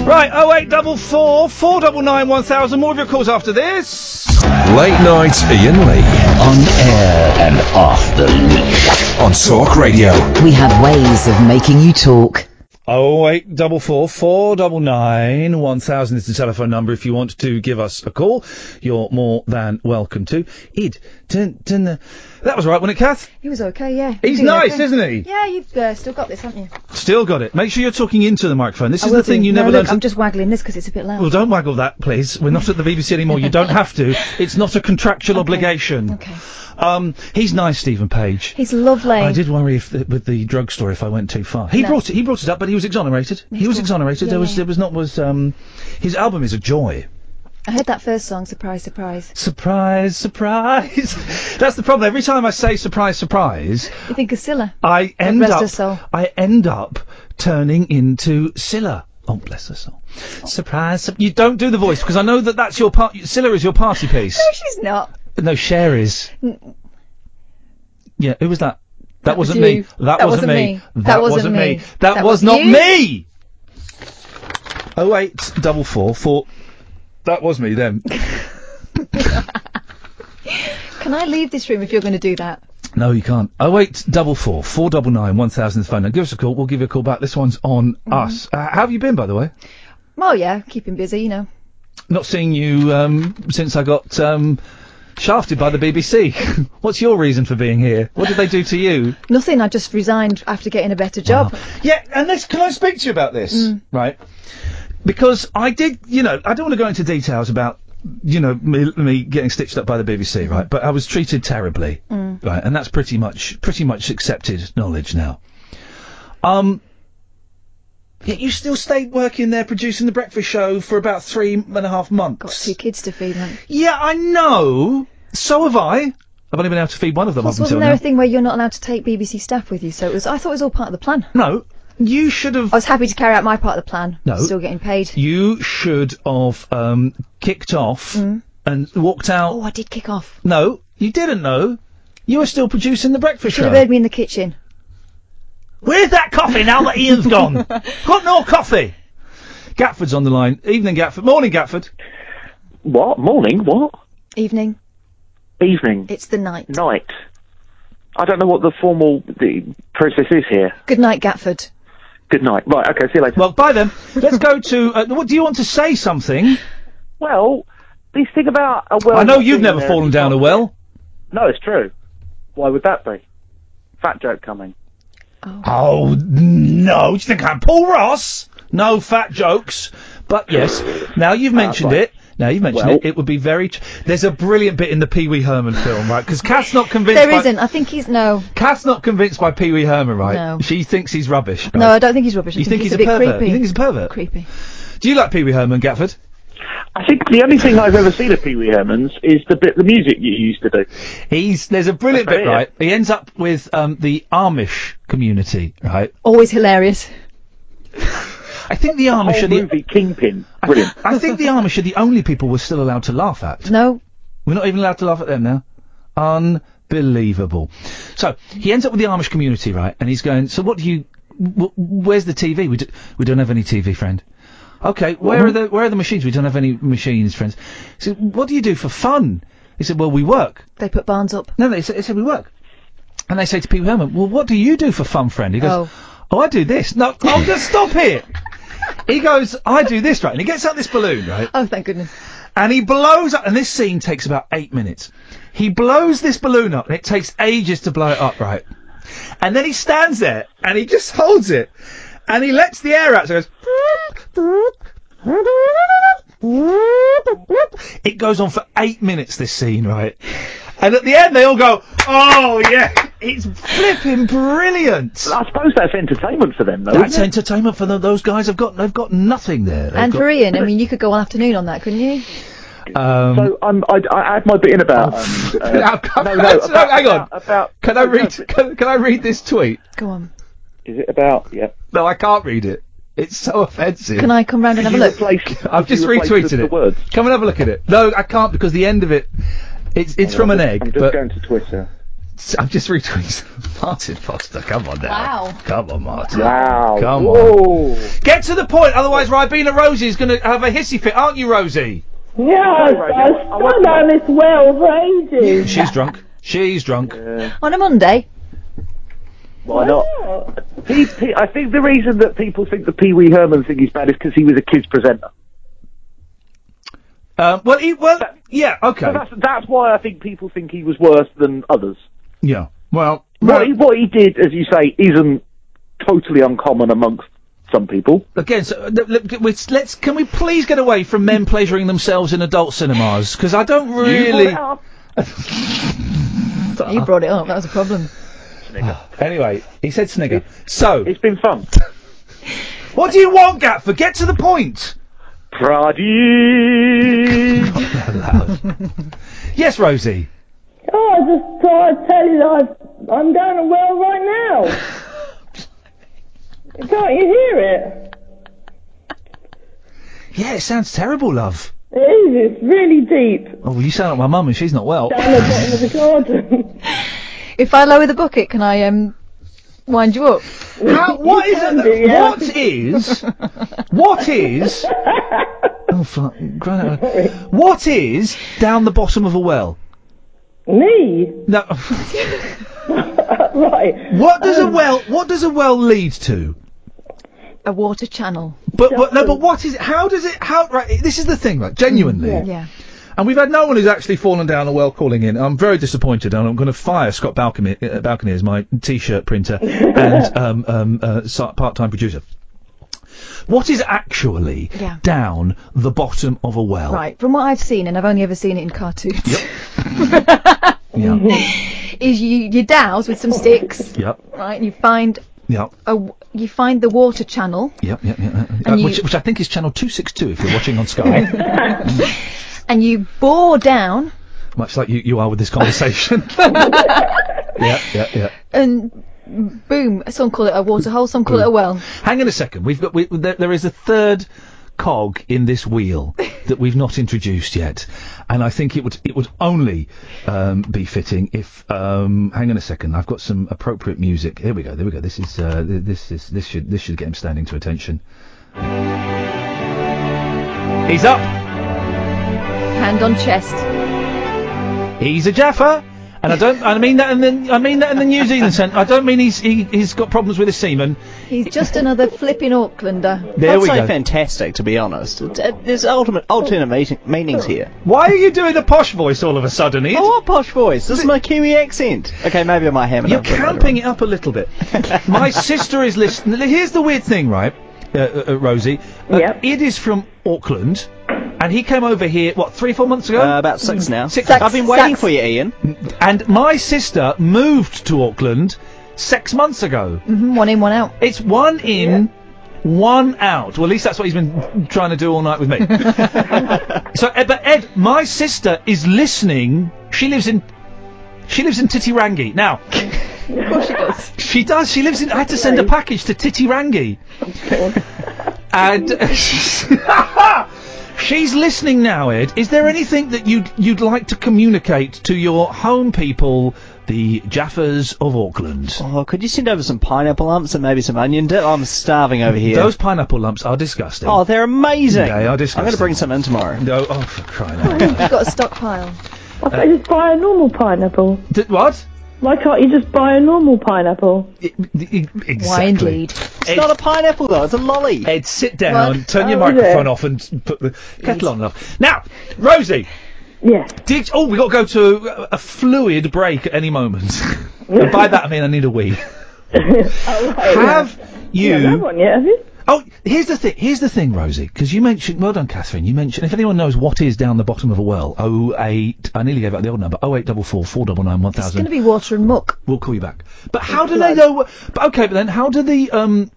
Speaker 3: Right, oh eight double four four double nine one thousand. More of your calls after this.
Speaker 2: Late night Ian Lee. On air and off the leash. On Talk Radio.
Speaker 1: We have ways of making you talk.
Speaker 3: Oh eight double four four double nine one thousand is the telephone number. If you want to give us a call, you're more than welcome to. Id, dun, dun, uh, that was right, wasn't it, Kath?
Speaker 6: He was okay, yeah.
Speaker 3: He's
Speaker 6: Doing
Speaker 3: nice,
Speaker 6: okay.
Speaker 3: isn't he?
Speaker 6: Yeah, you've uh, still got this, haven't you?
Speaker 3: Still got it. Make sure you're talking into the microphone. This
Speaker 6: I
Speaker 3: is
Speaker 6: will
Speaker 3: the thing
Speaker 6: do.
Speaker 3: you
Speaker 6: No,
Speaker 3: never
Speaker 6: look,
Speaker 3: learn. to-
Speaker 6: I'm just waggling this because it's a bit loud.
Speaker 3: Well, don't waggle that, please. We're not at the BBC anymore. You don't have to. It's not a contractual obligation. Okay. Um, he's nice, Stephen Page.
Speaker 6: He's lovely.
Speaker 3: I did worry if the, with the drugstore if I went too far. He
Speaker 6: No.
Speaker 3: brought it. He brought it up, but he was exonerated. He was exonerated.
Speaker 6: Yeah,
Speaker 3: there was
Speaker 6: yeah.
Speaker 3: there was not was um, his album is a joy.
Speaker 6: I heard that first song, Surprise, Surprise.
Speaker 3: Surprise, surprise. That's the problem. Every time I say surprise, surprise,
Speaker 6: You think of Scylla?
Speaker 3: I end
Speaker 6: rest
Speaker 3: up
Speaker 6: her soul.
Speaker 3: I end up turning into Scylla. Oh, bless her soul. Surprise. sur- you don't do the voice because I know that that's your part. Scylla is your party piece.
Speaker 6: No, she's not.
Speaker 3: No, Cher is.
Speaker 6: N-
Speaker 3: Yeah, who was that? That,
Speaker 6: Mm. was
Speaker 3: wasn't me.
Speaker 6: you.
Speaker 3: That,
Speaker 6: That
Speaker 3: wasn't
Speaker 6: wasn't
Speaker 3: me.
Speaker 6: me. That wasn't me.
Speaker 3: That,
Speaker 6: That
Speaker 3: was,
Speaker 6: was
Speaker 3: not
Speaker 6: you.
Speaker 3: me. Oh eight double four four. That was me then.
Speaker 6: Can I leave this room if you're going to do that?
Speaker 3: No, you can't. Oh eight double four four double nine one thousand is the phone. Now give us a call. We'll give you a call back. This one's on us. Uh, how have you been, by the way?
Speaker 6: Oh, yeah, keep him busy, you know.
Speaker 3: Not seeing you um, since I got um, shafted by the BBC. What's your reason for being here? What did they do to you?
Speaker 6: Nothing, I just resigned after getting a better job.
Speaker 3: Yeah, and this, can I speak to you about this? Right. Because I did, you know, I don't want to go into details about, you know, me, me getting stitched up by the BBC, right? But I was treated terribly,
Speaker 24: Mm.
Speaker 3: right? And that's pretty much, pretty much accepted knowledge now. Um, yet you still stayed working there producing the breakfast show for about three and a half months. Got two
Speaker 6: kids to feed, man.
Speaker 3: Yeah, I know. So have I. I've only been able to feed one of them
Speaker 6: Plus,
Speaker 3: up until
Speaker 6: wasn't there
Speaker 3: now.
Speaker 6: a thing where you're not allowed to take BBC staff with you? So it was. I thought it was all part of the plan.
Speaker 3: No, you should have.
Speaker 6: I was happy to carry out my part of the plan.
Speaker 3: No.
Speaker 6: Still getting paid.
Speaker 3: You should have um, kicked off
Speaker 6: Hmm.
Speaker 3: and walked out.
Speaker 6: Oh, I did kick off.
Speaker 3: No, you didn't. No, you were still producing the breakfast
Speaker 6: Should have
Speaker 3: show.
Speaker 6: heard me in the kitchen.
Speaker 3: Where's that coffee now that Ian's gone? Got no coffee. Gatford's on the line. Evening, Gatford. Morning, Gatford.
Speaker 25: What? Morning? What?
Speaker 6: Evening.
Speaker 25: Evening?
Speaker 6: It's the night.
Speaker 25: Night? I don't know what the formal the process is here.
Speaker 6: Good night, Gatford.
Speaker 25: Good night. Right, okay, see you later.
Speaker 3: Well, bye then. Let's go to. Uh, what do you want to say? Something.
Speaker 25: Well, this thing about a well.
Speaker 3: I know you've
Speaker 25: being
Speaker 3: never
Speaker 25: there-
Speaker 3: fallen down a well.
Speaker 25: No, it's true. Why would that be? Fat joke coming.
Speaker 3: Oh no! Do you think I'm Paul Ross? No fat jokes. But yes, now you've mentioned
Speaker 25: Ah, right.
Speaker 3: it. Now you've mentioned
Speaker 25: Well-
Speaker 3: it. It would be very. Tr- There's a brilliant bit in the Pee Wee Herman film, right? Because Kath's not convinced.
Speaker 6: There
Speaker 3: by-
Speaker 6: isn't. I think he's no.
Speaker 3: Kath's not convinced by Pee Wee Herman, right?
Speaker 6: No.
Speaker 3: She thinks he's rubbish. right?
Speaker 6: No, I don't think he's rubbish. I
Speaker 3: You think, he's
Speaker 6: a, bit
Speaker 3: pervert?
Speaker 6: creepy.
Speaker 3: You think he's a pervert?
Speaker 6: creepy.
Speaker 3: Do you like Pee Wee Herman, Gatford?
Speaker 25: I think the only thing I've ever seen of Pee Wee Herman's is the bit, the music you used to do.
Speaker 3: He's there's a brilliant bit, right? He ends up with um, the Amish community, right?
Speaker 6: Always hilarious.
Speaker 3: I think the Amish
Speaker 25: whole
Speaker 3: are the
Speaker 25: movie Kingpin.
Speaker 3: Brilliant. I think the Amish are the only people we're still allowed to laugh at.
Speaker 6: No.
Speaker 3: We're not even allowed to laugh at them now. Unbelievable. So he ends up with the Amish community, right? And he's going. So what do you? Wh- where's the TV? We do, we don't have any TV, friend. Okay, where are the where are the machines? We don't have any machines, friends. He said, what do you do for fun? He said, well, we work.
Speaker 6: They put barns up.
Speaker 3: No, they said, they said we work. And they say to Pete Herman, well, what do you do for fun, friend? He goes, oh, I do this. No, I'll just stop it. He goes, I do this, right? And he gets out this balloon, right?
Speaker 6: Oh, thank goodness.
Speaker 3: And he blows up, and this scene takes about eight minutes. He blows this balloon up, and it takes ages to blow it up, right? And then he stands there, and he just holds it, and he lets the air out, so it goes... It goes on for eight minutes, this scene, right? And at the end, they all go, oh, yeah, it's flipping brilliant.
Speaker 25: I suppose that's entertainment for them, though.
Speaker 3: That's
Speaker 25: isn't it?
Speaker 3: entertainment for them. Those guys have got, they've got nothing there. They've
Speaker 6: and
Speaker 3: got-
Speaker 6: for Ian, I mean, you could go all afternoon on that, couldn't you?
Speaker 3: Um,
Speaker 25: so um, I, I had my bit in about. Um, uh,
Speaker 3: no,
Speaker 25: no,
Speaker 3: no,
Speaker 25: no, about,
Speaker 3: hang on.
Speaker 25: About, about,
Speaker 3: can I read? Can, can I read this tweet?
Speaker 6: Go on.
Speaker 25: Is it about? Yeah.
Speaker 3: No, I can't read it. It's so offensive.
Speaker 6: Can I come round and have a look?
Speaker 3: I've just retweeted it. Come and have a look at it. No, I can't because the end of it. It's it's
Speaker 25: Hang
Speaker 3: from
Speaker 25: on,
Speaker 3: an
Speaker 25: I'm
Speaker 3: egg.
Speaker 25: just
Speaker 3: but
Speaker 25: going to Twitter.
Speaker 3: I'm just retweeting. Martin Foster, come on now.
Speaker 25: Wow.
Speaker 3: Come on, Martin.
Speaker 25: Wow.
Speaker 3: Come
Speaker 25: Whoa.
Speaker 3: on. Get to the point, otherwise Ribena Rosie's going to have a hissy fit, aren't you, Rosie?
Speaker 26: Yeah, I was down this well for ages.
Speaker 3: She's drunk. She's drunk.
Speaker 6: On a Monday?
Speaker 25: Why not? He, he, I think the reason that people think the Pee Wee Herman thing is bad is because he was a kids presenter.
Speaker 3: Um, well, he, well, yeah, okay.
Speaker 25: that's, that's why I think people think he was worse than others.
Speaker 3: Yeah. Well,
Speaker 25: what he, what he did, as you say, isn't totally uncommon amongst some people.
Speaker 3: Again, so, uh, th- th- let's, let's can we please get away from men pleasuring themselves in adult cinemas? Because I don't really.
Speaker 6: He brought it up. That was a problem.
Speaker 3: anyway, he said snigger. so it's
Speaker 25: been fun.
Speaker 3: what do you want, Gatford? Get to the point.
Speaker 25: Prodigy.
Speaker 3: yes, Rosie.
Speaker 26: Oh, I just thought I'd tell you that i I'm going to well right now. Can't you hear it?
Speaker 3: Yeah, it sounds terrible, love.
Speaker 26: It is. It's really deep
Speaker 3: Oh, you sound like my mum, and she's not well.
Speaker 26: down the bottom of the garden.
Speaker 6: If I lower the bucket, can I um wind you up?
Speaker 3: How, what is it? that- What is? What is? oh fuck! Granite. What is down the bottom of a well?
Speaker 26: Me.
Speaker 3: No.
Speaker 26: right.
Speaker 3: What does a well? What does a well lead to?
Speaker 6: A water channel.
Speaker 3: But, but no. But what is it? How does it? How right? This is the thing, right? Genuinely.
Speaker 6: Yeah.
Speaker 3: And we've had no one who's actually fallen down a well calling in. I'm very disappointed, and I'm going to fire Scott Balcony, uh, Balcony as my T-shirt printer and um, um, uh, so- part-time producer. What is actually
Speaker 6: Yeah.
Speaker 3: down the bottom of a well?
Speaker 6: Right. From what I've seen, and I've only ever seen it in cartoons,
Speaker 3: Yep.
Speaker 6: is you you douse with some sticks,
Speaker 3: Yep.
Speaker 6: right? And you find
Speaker 3: Yep.
Speaker 6: a w- you find the water channel,
Speaker 3: Yep. Yep. yep, yep.
Speaker 6: And
Speaker 3: Uh,
Speaker 6: you-
Speaker 3: which, which I think is channel two six two if you're watching on Sky,
Speaker 6: and you bore down
Speaker 3: much like you, you are with this conversation. yeah. Yeah. Yeah.
Speaker 6: and boom. Some call it a water hole, some call it a well.
Speaker 3: Hang on a second. We've got we, there, there is a third cog in this wheel that we've not introduced yet, and I think it would it would only um, be fitting if. Um, hang on a second. I've got some appropriate music. Here we go. There we go. This is uh, th- this is this should this should get him standing to attention. He's up.
Speaker 6: Hand on chest.
Speaker 3: He's a Jaffa. And I don't. I mean that. And then I mean that in the New Zealand sense. I don't mean he's he, he's got problems with his semen.
Speaker 6: He's just another flipping Aucklander.
Speaker 3: There
Speaker 5: I'd
Speaker 3: we
Speaker 5: say
Speaker 3: go.
Speaker 5: fantastic, to be honest. It's- uh, There's ultimate alternate meaning- meanings here.
Speaker 3: Why are you doing a posh voice all of a sudden? Ian?
Speaker 5: Oh, what posh voice? This is my Kiwi accent. Okay, maybe I might have it.
Speaker 3: You're
Speaker 5: up for later
Speaker 3: camping it up a little bit. My sister is listening. Here's the weird thing, right, uh, uh, uh, Rosie? Uh, Id is from Auckland, and he came over here what three, four months ago? Uh,
Speaker 5: about six now.
Speaker 3: Six.
Speaker 5: I've been waiting for you, Ian.
Speaker 3: And my sister moved to Auckland six months ago.
Speaker 6: hmm one in, one out.
Speaker 3: It's one in, one out. Well, at least that's what he's been trying to do all night with me. so, Ed, but Ed, my sister is listening. She lives in, she lives in Titirangi now.
Speaker 6: Of course she does.
Speaker 3: She does. She lives in. I had to send a package to Titirangi. and she's, she's listening now, Ed. Is there anything that you'd you'd like to communicate to your home people, the Jaffas of Auckland?
Speaker 5: Oh, could you send over some pineapple lumps and maybe some onion dip? I'm starving over here.
Speaker 3: Those pineapple lumps are disgusting.
Speaker 5: Oh, they're amazing.
Speaker 3: They are
Speaker 5: I'm going to
Speaker 3: disgusting.
Speaker 5: bring some in tomorrow.
Speaker 3: No, oh, for crying out
Speaker 6: You've got a stockpile.
Speaker 26: I thought you just buy a normal pineapple.
Speaker 3: Did what?
Speaker 26: Why can't you just buy a normal pineapple?
Speaker 3: Exactly. Eh,
Speaker 5: It's not a pineapple though. It's a lolly.
Speaker 3: Ed, sit down,
Speaker 5: What?
Speaker 3: turn your
Speaker 5: Oh, is
Speaker 3: microphone
Speaker 5: it?
Speaker 3: off, and s- put the kettle on and off. Now, Rosie.
Speaker 26: Yes.
Speaker 3: Did oh we got to go to a, a fluid break at any moment. and by that I mean I need a wee.
Speaker 26: Oh,
Speaker 3: Have you? Oh, here's the thing. Here's the thing, Rosie, because you mentioned. Well done, Catherine. You mentioned. If anyone knows what is down the bottom of a well, oh eight. I nearly gave out the old number. Oh eight double four four double nine one
Speaker 6: It's going to
Speaker 3: thousand.
Speaker 6: be water and muck.
Speaker 3: We'll call you back. But how do they know? wh- But okay, but then how do the um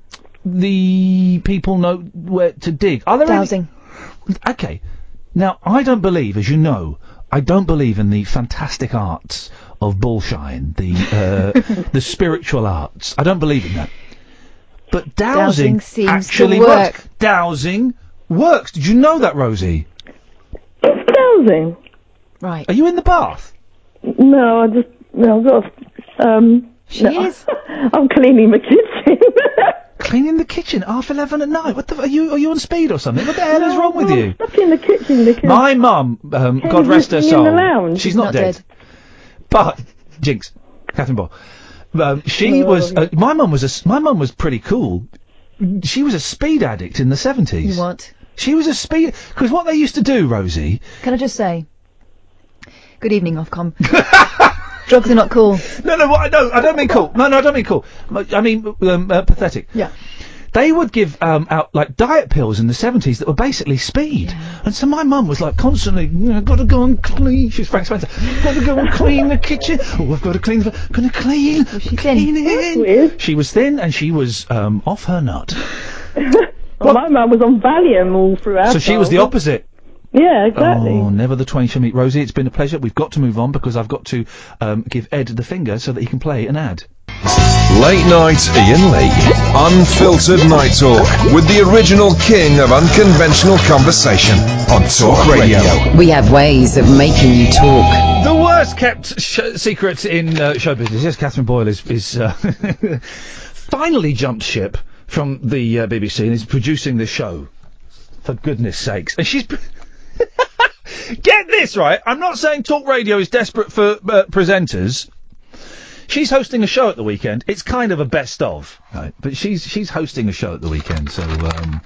Speaker 3: the people know where to dig? Are there
Speaker 6: Dowsing.
Speaker 3: Any... Okay. Now I don't believe, as you know, I don't believe in the fantastic arts of bullshine, the uh, the spiritual arts. I don't believe in that. But dowsing,
Speaker 6: Dowsing seems to
Speaker 3: actually
Speaker 6: work.
Speaker 3: works. Dowsing works. Did you know that, Rosie?
Speaker 26: Dowsing.
Speaker 6: Right.
Speaker 3: Are you in the bath?
Speaker 26: No, I just no. I've got a- um. She
Speaker 6: is.
Speaker 26: I'm cleaning my kitchen.
Speaker 3: Cleaning the kitchen half eleven at night. What the? Are you are you on speed or something? What the hell is wrong with you?
Speaker 26: Stuck in the kitchen because
Speaker 3: My mum, um,
Speaker 26: Kelly's
Speaker 3: God rest her
Speaker 26: listening in
Speaker 3: soul,
Speaker 26: the lounge.
Speaker 3: she's not, dead. But Jinx, Catherine Ball, Um, she was uh, my mum was a s my mum was pretty cool. She was a speed addict in the seventies.
Speaker 6: What?
Speaker 3: She was a speed because what they used to do, Rosie.
Speaker 6: Can I just say, good evening, Ofcom. Drugs are not cool.
Speaker 3: No, no, what, no, I don't mean cool. No, no, I don't mean cool. I mean um, uh, pathetic.
Speaker 6: Yeah.
Speaker 3: They would give um, out like diet pills in the seventies that were basically speed, and so my mum was like constantly, you know, "Got to go and clean." She was Frank Spencer. Got to go and clean the kitchen. Oh, I've got to clean. The, gonna clean. clean it. She was thin and she was um, off her nut.
Speaker 8: Well, my mum was on Valium all throughout.
Speaker 3: so she was the
Speaker 8: our-
Speaker 3: opposite.
Speaker 8: Yeah, exactly.
Speaker 3: Oh, never the twain shall meet. Rosie, it's been a pleasure. We've got to move on because I've got to um, give Ed the finger so that he can play an ad.
Speaker 2: Late night Ian Lee. Unfiltered night talk with the original king of unconventional conversation on Talk Radio.
Speaker 1: We have ways of making you talk.
Speaker 3: The worst kept sh- secret in uh, show business. Yes, Catherine Boyle is, is uh, finally jumped ship from the uh, BBC and is producing the show. For goodness sakes. And she's. pr- Get this right. I'm not saying talk radio is desperate for uh, presenters. She's hosting a show at the weekend. It's kind of a best of, right? But she's she's hosting a show at the weekend, so um,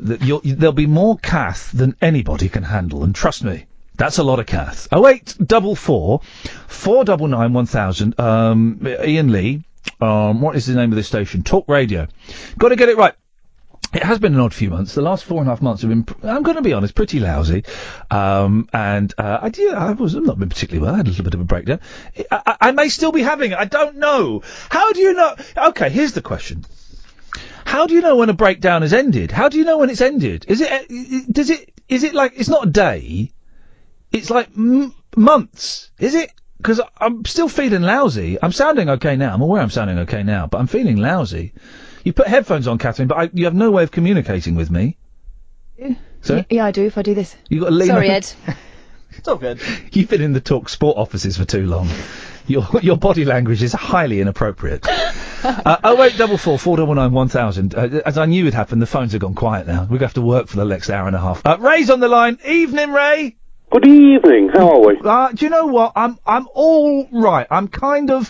Speaker 3: that you'll, you, there'll be more cath than anybody can handle, and trust me, that's a lot of cath. Oh eight double four, four double nine one thousand. Um, Ian Lee, um, what is the name of this station? Talk Radio. Got to get it right. It has been an odd few months. The last four and a half months have been, pr- I'm going to be honest, pretty lousy. Um, and uh, I did, I was I've not been particularly well. I had a little bit of a breakdown. I, I, I may still be having it. I don't know. How do you know? Okay, here's the question. How do you know when a breakdown has ended? How do you know when it's ended? Is it? eh, Does it? Is it like? It's not a day. It's like m- months. Is it? Because I'm still feeling lousy. I'm sounding okay now. I'm aware I'm sounding okay now, but I'm feeling lousy. You put headphones on, Catherine, but I, you have no way of communicating with me. Sorry?
Speaker 6: Y- Yeah, I do. If I do this.
Speaker 3: You got to lean.
Speaker 6: Sorry,
Speaker 3: over-
Speaker 6: Ed.
Speaker 5: It's all good.
Speaker 3: You've been in the talk sport offices for too long. Your your body language is highly inappropriate. uh, 0844 499 1000. Uh, as I knew would happen, the phones have gone quiet now. We're going to have to work for the next hour and a half. Uh, Ray's on the line. Evening, Ray.
Speaker 11: Good evening. How are we?
Speaker 3: Uh, do you know what? I'm I'm all right. I'm kind of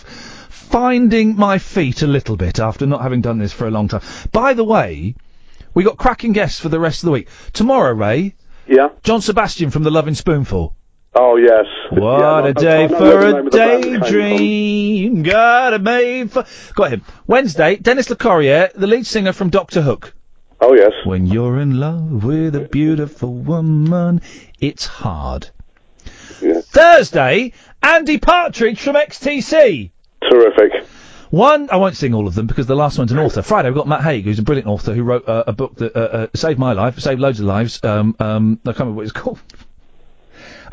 Speaker 3: finding my feet a little bit after not having done this for a long time. By the way, we got cracking guests for the rest of the week. Tomorrow, Ray.
Speaker 11: Yeah.
Speaker 3: John Sebastian from the Loving Spoonful.
Speaker 11: Oh yes.
Speaker 3: What
Speaker 11: Yeah, no,
Speaker 3: a
Speaker 11: I-
Speaker 3: day
Speaker 11: I know where
Speaker 3: for
Speaker 11: the
Speaker 3: a
Speaker 11: name of the band came from.
Speaker 3: daydream. Gotta made for. Got him. Wednesday, Dennis LeCorriere, the lead singer from Doctor Hook.
Speaker 11: Oh yes.
Speaker 3: When you're in love with a beautiful woman, it's hard. Thursday, Andy Partridge from XTC.
Speaker 11: Terrific.
Speaker 3: One, I won't sing all of them because the last one's an author. Friday, we've got Matt Haig, who's a brilliant author who wrote uh, a book that uh, uh, saved my life, saved loads of lives. Um, um, I can't remember what it's called.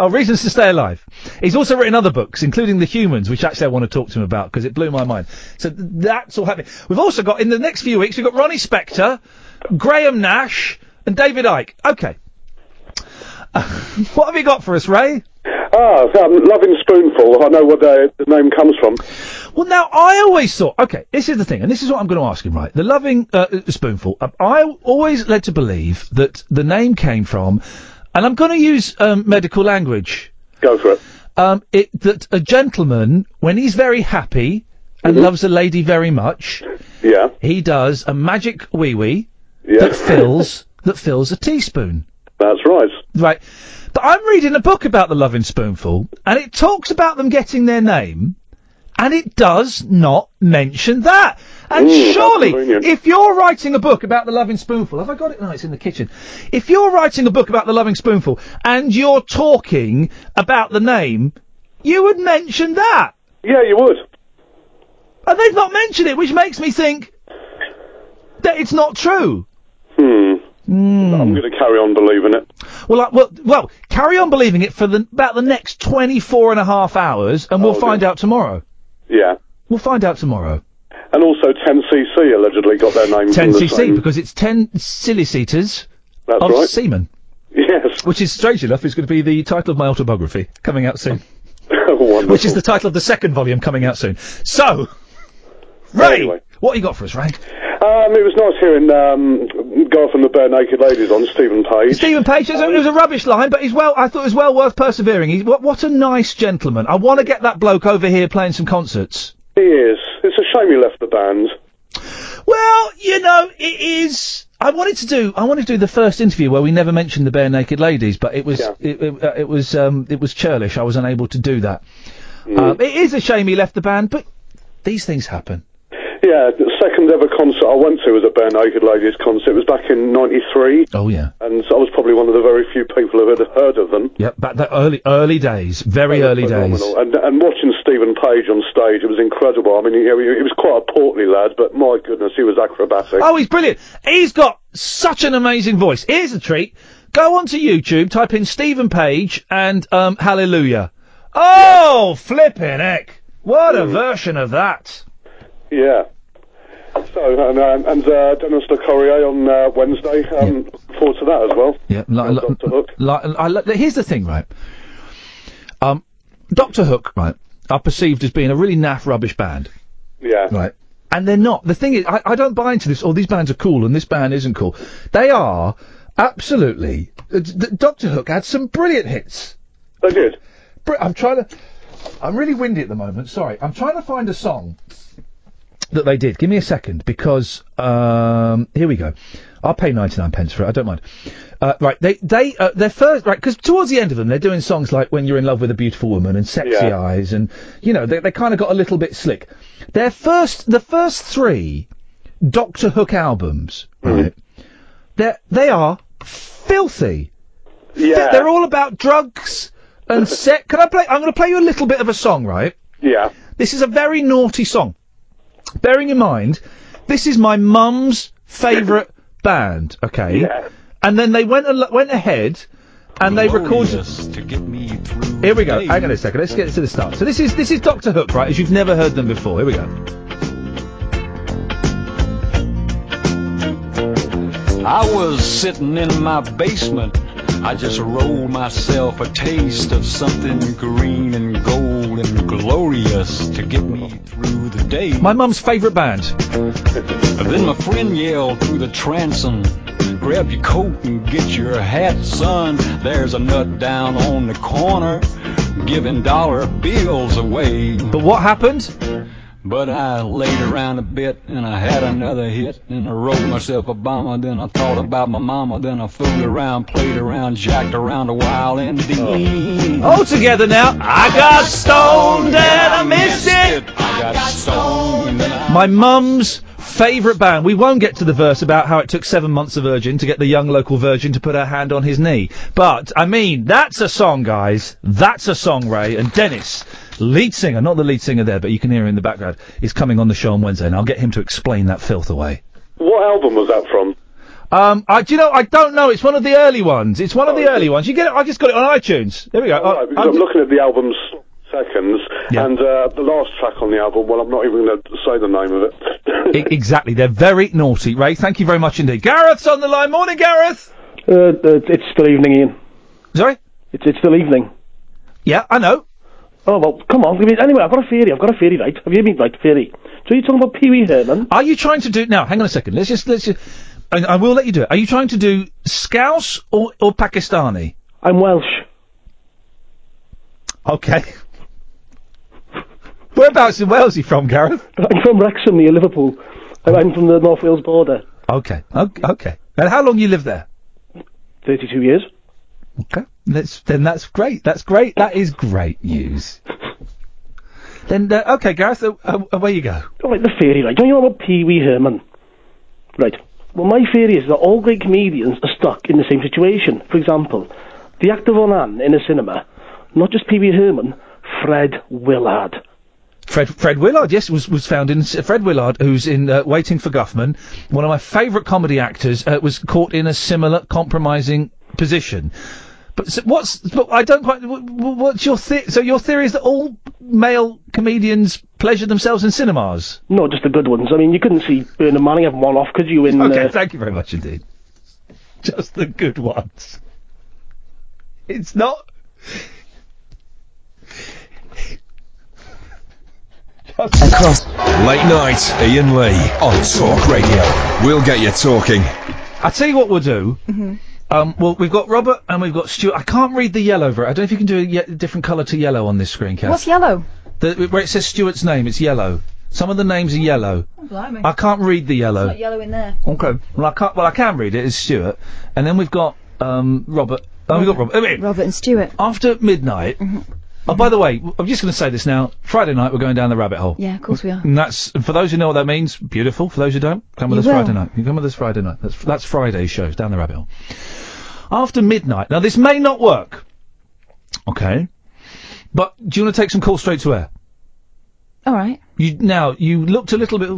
Speaker 3: Oh, Reasons to Stay Alive. He's also written other books, including The Humans, which actually I want to talk to him about because it blew my mind. So th- that's all happening. We've also got, in the next few weeks, we've got Ronnie Spector, Graham Nash, and David Icke. Okay. what have you got for us, Ray?
Speaker 11: Ah, um, loving spoonful. I know where the, the name comes from.
Speaker 3: Well, now I always thought. Okay, this is the thing, and this is what I'm going to ask him. Right, the loving uh, uh, spoonful. Um, I always led to believe that the name came from, and I'm going to use um, medical language.
Speaker 11: Go for it.
Speaker 3: Um, it that a gentleman, when he's very happy and loves a lady very much,
Speaker 11: Mm-hmm. yeah,
Speaker 3: he does a magic wee wee
Speaker 11: Yeah.
Speaker 3: that fills that fills a teaspoon.
Speaker 11: That's right.
Speaker 3: Right. But I'm reading a book about the Loving Spoonful, and it talks about them getting their name, and it does not mention that. And
Speaker 11: Ooh, Mm, that's
Speaker 3: surely,
Speaker 11: convenient.
Speaker 3: if you're writing a book about the Loving Spoonful, have I got it? No, it's in the kitchen. If you're writing a book about the Loving Spoonful, and you're talking about the name, you would mention that.
Speaker 11: Yeah, you would.
Speaker 3: And they've not mentioned it, which makes me think that it's not true.
Speaker 11: Hmm. I'm going to carry on believing it.
Speaker 3: Well, I, well, well, carry on believing it for the, about the next 24 and a half hours, and we'll
Speaker 11: Oh,
Speaker 3: find out tomorrow.
Speaker 11: Yeah.
Speaker 3: We'll find out tomorrow.
Speaker 11: And also, 10cc allegedly got their name from the
Speaker 3: 10cc,
Speaker 11: same-
Speaker 3: because it's 10 silly seaters
Speaker 11: That's
Speaker 3: of
Speaker 11: right.
Speaker 3: seamen.
Speaker 11: Yes.
Speaker 3: Which is, strange enough, is going to be the title of my autobiography, coming out soon.
Speaker 11: Wonderful.
Speaker 3: Which is the title of the second volume coming out soon. So, Ray, what you got for us, Ray?
Speaker 11: Um, it was nice hearing um, Guy from the Bare Naked Ladies on Stephen Page.
Speaker 3: Stephen Page, it was a- it was a rubbish line, but he's well. I thought it was well worth persevering. He's, what, what a nice gentleman. I want to get that bloke over here playing some concerts.
Speaker 11: He is. It's a shame he left the band.
Speaker 3: Well, you know, it is. I wanted to do. I wanted to do the first interview where we never mentioned the bare naked ladies, but it was it, it, uh, it was um, it was churlish. I was unable to do that. Um, it is a shame he left the band, but these things happen.
Speaker 11: Yeah, the second ever concert I went to was a Bare Naked Ladies concert. It was back in '93.
Speaker 3: Oh yeah.
Speaker 11: And I was probably one of the very few people who had heard of them.
Speaker 3: Yep, back the early early days, very early days.
Speaker 11: phenomenal. And, and watching Stephen Page on stage, it was incredible. I mean, he, he was quite a portly lad, but my goodness, he was acrobatic.
Speaker 3: Oh, he's brilliant. He's got such an amazing voice. Here's a treat. Go onto YouTube, type in Stephen Page and um, Hallelujah. Oh, flipping heck! What a version of that.
Speaker 11: Yeah. So, and, um, and uh, Dennis Le Corrier on uh, Wednesday. Um, Look forward to that as well.
Speaker 3: Yeah, like, like, like, I lo- here's the thing, right? Um, Doctor Hook, right, are perceived as being a really naff rubbish band,
Speaker 11: Yeah.
Speaker 3: right? And they're not. The thing is, I, I don't buy into this. Oh, these bands are cool, and this band isn't cool. They are absolutely. Uh, d- d- Doctor Hook had some brilliant hits.
Speaker 11: They did.
Speaker 3: I'm trying to. I'm really windy at the moment. Sorry. I'm trying to find a song that they did. Give me a second because um, here we go. I'll pay ninety nine pence for it. I don't mind. Uh, right, they they uh, their first right because towards the end of them they're doing songs like "When You're in Love with a Beautiful Woman" and "Sexy
Speaker 9: Yeah.
Speaker 3: Eyes" and you know they they kind of got a little bit slick. Their first the first three Doctor Hook albums,
Speaker 11: Mm-hmm.
Speaker 3: right? They they are filthy.
Speaker 11: Yeah.
Speaker 3: They're all about drugs and sex. Can I play? I'm going to play you a little bit of a song, right?
Speaker 11: Yeah.
Speaker 3: This is a very naughty song. Bearing in mind, this is my mum's favourite band. Okay.
Speaker 9: Yeah.
Speaker 3: And then they went al- went ahead, and they recorded.
Speaker 9: to get me through.
Speaker 3: Here we go. Hang on a second. Let's get to the start. So this is this is Doctor Hook, right? As you've never heard them before. Here we go.
Speaker 9: I was sitting in my basement. I just rolled myself a taste of something green and gold and glorious to get me through the day.
Speaker 3: My mum's favourite band.
Speaker 9: And then my friend yelled through the transom, grab your coat and get your hat, son. There's a nut down on the corner giving dollar bills away.
Speaker 3: But what happened?
Speaker 9: But I laid around a bit and I had another hit and I wrote myself a bomber. Then I thought about my mama. Then I fooled around, played around, jacked around a while and then
Speaker 3: All together now. I got stoned and Oh. I missed it.
Speaker 9: I got stoned and then I
Speaker 3: My mum's favourite band. We won't get to the verse about how it took seven months of virgin to get the young local virgin to put her hand on his knee. But, I mean, that's a song, guys. That's a song, Ray. And Dennis, lead singer, not the lead singer there, but you can hear him in the background, is coming on the show on Wednesday, and I'll get him to explain that filth away.
Speaker 11: What album was that from?
Speaker 3: Um, I, do you know, I don't know. It's one of the early ones. It's
Speaker 11: Oh,
Speaker 3: one of the early ones. You get it, I just got it on iTunes. There we go. Oh. I-
Speaker 11: Right, because I'm, looking at the album's seconds, and uh, the last track on the album, well, I'm not even going to say the name of it.
Speaker 3: E- exactly. They're very naughty. Ray, thank you very much indeed. Gareth's on the line. Morning, Gareth.
Speaker 12: Uh, uh, it's still evening, Ian.
Speaker 3: Sorry?
Speaker 12: It's, it's still evening.
Speaker 3: Yeah, I know.
Speaker 12: Oh, well, come on. give me- Anyway, I've got a theory. I've got a theory, right? Have you been right, theory? So you're talking about Pee Wee Herman?
Speaker 3: Are you trying to do now? Hang on a second. Let's just let's just. And I will let you do it. Are you trying to do Scouse or or Pakistani?
Speaker 12: I'm Welsh.
Speaker 3: Okay. Whereabouts in Wales are you from, Gareth?
Speaker 12: I'm from Wrexham near Liverpool. And I'm from the North Wales border.
Speaker 3: Okay. Okay. okay. And how long you live there?
Speaker 12: 32 years.
Speaker 3: Okay. That's then that's great. That's great. That is great news. then uh, okay, Gareth, uh, uh, away you go.
Speaker 12: All right, the theory, right? Don't you know about Pee Wee Herman? Right. Well, my theory is that all great comedians are stuck in the same situation. For example, the actor Von Ann in a cinema, not just Pee Wee Herman, Fred Willard.
Speaker 3: Fred Fred Willard, yes, was was found in uh, Fred Willard, who's in uh, Waiting for Guffman, one of my favourite comedy actors, uh, was caught in a similar compromising position. But so what's? But I don't quite. wh- wh- What's your the- so your theory is that all male comedians pleasure themselves in cinemas?
Speaker 12: No, just the good ones. I mean, you couldn't see Bernard Manning have one off, could you? In
Speaker 3: okay,
Speaker 12: uh,
Speaker 3: thank you very much indeed. Just the good ones. It's not.
Speaker 1: Across.
Speaker 2: Late night, Ian Lee on Talk Radio. We'll get you talking.
Speaker 3: I tell you what we'll do.
Speaker 6: Mm-hmm.
Speaker 3: Um, well, we've got Robert and we've got Stuart. I can't read the yellow. Ver- I don't know if you can do a ye- different colour to yellow on this screen, Kath.
Speaker 6: What's yellow?
Speaker 3: The, where it says Stuart's name, it's yellow. Some of the names are yellow.
Speaker 6: Blimey.
Speaker 3: I can't read the
Speaker 6: It's
Speaker 3: yellow.
Speaker 6: not yellow in there.
Speaker 3: Okay. Well, I can't. Well, I can read it. It's Stuart, and then we've got um, Robert. Oh, we've got Robert. I mean,
Speaker 6: Robert and Stuart. Mm-hmm.
Speaker 3: After midnight. Oh, by the way, w- I'm just going to say this now. Friday night, we're going down the rabbit hole.
Speaker 6: Yeah, of course we are.
Speaker 3: And that's for those who know what that means. Beautiful. For those who don't, come with
Speaker 6: You
Speaker 3: us
Speaker 6: will.
Speaker 3: Friday night. You come with us Friday night. That's that's Friday's shows down the rabbit hole. After midnight. Now this may not work. Okay. But do you want to take some calls straight to air?
Speaker 6: All right.
Speaker 3: You now you looked a little bit.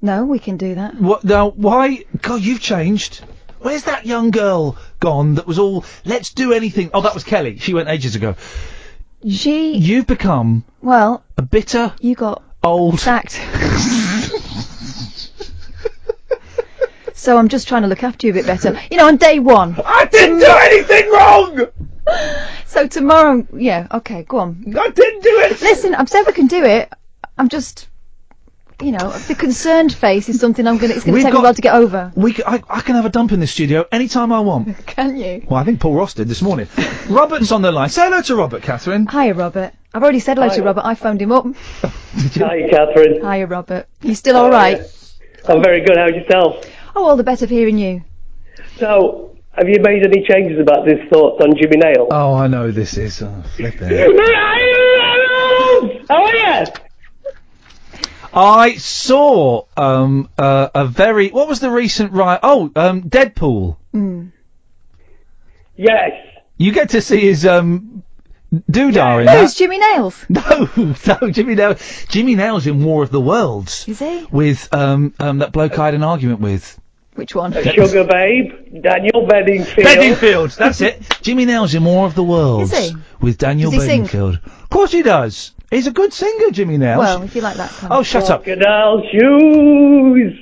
Speaker 6: No, we can do that.
Speaker 3: What now? Why? God, you've changed. Where's that young girl gone that was all let's do anything? Oh, that was Kelly. She went ages ago.
Speaker 6: She.
Speaker 3: You've become
Speaker 6: Well.
Speaker 3: a bitter.
Speaker 6: You got
Speaker 3: old.
Speaker 6: Sacked. so I'm just trying to look after you a bit better. You know, on day one.
Speaker 3: I didn't do anything wrong.
Speaker 6: So tomorrow, yeah, okay, go on.
Speaker 3: I didn't do it.
Speaker 6: Listen, I'm saying we can do it. I'm just, you know, the concerned face is something I'm gonna. It's gonna
Speaker 3: We've
Speaker 6: take me a
Speaker 3: got-
Speaker 6: while to get over.
Speaker 3: We c- I, I can have a dump in this studio anytime I want.
Speaker 6: Can you?
Speaker 3: Well, I think Paul Ross did this morning. Robert's on the line. Say hello to Robert, Catherine.
Speaker 6: Hiya, Robert. I've already said hello
Speaker 3: Hiya.
Speaker 6: to Robert. I phoned him up.
Speaker 13: Hi, Catherine.
Speaker 6: Hiya, Robert. You still all right?
Speaker 13: I'm very good. How's yourself?
Speaker 6: Oh, all the better for hearing you.
Speaker 13: So, have you made any changes about this thoughts on Jimmy Nail?
Speaker 3: Oh, I know who this is. Oh, flipping.
Speaker 13: How are you?
Speaker 3: I saw um uh, a very what was the recent riot? Oh, um, Deadpool.
Speaker 6: Hmm.
Speaker 13: Yes.
Speaker 3: You get to see his um doodah in
Speaker 6: Who's
Speaker 3: that.
Speaker 6: Jimmy Nails?
Speaker 3: No, no, Jimmy Nails. Jimmy Nails in War of the Worlds.
Speaker 6: Is he?
Speaker 3: With um um that bloke I had an argument with.
Speaker 6: Which one?
Speaker 13: Sugar Babe, Daniel Bedingfield.
Speaker 3: Bedingfield, that's it. Jimmy Nails in War of the Worlds.
Speaker 6: Is he?
Speaker 3: With Daniel
Speaker 6: Does he sing?
Speaker 3: Bedingfield. Of course he does. He's a good singer, Jimmy Nails.
Speaker 6: Well, if you like that kind
Speaker 3: oh,
Speaker 6: of.
Speaker 3: shut up.
Speaker 13: Crocodile shoes.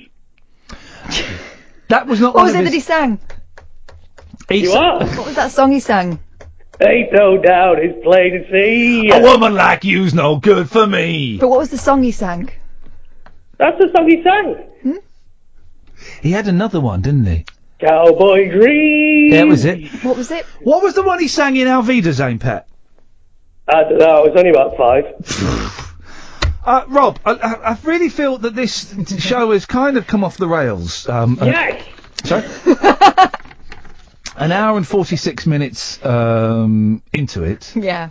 Speaker 3: That was not
Speaker 6: What
Speaker 3: one
Speaker 6: was
Speaker 3: of
Speaker 6: it
Speaker 3: his-
Speaker 6: that he sang?
Speaker 3: He
Speaker 13: You
Speaker 3: sang-
Speaker 13: are?
Speaker 6: What was that song he sang?
Speaker 13: Ain't no doubt it's plain to see.
Speaker 3: A woman like you's no good for me.
Speaker 6: But what was the song he sang?
Speaker 13: That's the song he sang.
Speaker 3: He had another one, didn't he?
Speaker 13: Cowboy Green.
Speaker 3: Yeah, that was it.
Speaker 6: What was it?
Speaker 3: What was the one he sang in Alvida's aim pet?
Speaker 13: I don't know. It was only about five.
Speaker 3: Uh, Rob, I, I I really feel that this t- show has kind of come off the rails. Um, uh,
Speaker 13: Yes.
Speaker 3: Sorry? An hour and 46 minutes um, into it.
Speaker 6: Yeah.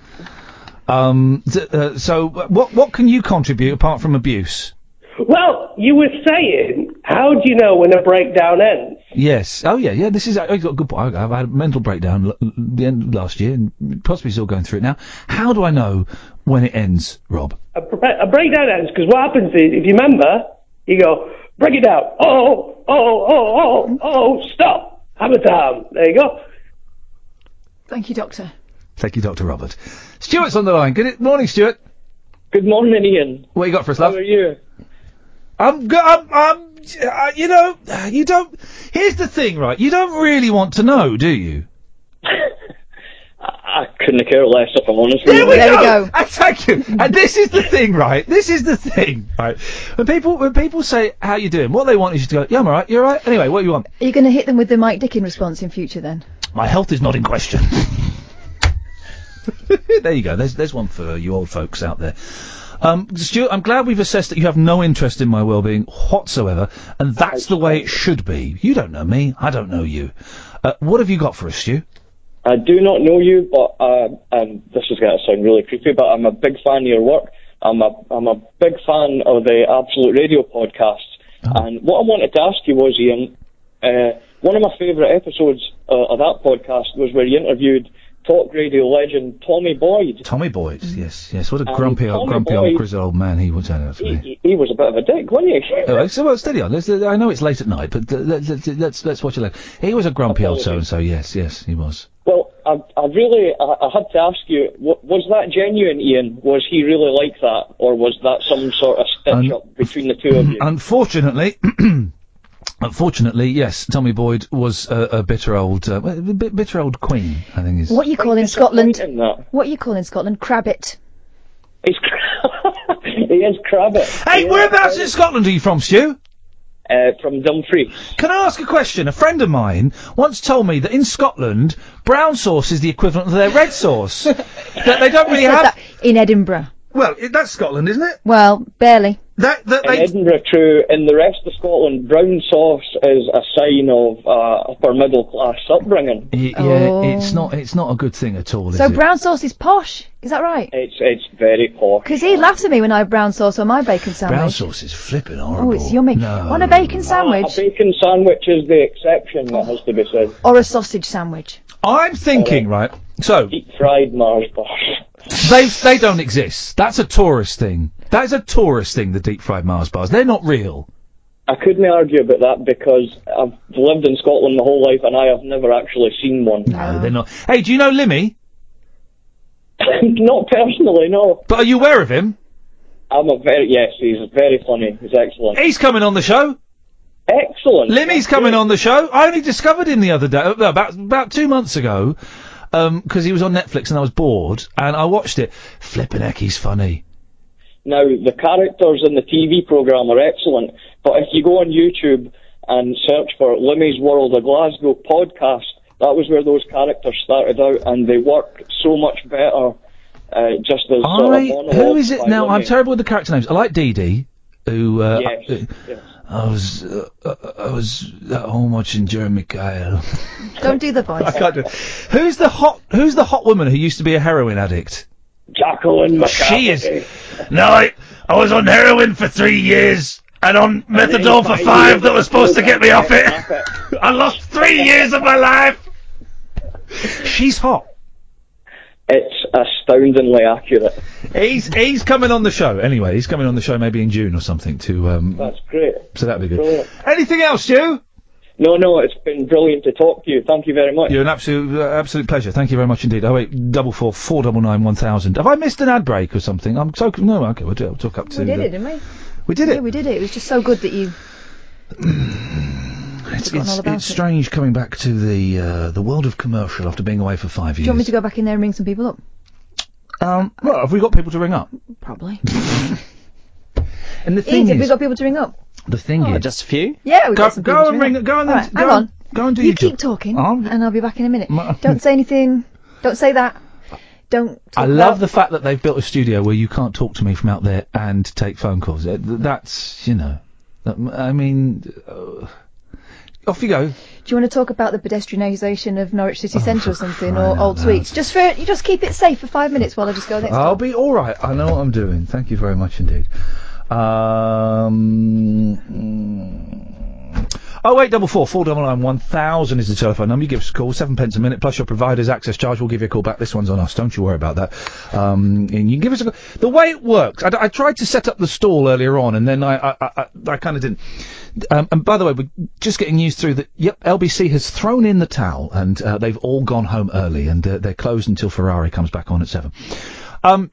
Speaker 3: Um, d- uh, so, wh- what what can you contribute apart from abuse?
Speaker 13: Well, you were saying, how do you know when a breakdown ends?
Speaker 3: Yes. Oh, yeah, yeah. This is. Oh, you've got a good point. I- I've had a mental breakdown l- l- the end last year, and possibly still going through it now. How do I know when it ends, Rob?
Speaker 13: A, bre- a breakdown ends because what happens is, if you remember, you go break it down. Oh, oh, oh, oh, oh, stop. Hammer time. There you go.
Speaker 6: Thank you, Doctor.
Speaker 3: Thank you, Doctor Robert. Stuart's on the line. Good morning, Stuart.
Speaker 13: Good morning, Ian.
Speaker 3: What you got for us, love? How are
Speaker 13: you?
Speaker 3: I'm go- I'm, I'm uh, you know, you don't. Here's the thing, right? You don't really want to know, do you?
Speaker 14: I couldn't care less if I'm honest with
Speaker 3: There
Speaker 14: you.
Speaker 3: we go. Uh, thank you. And this is the thing, right? This is the thing, right? When people when people say how you doing, what they want is you to go, yeah, I'm alright, you're alright. Anyway, what do you want?
Speaker 6: Are you going to hit them with the Mike Dickin response in future then?
Speaker 3: My health is not in question. there you go. There's there's one for you old folks out there. Um, Stuart, I'm glad we've assessed that you have no interest in my well-being whatsoever, and that's the way it should be. You don't know me. I don't know you. Uh, what have you got for us, Stu?
Speaker 14: I do not know you, but uh, um, this is going to sound really creepy, but I'm a big fan of your work. I'm a I'm a big fan of the Absolute Radio podcast. And what I wanted to ask you was, Ian, uh, one of my favourite episodes uh, of that podcast was where you interviewed talk radio legend Tommy Boyd.
Speaker 3: Tommy Boyd. Yes, yes. What a
Speaker 14: Um,
Speaker 3: grumpy old,
Speaker 14: Tommy
Speaker 3: grumpy
Speaker 14: Boyd-
Speaker 3: old, grizzled old man he was. Out
Speaker 14: He, he, he was a bit of a dick, wasn't he?
Speaker 3: Oh, so well, steady on. Let's, I know it's late at night, but uh, let's let's let's, let's watch it. Later. He was a grumpy old so and so. Yes, yes, he was.
Speaker 14: Well, I, I really, I, I had to ask you, wa- was that genuine, Ian? Was he really like that, or was that some sort of stitch up between the two of you?
Speaker 3: Unfortunately, unfortunately, yes, Tommy Boyd was a, a bitter old, uh, a bit bitter old queen. I think is.
Speaker 6: What you call in Scotland?
Speaker 14: that.
Speaker 6: What you call in Scotland? Crabbit.
Speaker 14: He is Crabbit.
Speaker 3: Hey, whereabouts in Scotland are you from, Stu?
Speaker 14: Uh, from Dumfries.
Speaker 3: Can I ask a question? A friend of mine once told me that in Scotland, brown sauce is the equivalent of their red sauce. that they don't really
Speaker 6: Said
Speaker 3: have.
Speaker 6: that in Edinburgh.
Speaker 3: Well, it, that's Scotland, isn't it?
Speaker 6: Well, barely.
Speaker 3: That, that
Speaker 14: in Edinburgh, true. In the rest of Scotland, brown sauce is a sign of uh, upper middle class upbringing.
Speaker 3: Y- yeah, it's not. It's not a good thing at all. Is
Speaker 6: So
Speaker 3: it?
Speaker 6: brown sauce is posh. Is that right?
Speaker 14: It's it's very posh.
Speaker 6: Because he laughs at me when I have brown sauce on my bacon sandwich.
Speaker 3: Brown sauce is flipping
Speaker 6: Oh,
Speaker 3: horrible.
Speaker 6: it's yummy. On a bacon sandwich
Speaker 14: A bacon sandwich is the exception that has to be said.
Speaker 6: or a sausage sandwich.
Speaker 3: I'm thinking, right? So
Speaker 14: fried Mars bars.
Speaker 3: They they don't exist. That's a tourist thing. That is a tourist thing. The deep fried Mars bars. They're not real.
Speaker 14: I couldn't argue about that because I've lived in Scotland my whole life and I have never actually seen one.
Speaker 3: No, they're not. Hey, do you know Limmy?
Speaker 14: not personally, no.
Speaker 3: But are you aware of him?
Speaker 14: I'm a very yes. He's very funny. He's excellent.
Speaker 3: He's coming on the show.
Speaker 14: Excellent.
Speaker 3: Limmy's coming on the show. I only discovered him the other day, uh, no, about about two months ago, because he was on Netflix and I was bored and I watched it. Flippin' heck, he's funny.
Speaker 14: Now, the characters in the TV programme are excellent, but if you go on YouTube and search for Limmy's World of Glasgow podcast, that was where those characters started out, and they work so much better uh, just as sort of
Speaker 3: I
Speaker 14: monologues
Speaker 3: who is it
Speaker 14: by
Speaker 3: now? I'm
Speaker 14: Limmy.
Speaker 3: terrible with the character names. I like Dee Dee, who uh,
Speaker 14: Yes,
Speaker 3: I, I was uh, uh, I was at home watching Jeremy Kyle.
Speaker 6: Don't do the voice.
Speaker 3: I can't do it. Who's the hot Who's the hot woman who used to be a heroin addict?
Speaker 14: Jacqueline
Speaker 3: She is.
Speaker 14: McCafferty.
Speaker 3: No, I, I was on heroin for three years and on methadone for five. That was supposed to get me off it. I lost three years of my life. She's hot.
Speaker 14: It's astoundingly accurate.
Speaker 3: He's he's coming on the show anyway. He's coming on the show maybe in June or something. To um,
Speaker 14: That's great.
Speaker 3: so that'd be good.
Speaker 14: Brilliant.
Speaker 3: Anything else, Stu?
Speaker 14: No, no, it's been brilliant to talk to you. Thank you very much.
Speaker 3: You're an absolute uh, absolute pleasure. Thank you very much indeed. Oh eight double four four double nine one thousand. Have I missed an ad break or something? I'm so no. Okay, we'll, do, we'll talk up to.
Speaker 6: We did
Speaker 3: the-
Speaker 6: it, didn't we?
Speaker 3: We did it.
Speaker 6: Yeah, we did it. It was just so good that you.
Speaker 3: It's,
Speaker 6: Forgotten
Speaker 3: it's,
Speaker 6: all about
Speaker 3: it's
Speaker 6: it.
Speaker 3: strange coming back to the uh, the world of commercial after being away for five
Speaker 6: Do
Speaker 3: years.
Speaker 6: you want me to go back in there and ring some people up?
Speaker 3: um, well, have we got people to ring up?
Speaker 6: Probably.
Speaker 3: And the
Speaker 6: Ian,
Speaker 3: thing
Speaker 6: have we
Speaker 3: is,
Speaker 6: got people to ring up?
Speaker 3: the thing is,
Speaker 5: Oh, just a few.
Speaker 6: Yeah, we
Speaker 3: Go-
Speaker 6: got some
Speaker 3: go
Speaker 6: people to
Speaker 3: and ring-
Speaker 6: up.
Speaker 3: go and-
Speaker 6: All right,
Speaker 3: go
Speaker 6: hang
Speaker 3: and-
Speaker 6: on.
Speaker 3: go and do
Speaker 6: You
Speaker 3: your
Speaker 6: keep
Speaker 3: job.
Speaker 6: talking,
Speaker 3: I'm-
Speaker 6: and I'll be back in a minute. Don't say anything. Don't say that. Don't.
Speaker 3: I
Speaker 6: talk
Speaker 3: love
Speaker 6: about-
Speaker 3: the fact that they've built a studio where you can't talk to me from out there and take phone calls. Uh, th- That's you know, that- I mean, uh, off you go.
Speaker 6: Do you want to talk about the pedestrianisation of Norwich
Speaker 3: Oh,
Speaker 6: City Centre or something,
Speaker 3: crying
Speaker 6: or
Speaker 3: out
Speaker 6: Old
Speaker 3: loud.
Speaker 6: Sweets? Just for you, just keep it safe for five minutes while I just go next.
Speaker 3: I'll be all right. I know what I'm doing. Thank you very much indeed. Um, mm. oh eight double four four double nine one thousand is the telephone number. You give us a call, seven pence a minute plus your provider's access charge. We'll give you a call back. This one's on us. Don't you worry about that. Um, and you can give us a. call. The way it works, I, d- I tried to set up the stall earlier on, and then I I, I, I, I kind of didn't. Um, and by the way, we're just getting news through that. Yep, LBC has thrown in the towel, and uh, they've all gone home early, and uh, they're closed until Ferrari comes back on at seven. Um,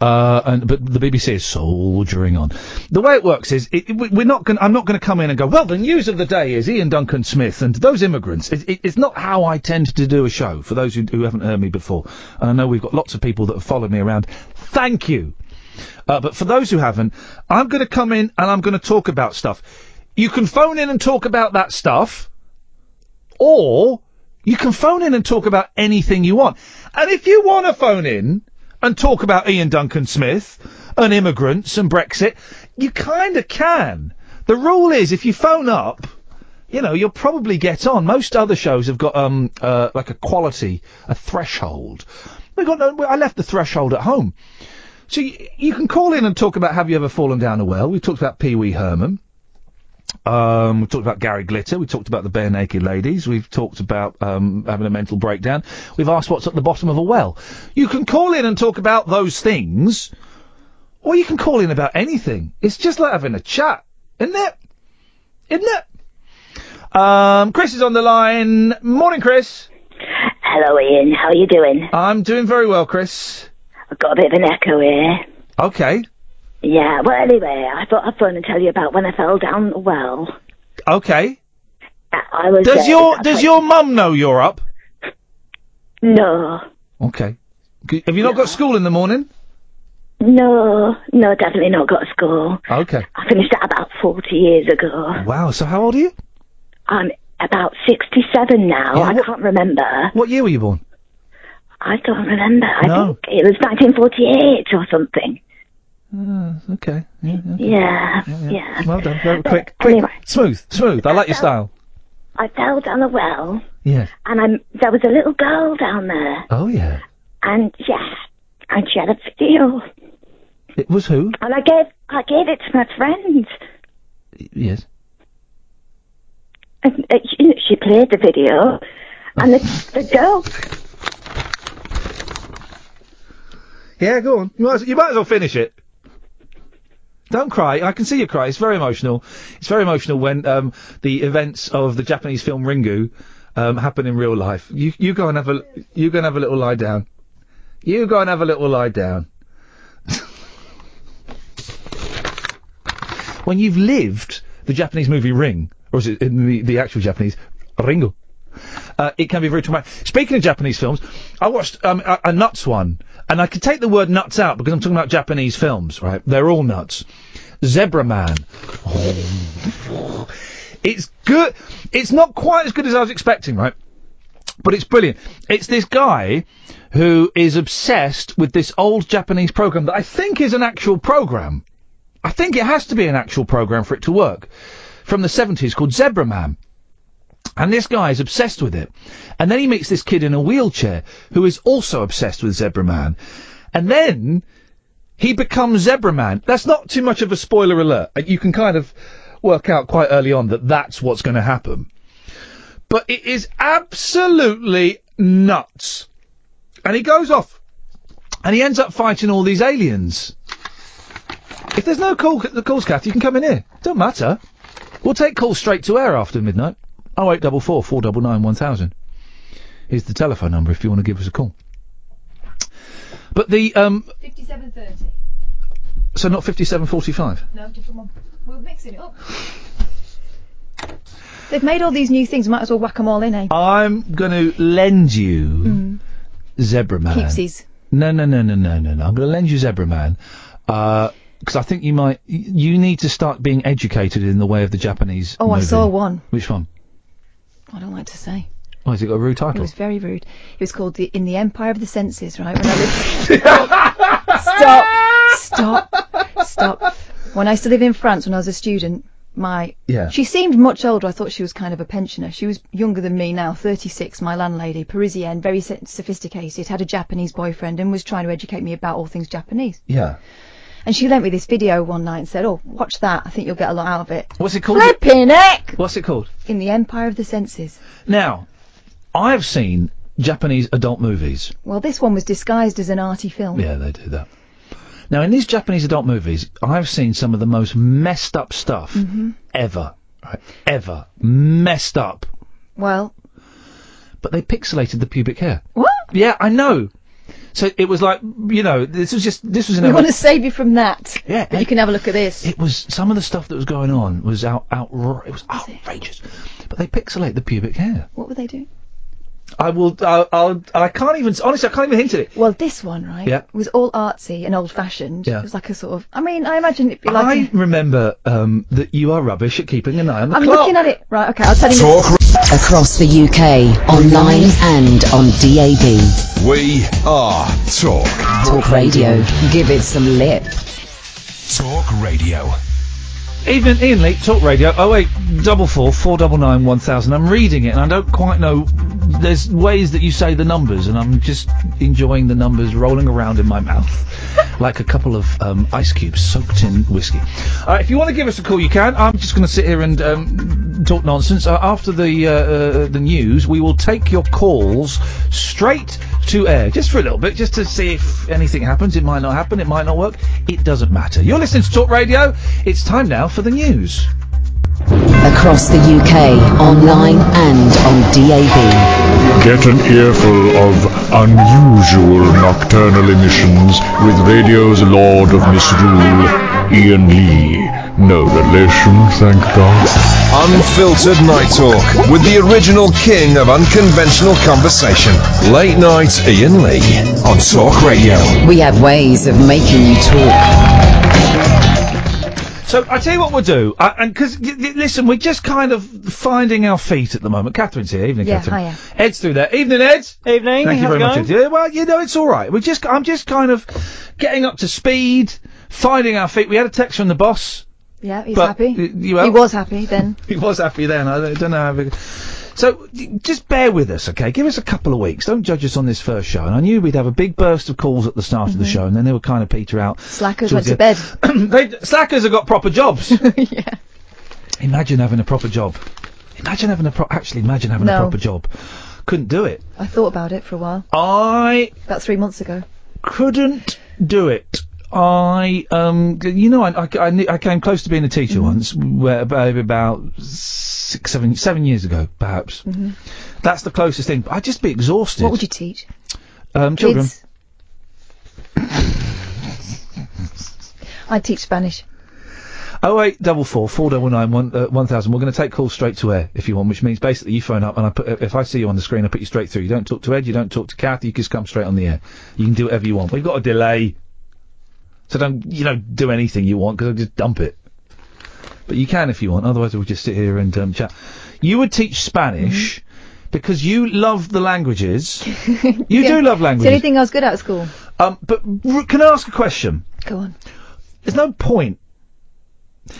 Speaker 3: uh, and but the BBC is soldiering on. The way it works is it, it- we- we're not going. I'm not going to come in and go. Well, the news of the day is Ian Duncan Smith and those immigrants. It, it, it's not how I tend to do a show. For those who, who haven't heard me before, and I know we've got lots of people that have followed me around. Thank you. Uh, but for those who haven't, I'm going to come in and I'm going to talk about stuff. You can phone in and talk about that stuff or you can phone in and talk about anything you want. And if you want to phone in and talk about Ian Duncan Smith and immigrants and Brexit, you kind of can. The rule is if you phone up, you know, you'll probably get on. Most other shows have got um uh, like a quality, a threshold. We got no, I left the threshold at home. So you, you can call in and talk about have you ever fallen down a well? We talked about Pee Wee Herman. Um, we talked about Gary Glitter. We talked about the bare naked ladies. We've talked about um, having a mental breakdown. We've asked what's at the bottom of a well. You can call in and talk about those things, or you can call in about anything. It's just like having a chat, isn't it? Isn't it? Um, Chris is on the line. Morning, Chris.
Speaker 7: Hello, Ian. How are you doing?
Speaker 3: I'm doing very well, Chris.
Speaker 7: I've got a bit of an echo here.
Speaker 3: Okay.
Speaker 7: Yeah, well, anyway, I thought I'd phone and tell you about when I fell down the well.
Speaker 3: Okay.
Speaker 7: I was.
Speaker 3: Does
Speaker 7: there,
Speaker 3: your
Speaker 7: that's
Speaker 3: does
Speaker 7: why-
Speaker 3: your mum know you're up?
Speaker 7: No,
Speaker 3: Okay. G- Have you not got school in the morning?
Speaker 7: no, no, definitely not got school.
Speaker 3: Okay.
Speaker 7: I finished that about 40 years ago.
Speaker 3: Wow. So how old are you?
Speaker 7: I'm about 67 now.
Speaker 3: Yeah,
Speaker 7: I
Speaker 3: what-
Speaker 7: can't remember.
Speaker 3: What year were you born?
Speaker 7: I don't remember. I
Speaker 3: No.
Speaker 7: think it was 1948 or something.
Speaker 3: Uh, okay. Yeah, okay.
Speaker 7: Yeah, yeah.
Speaker 3: Well done. Very quick, quick, smooth, smooth. I like your style.
Speaker 7: I fell down the well,
Speaker 3: Yes.
Speaker 7: and I'm, there was a little girl down there,
Speaker 3: Oh yeah.
Speaker 7: and yeah, and she had a video,
Speaker 3: It was who?
Speaker 7: and I gave I gave it to my friend,
Speaker 3: Yes.
Speaker 7: and uh, she, she played the video, and the, the girl
Speaker 3: Yeah, go on. You might, as, you might as well finish it. Don't cry. I can see you cry. It's very emotional. It's very emotional when um, the events of the Japanese film Ringu um, happen in real life. You you go and have a you go and have a little lie down. You go and have a little lie down. when you've lived the Japanese movie Ring, or is it in the, the actual Japanese Ringu? Uh, it can be very traumatic. Speaking of Japanese films, I watched um, a, a nuts one, and I could take the word nuts out because I'm talking about Japanese films, right? They're all nuts. Zebra Man. It's good. It's not quite as good as I was expecting, right? But it's brilliant. It's this guy who is obsessed with this old Japanese program that I think is an actual program. I think it has to be an actual program for it to work. From the 70s called Zebra Man. And this guy is obsessed with it. And then he meets this kid in a wheelchair who is also obsessed with Zebra Man. And then he becomes Zebra Man. That's not too much of a spoiler alert. Uh, You can kind of work out quite early on that that's what's going to happen. But it is absolutely nuts. And he goes off and he ends up fighting all these aliens. If there's no call, the calls, Kath, you can come in here. Don't matter. We'll take calls straight to air after midnight. Oh eight double four four double nine one thousand is the telephone number if you want to give us a call. But the um,
Speaker 6: 57.30.
Speaker 3: so not fifty-seven forty-five.
Speaker 6: No, different one. We're mixing it up. They've made all these new things, might as well whack 'em all in, eh?
Speaker 3: I'm going to lend you
Speaker 6: Mm.
Speaker 3: Zebra Man.
Speaker 6: Keepsies.
Speaker 3: No, no, no, no, no, no, no. I'm going to lend you Zebra Man because I think you might. y- You need to start being educated in the way of the Japanese.
Speaker 6: Oh, I
Speaker 3: movie.
Speaker 6: saw one.
Speaker 3: Which one?
Speaker 6: I don't like to say.
Speaker 3: Oh, has it got a rude
Speaker 6: It
Speaker 3: title?
Speaker 6: was very rude. It was called the In the Empire of the Senses, right? When I lived... stop, stop, stop. When I used to live in France when I was a student, my
Speaker 15: Yeah.
Speaker 6: she seemed much older. I thought she was kind of a pensioner. She was younger than me now, 36. My landlady, Parisienne, very so- sophisticated, had a Japanese boyfriend and was trying to educate me about all things Japanese.
Speaker 3: Yeah.
Speaker 6: And she lent me this video one night and said, "Oh, watch that. I think you'll get a lot out of it."
Speaker 3: What's it called?
Speaker 6: Flipping heck!
Speaker 3: What's it called?
Speaker 6: In the Empire of the Senses.
Speaker 3: Now, I've seen Japanese adult movies.
Speaker 6: Well, this one was disguised as an arty film.
Speaker 3: Yeah, they do that. Now, in these Japanese adult movies, I've seen some of the most messed up stuff
Speaker 6: Mhm.
Speaker 3: ever. Right? Ever. Messed up.
Speaker 6: Well,
Speaker 3: But they pixelated the pubic hair.
Speaker 6: What?
Speaker 3: Yeah, I know. So it was like, you know, this was just, this was an
Speaker 6: we want to save you from that.
Speaker 3: Yeah.
Speaker 6: But you can have a look at this.
Speaker 3: It was some of the stuff that was going on was out outro- it was outrageous, but they pixelate the pubic hair.
Speaker 6: What were they doing?
Speaker 3: I will. I'll, I'll. I can't even. Honestly, I can't even hint at it.
Speaker 6: Well, this one, right?
Speaker 3: Yeah.
Speaker 6: Was all artsy and old-fashioned.
Speaker 3: Yeah.
Speaker 6: It was like a sort of. I mean, I imagine it'd be like.
Speaker 3: I remember um, that you are rubbish at keeping an eye on the
Speaker 6: I'm
Speaker 3: clock.
Speaker 6: looking at it. Right. Okay. I'll tell you. this.
Speaker 1: Across the UK, online and on DAB.
Speaker 2: We are Talk.
Speaker 1: Talk Radio. Give it some lip.
Speaker 2: Talk Radio.
Speaker 3: Even Ian Lee, Talk Radio, 0844 499 1000. I'm reading it and I don't quite know. There's ways that you say the numbers and I'm just enjoying the numbers rolling around in my mouth like a couple of um, ice cubes soaked in whiskey. Uh, if you want to give us a call, you can. I'm just going to sit here and um, talk nonsense. Uh, after the uh, uh, the news, we will take your calls straight to air, just for a little bit, just to see if anything happens. It might not happen, it might not work, it doesn't matter. You're listening to Talk Radio. It's time now for the news.
Speaker 1: Across the UK, online and on DAB.
Speaker 16: Get an earful of unusual nocturnal emissions with radio's Lord of Misrule, E- Ian Lee. No relation, thank God.
Speaker 2: Unfiltered Night Talk with the original king of unconventional conversation. Late night Ian Lee on Talk Radio.
Speaker 1: We have ways of making you talk.
Speaker 3: So I tell you what we'll do, I, and because y- y- listen, we're just kind of finding our feet at the moment. Catherine's here, evening,
Speaker 6: Yeah,
Speaker 3: Catherine.
Speaker 6: hiya.
Speaker 3: Ed's through there, evening, Ed.
Speaker 5: Evening.
Speaker 3: Thank you
Speaker 5: how's
Speaker 3: very
Speaker 5: it
Speaker 3: much.
Speaker 5: going?
Speaker 3: Ed. Yeah, well, you know, it's all right. We're just, I'm just kind of getting up to speed, finding our feet. We had a text from the boss.
Speaker 6: Yeah, he's
Speaker 3: But
Speaker 6: happy.
Speaker 3: y- you out?
Speaker 6: He was happy then.
Speaker 3: He was happy then. I don't know how. Big... So y- just bear with us, okay? Give us a couple of weeks. Don't judge us on this first show. And I knew we'd have a big burst of calls at the start of the
Speaker 6: Mhm.
Speaker 3: show, and then they would kind of peter out.
Speaker 6: Slackers went
Speaker 3: towards
Speaker 6: to
Speaker 3: the-
Speaker 6: bed.
Speaker 3: they, slackers have got proper jobs. Imagine having a proper job. Imagine having a pro- actually imagine having a
Speaker 6: No.
Speaker 3: proper job. Couldn't do it.
Speaker 6: I thought about it for a while.
Speaker 3: I
Speaker 6: About three months ago.
Speaker 3: couldn't do it. I um g- you know I I, I, knew- I came close to being a teacher
Speaker 6: Mm-hmm.
Speaker 3: once where about, about six seven seven years ago perhaps.
Speaker 6: Mhm.
Speaker 3: That's the closest thing. I'd just be exhausted.
Speaker 6: What would you teach?
Speaker 3: um, children.
Speaker 6: Kids. I teach Spanish.
Speaker 3: Oh eight double four four double nine one uh, one thousand. We're going to take calls straight to air if you want, which means basically you phone up and I put if I see you on the screen, I put you straight through. You don't talk to Ed, you don't talk to Kath, you just come straight on the air. You can do whatever you want. We've got a delay, so don't you don't do anything you want because I'll just dump it. But you can if you want. Otherwise, we'll just sit here and um, chat. You would teach Spanish because you love the languages. you do love
Speaker 6: It's the only
Speaker 3: languages.
Speaker 6: thing I was good at at school.
Speaker 3: Um, but r- can I ask a question?
Speaker 6: Go on.
Speaker 3: There's no point.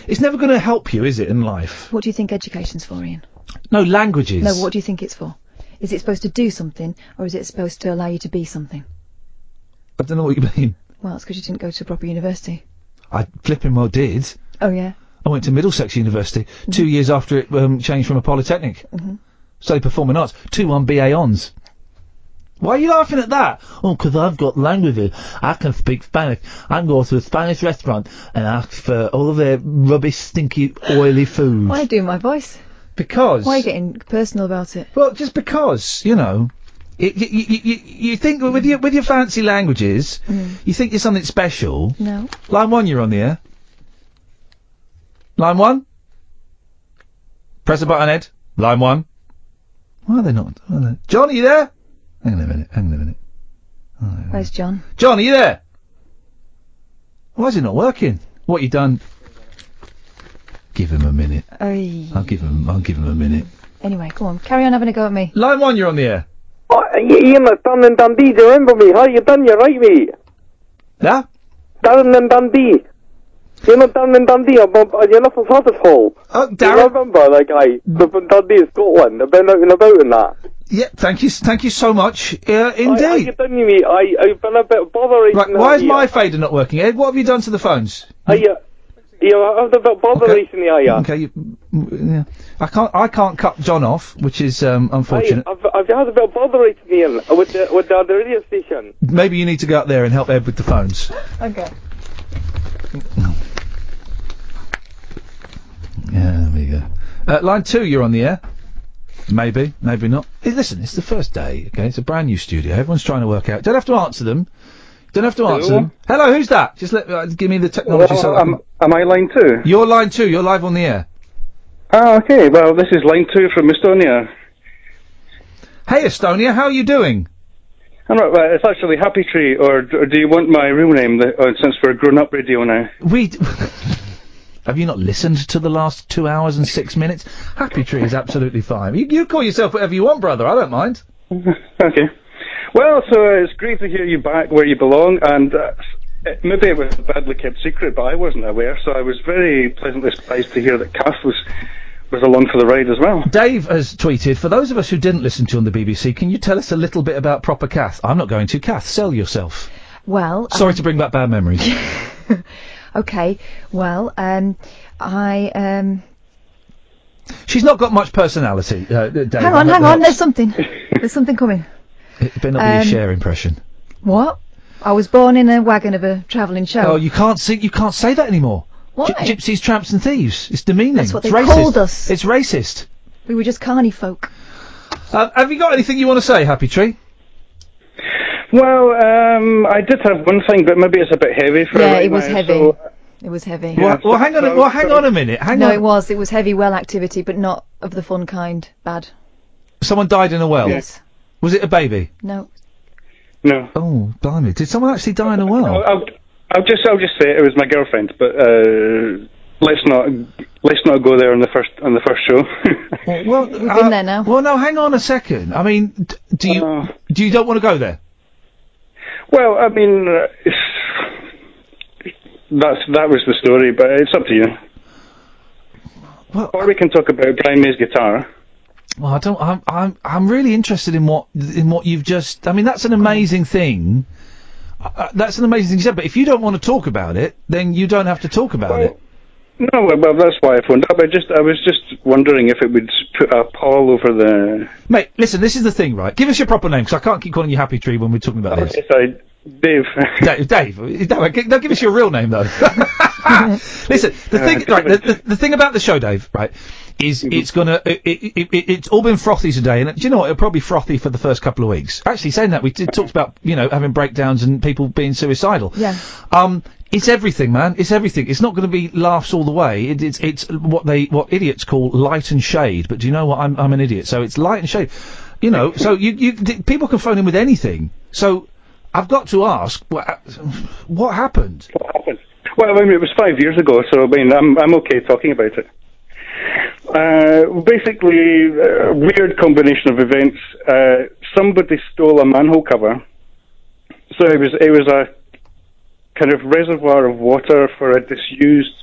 Speaker 3: It's never going to help you, is it, in life?
Speaker 6: What do you think education's for, Ian?
Speaker 3: No, languages.
Speaker 6: No, what do you think it's for? Is it supposed to do something, or is it supposed to allow you to be something?
Speaker 3: I don't know what you mean.
Speaker 6: Well, it's because you didn't go to a proper university.
Speaker 3: I flipping well did.
Speaker 6: Oh yeah.
Speaker 3: I went to Middlesex University
Speaker 6: Mm-hmm.
Speaker 3: two years after it um, changed from a polytechnic.
Speaker 6: Mhm.
Speaker 3: Studied performing arts. 2 1 BA ons. Why are you laughing at that? Oh, 'cause I've got languages. I can speak Spanish. I can go to a Spanish restaurant and ask for all of their rubbish, stinky, oily food.
Speaker 6: Why are you doing my voice?
Speaker 3: Because.
Speaker 6: Why are you getting personal about it?
Speaker 3: Well, just because you know, it, you, you, you, you think with your with your fancy languages, you think you're something special.
Speaker 6: No.
Speaker 3: Line one, you're on the air. Line one. Press a button, Ed. Line one. Why are they not? Why are they, John, are you there? Hang on a minute. Hang on a minute.
Speaker 6: Where's John?
Speaker 3: John, are you there? Why is it not working? What you done? Give him a minute.
Speaker 6: Ay.
Speaker 3: I'll give him. I'll give him a minute.
Speaker 6: Anyway, go on. Carry on having a go at me.
Speaker 3: Line one, you're on the air.
Speaker 15: Ian, it's Darren and Dundee, do you remember me? How you done? You're right, mate.
Speaker 3: Yeah?
Speaker 15: Darren and Dundee. You know Darren and Dundee? I'm, I'm, you're not from Sardis Hall.
Speaker 3: Oh, Darren.
Speaker 15: Do you remember that guy? The- From Dundee, Scotland. I've been out and about in that.
Speaker 3: Yeah, thank you, thank you so much. Uh, indeed.
Speaker 15: I, I, you done, mate? I, I've been a bit bothering.
Speaker 3: Right, why is my fader not working? Ed, what have you done to the phones?
Speaker 15: Are you... Yeah, I've been a bit bothered recently,
Speaker 20: Oh,
Speaker 15: are you?
Speaker 3: Okay, you, mm, yeah. I can't, I can't cut John off, which is um, unfortunate.
Speaker 15: Aye, I've, I've had a bit of bother recently Ian, with the, with the, the radio station.
Speaker 3: Maybe you need to go out there and help Ed with the phones.
Speaker 15: Okay.
Speaker 3: Yeah, there we go. Uh, line two, you're on the air. Maybe, maybe not. Hey, listen, it's the first day. Okay, it's a brand new studio. Everyone's trying to work out. Don't have to answer them. Don't have to answer
Speaker 20: Hello?
Speaker 3: them. Hello, who's that? Just let uh, give me the technology.
Speaker 20: Well,
Speaker 3: so
Speaker 20: am, am I line two?
Speaker 3: You're line two. You're live on the air.
Speaker 20: Ah, okay. Well, this is line two from Estonia.
Speaker 3: Hey, Estonia, how are you doing?
Speaker 20: I'm not. Well, it's actually Happy Tree, or, or do you want my real name? The, uh, since we're grown-up radio now.
Speaker 3: We d- have you not listened to the last two hours and six minutes? Happy Tree is absolutely fine. You, you call yourself whatever you want, brother. I don't mind.
Speaker 20: Okay. Well, so uh, it's great to hear you back where you belong, and uh, s- it, maybe it was a badly kept secret, but I wasn't aware, so I was very pleasantly surprised to hear that Kath was was along for the ride as well.
Speaker 3: Dave has tweeted, for those of us who didn't listen to you on the BBC, can you tell us a little bit about proper Kath? I'm not going to. Kath, sell yourself.
Speaker 6: Well, uh,
Speaker 3: Sorry to bring back bad memories.
Speaker 6: okay. Well, um, I um.
Speaker 3: She's not got much personality, uh, Dave.
Speaker 6: hang on, hang on. There's something. There's something coming.
Speaker 3: It better not be
Speaker 6: Um,
Speaker 3: a share impression.
Speaker 6: What? I was born in a wagon of a travelling
Speaker 3: Oh,
Speaker 6: show.
Speaker 3: you can't see, you can't say that anymore.
Speaker 6: Why?
Speaker 3: Gy- gypsies, tramps, and thieves. It's demeaning.
Speaker 6: That's what
Speaker 3: it's
Speaker 6: they
Speaker 3: racist.
Speaker 6: called us.
Speaker 3: It's racist.
Speaker 6: we were just carny folk.
Speaker 3: Um, have you got anything you want to say, Happy Tree?
Speaker 20: Well, um, I did have one thing, but maybe it's a bit heavy for
Speaker 6: Yeah,
Speaker 20: right
Speaker 6: it was
Speaker 20: now,
Speaker 6: heavy.
Speaker 20: so-
Speaker 6: It was heavy.
Speaker 20: Yeah, Well- well, hang on a- so- well, hang so- on a
Speaker 3: minute, hang
Speaker 6: no,
Speaker 3: on.
Speaker 6: it was. It was heavy well activity, but not of the fun kind. Bad.
Speaker 3: Someone died in a well.
Speaker 6: Yes.
Speaker 3: Was it a baby?
Speaker 6: No.
Speaker 20: No.
Speaker 3: Oh, blimey. Did someone actually die in a well?
Speaker 20: I'll, I'll just I'll just say it was my girlfriend, but uh, let's not let's not go there on the first on the first show.
Speaker 3: Well, well we've been there now. Well, no, hang on a second. I mean, d- do you
Speaker 20: Uh-huh.
Speaker 3: do you don't want to go there?
Speaker 20: well, I mean, uh, that's that was the story, but it's up to you. or we can talk about Brian May's guitar.
Speaker 3: Well, I don't. I'm I'm I'm really interested in what in what you've just. I mean, that's an amazing thing. Uh, that's an amazing thing you said. But if you don't want to talk about it, then you don't have to talk about it.
Speaker 20: No, well, well, that's why I phoned up. I just I was just wondering if it would put a pall over the.
Speaker 3: Mate, listen, this is the thing, right? Give us your proper name, because I can't keep calling you Happy Tree when we're talking about this.
Speaker 20: Sorry, Dave.
Speaker 3: Dave. Dave. No, g- no, give us your real name, though. listen, the thing,
Speaker 20: Uh,
Speaker 3: right, the, the, the thing about the show, Dave, right, is
Speaker 20: Mm-hmm.
Speaker 3: it's gonna, it, it, it, it- it's all been frothy today, and it, do you know what? It'll probably be frothy for the first couple of weeks. Actually, saying that, we did talked about, you know, having breakdowns and people being suicidal.
Speaker 6: Yeah.
Speaker 3: Um, it's everything, man. It's everything. It's not going to be laughs all the way. It, it's it's what they what idiots call light and shade. But do you know what? I'm I'm an idiot, so it's light and shade. You know, so you you d- people can phone in with anything. So I've got to ask, what, what happened?
Speaker 20: What happened? Well, I mean, it was five years ago, so I mean, I'm I'm okay talking about it. Uh, basically, a weird combination of events. Uh, somebody stole a manhole cover, so it was it was a kind of reservoir of water for a disused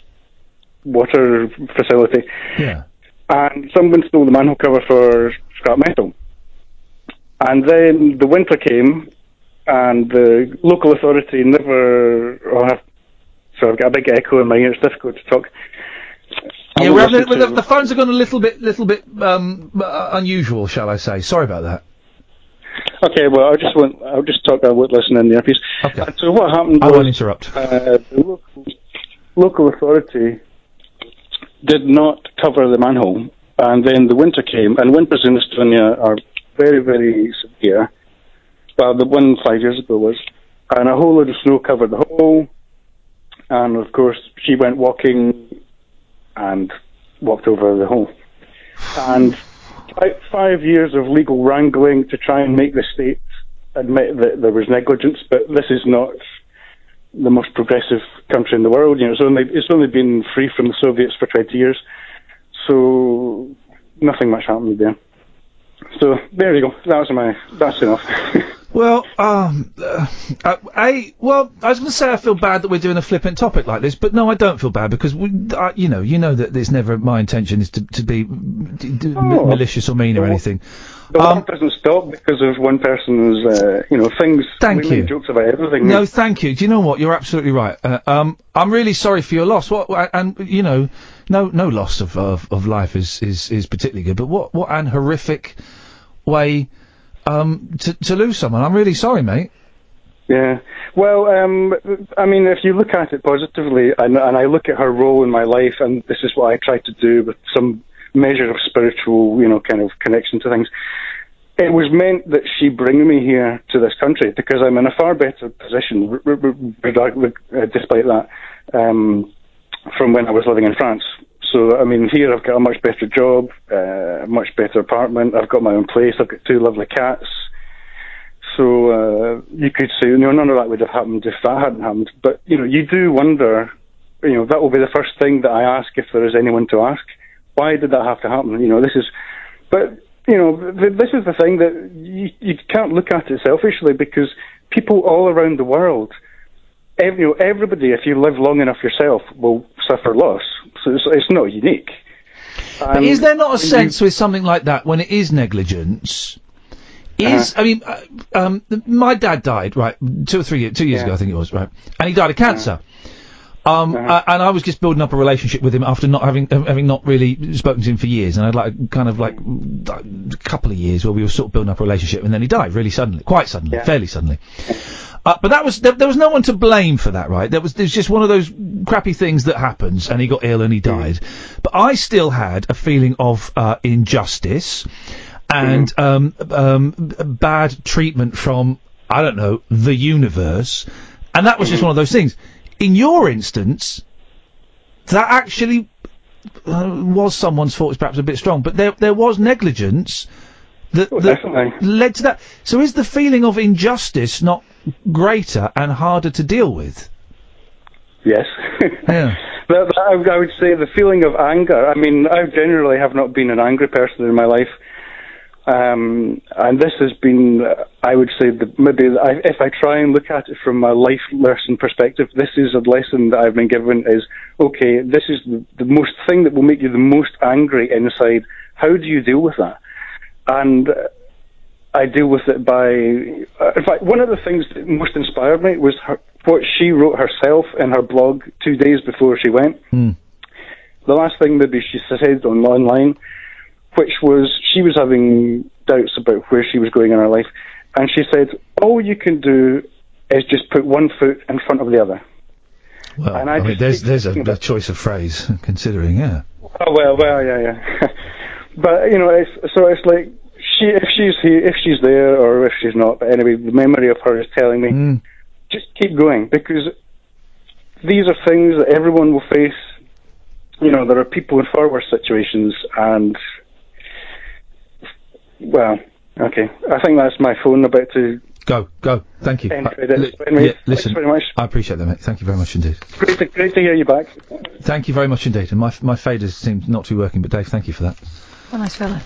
Speaker 20: water facility.
Speaker 3: Yeah.
Speaker 20: And someone stole the manhole cover for scrap metal. And then the winter came, and the local authority never. Oh, I've, so I've got a big echo in my ear. It's difficult to talk.
Speaker 3: Yeah,
Speaker 20: I'm
Speaker 3: we're having,
Speaker 20: listening
Speaker 3: the,
Speaker 20: to-
Speaker 3: the phones have gone a little bit little bit um, uh, unusual, shall I say? Sorry about that.
Speaker 20: Okay, well, I just want. I'll just talk. I won't listen in the earpiece.
Speaker 3: Okay.
Speaker 20: so what happened?
Speaker 3: I
Speaker 20: was,
Speaker 3: won't interrupt.
Speaker 20: Uh, the local, local authority did not cover the manhole, and then the winter came, and winters in Estonia are very, very severe. Well, the one five years ago was, and a whole load of snow covered the hole, and of course she went walking, and walked over the hole, and five, five years of legal wrangling to try and make the state admit that there was negligence, but this is not the most progressive country in the world. You know, it's only it's only been free from the Soviets for 20 years, so nothing much happened there. So there you go. That was my. That's enough.
Speaker 3: Well, um, uh, uh, I well, I was going to say I feel bad that we're doing a flippant topic like this, but no, I don't feel bad because we, I, you know, you know that it's never my intention is to to be d- d-
Speaker 20: Oh.
Speaker 3: malicious or mean or anything.
Speaker 20: The
Speaker 3: Um,
Speaker 20: world doesn't stop because of one person's. Uh, you know, things.
Speaker 3: Thank
Speaker 20: we
Speaker 3: you.
Speaker 20: Make jokes about everything.
Speaker 3: No, thank you. Do you know what? You're absolutely right. Uh, um, I'm really sorry for your loss. What wha- and you know, no, no loss of, of, of life is, is, is particularly good. But what what an horrific way um, to to lose someone. I'm really sorry, mate.
Speaker 20: Yeah. Well, um, I mean, if you look at it positively, and, and I look at her role in my life, and this is what I try to do with some measure of spiritual, you know, kind of connection to things. It was meant that she bring me here to this country because I'm in a far better position, r- r- r- regard- uh, despite that, um, from when I was living in France. So, I mean, here I've got a much better job, uh, a much better apartment. I've got my own place. I've got two lovely cats. So uh, you could say, you know, none of that would have happened if that hadn't happened. But you know, you do wonder. You know, that will be the first thing that I ask if there is anyone to ask. Why did that have to happen? You know, this is. But you know, th- this is the thing that you, you can't look at it selfishly because people all around the world, ev you know, everybody, if you live long enough yourself, will suffer loss. So it's, it's not unique.
Speaker 3: but
Speaker 20: Um,
Speaker 3: is there not a
Speaker 20: when you-
Speaker 3: sense with something like that when it is negligence? Is I mean, uh, um, th- my dad died right two or three years, two years ago, I think it was right, and he died of cancer. Um, uh, and I was just building up a relationship with him after not having uh, having not really spoken to him for years, and I'd like kind of like a couple of years where we were sort of building up a relationship, and then he died really suddenly, quite suddenly, fairly suddenly. Uh, but that was there, there was no one to blame for that, right? There was there's just one of those crappy things that happens, and he got ill and he died. But I still had a feeling of uh, injustice and um, um, b- bad treatment from I don't know the universe, and that was just one of those things. In your instance, that actually uh, was someone's fault. Is perhaps a bit strong, but there there was negligence that, that led to that. So is the feeling of injustice not greater and harder to deal with?
Speaker 20: Yes.
Speaker 3: Yeah.
Speaker 20: That, that, I would- I would say the feeling of anger. I mean, I generally have not been an angry person in my life, um, and this has been, uh, I would say, the, maybe I, if I try and look at it from a life lesson perspective, this is a lesson that I've been given: is okay, this is the, the most thing that will make you the most angry inside. How do you deal with that? And uh, I deal with it by. uh, In fact, one of the things that most inspired me was her, what she wrote herself in her blog two days before she went. The last thing maybe she said on online, which was she was having doubts about where she was going in her life, and she said, "All you can do is just put one foot in front of the other."
Speaker 3: Well, I, mean, there's there's a, a choice of phrase considering, yeah.
Speaker 20: Oh well, well, yeah, yeah. but you know, it's so it's like she if she's here, if she's there, or if she's not. But anyway, the memory of her is telling me, just keep going because these are things that everyone will face. You know, there are people in far worse situations, and well, okay. I think that's my phone about to
Speaker 3: Go, go. Thank you.
Speaker 20: end.
Speaker 3: Uh,
Speaker 20: with it. Anyway,
Speaker 3: yeah, listen, I appreciate that, mate. Thank you very much indeed.
Speaker 20: great, to, great to hear you back.
Speaker 3: Thank you very much indeed. And my my faders seems not to be working, but Dave, thank you for that.
Speaker 6: What a nice fella.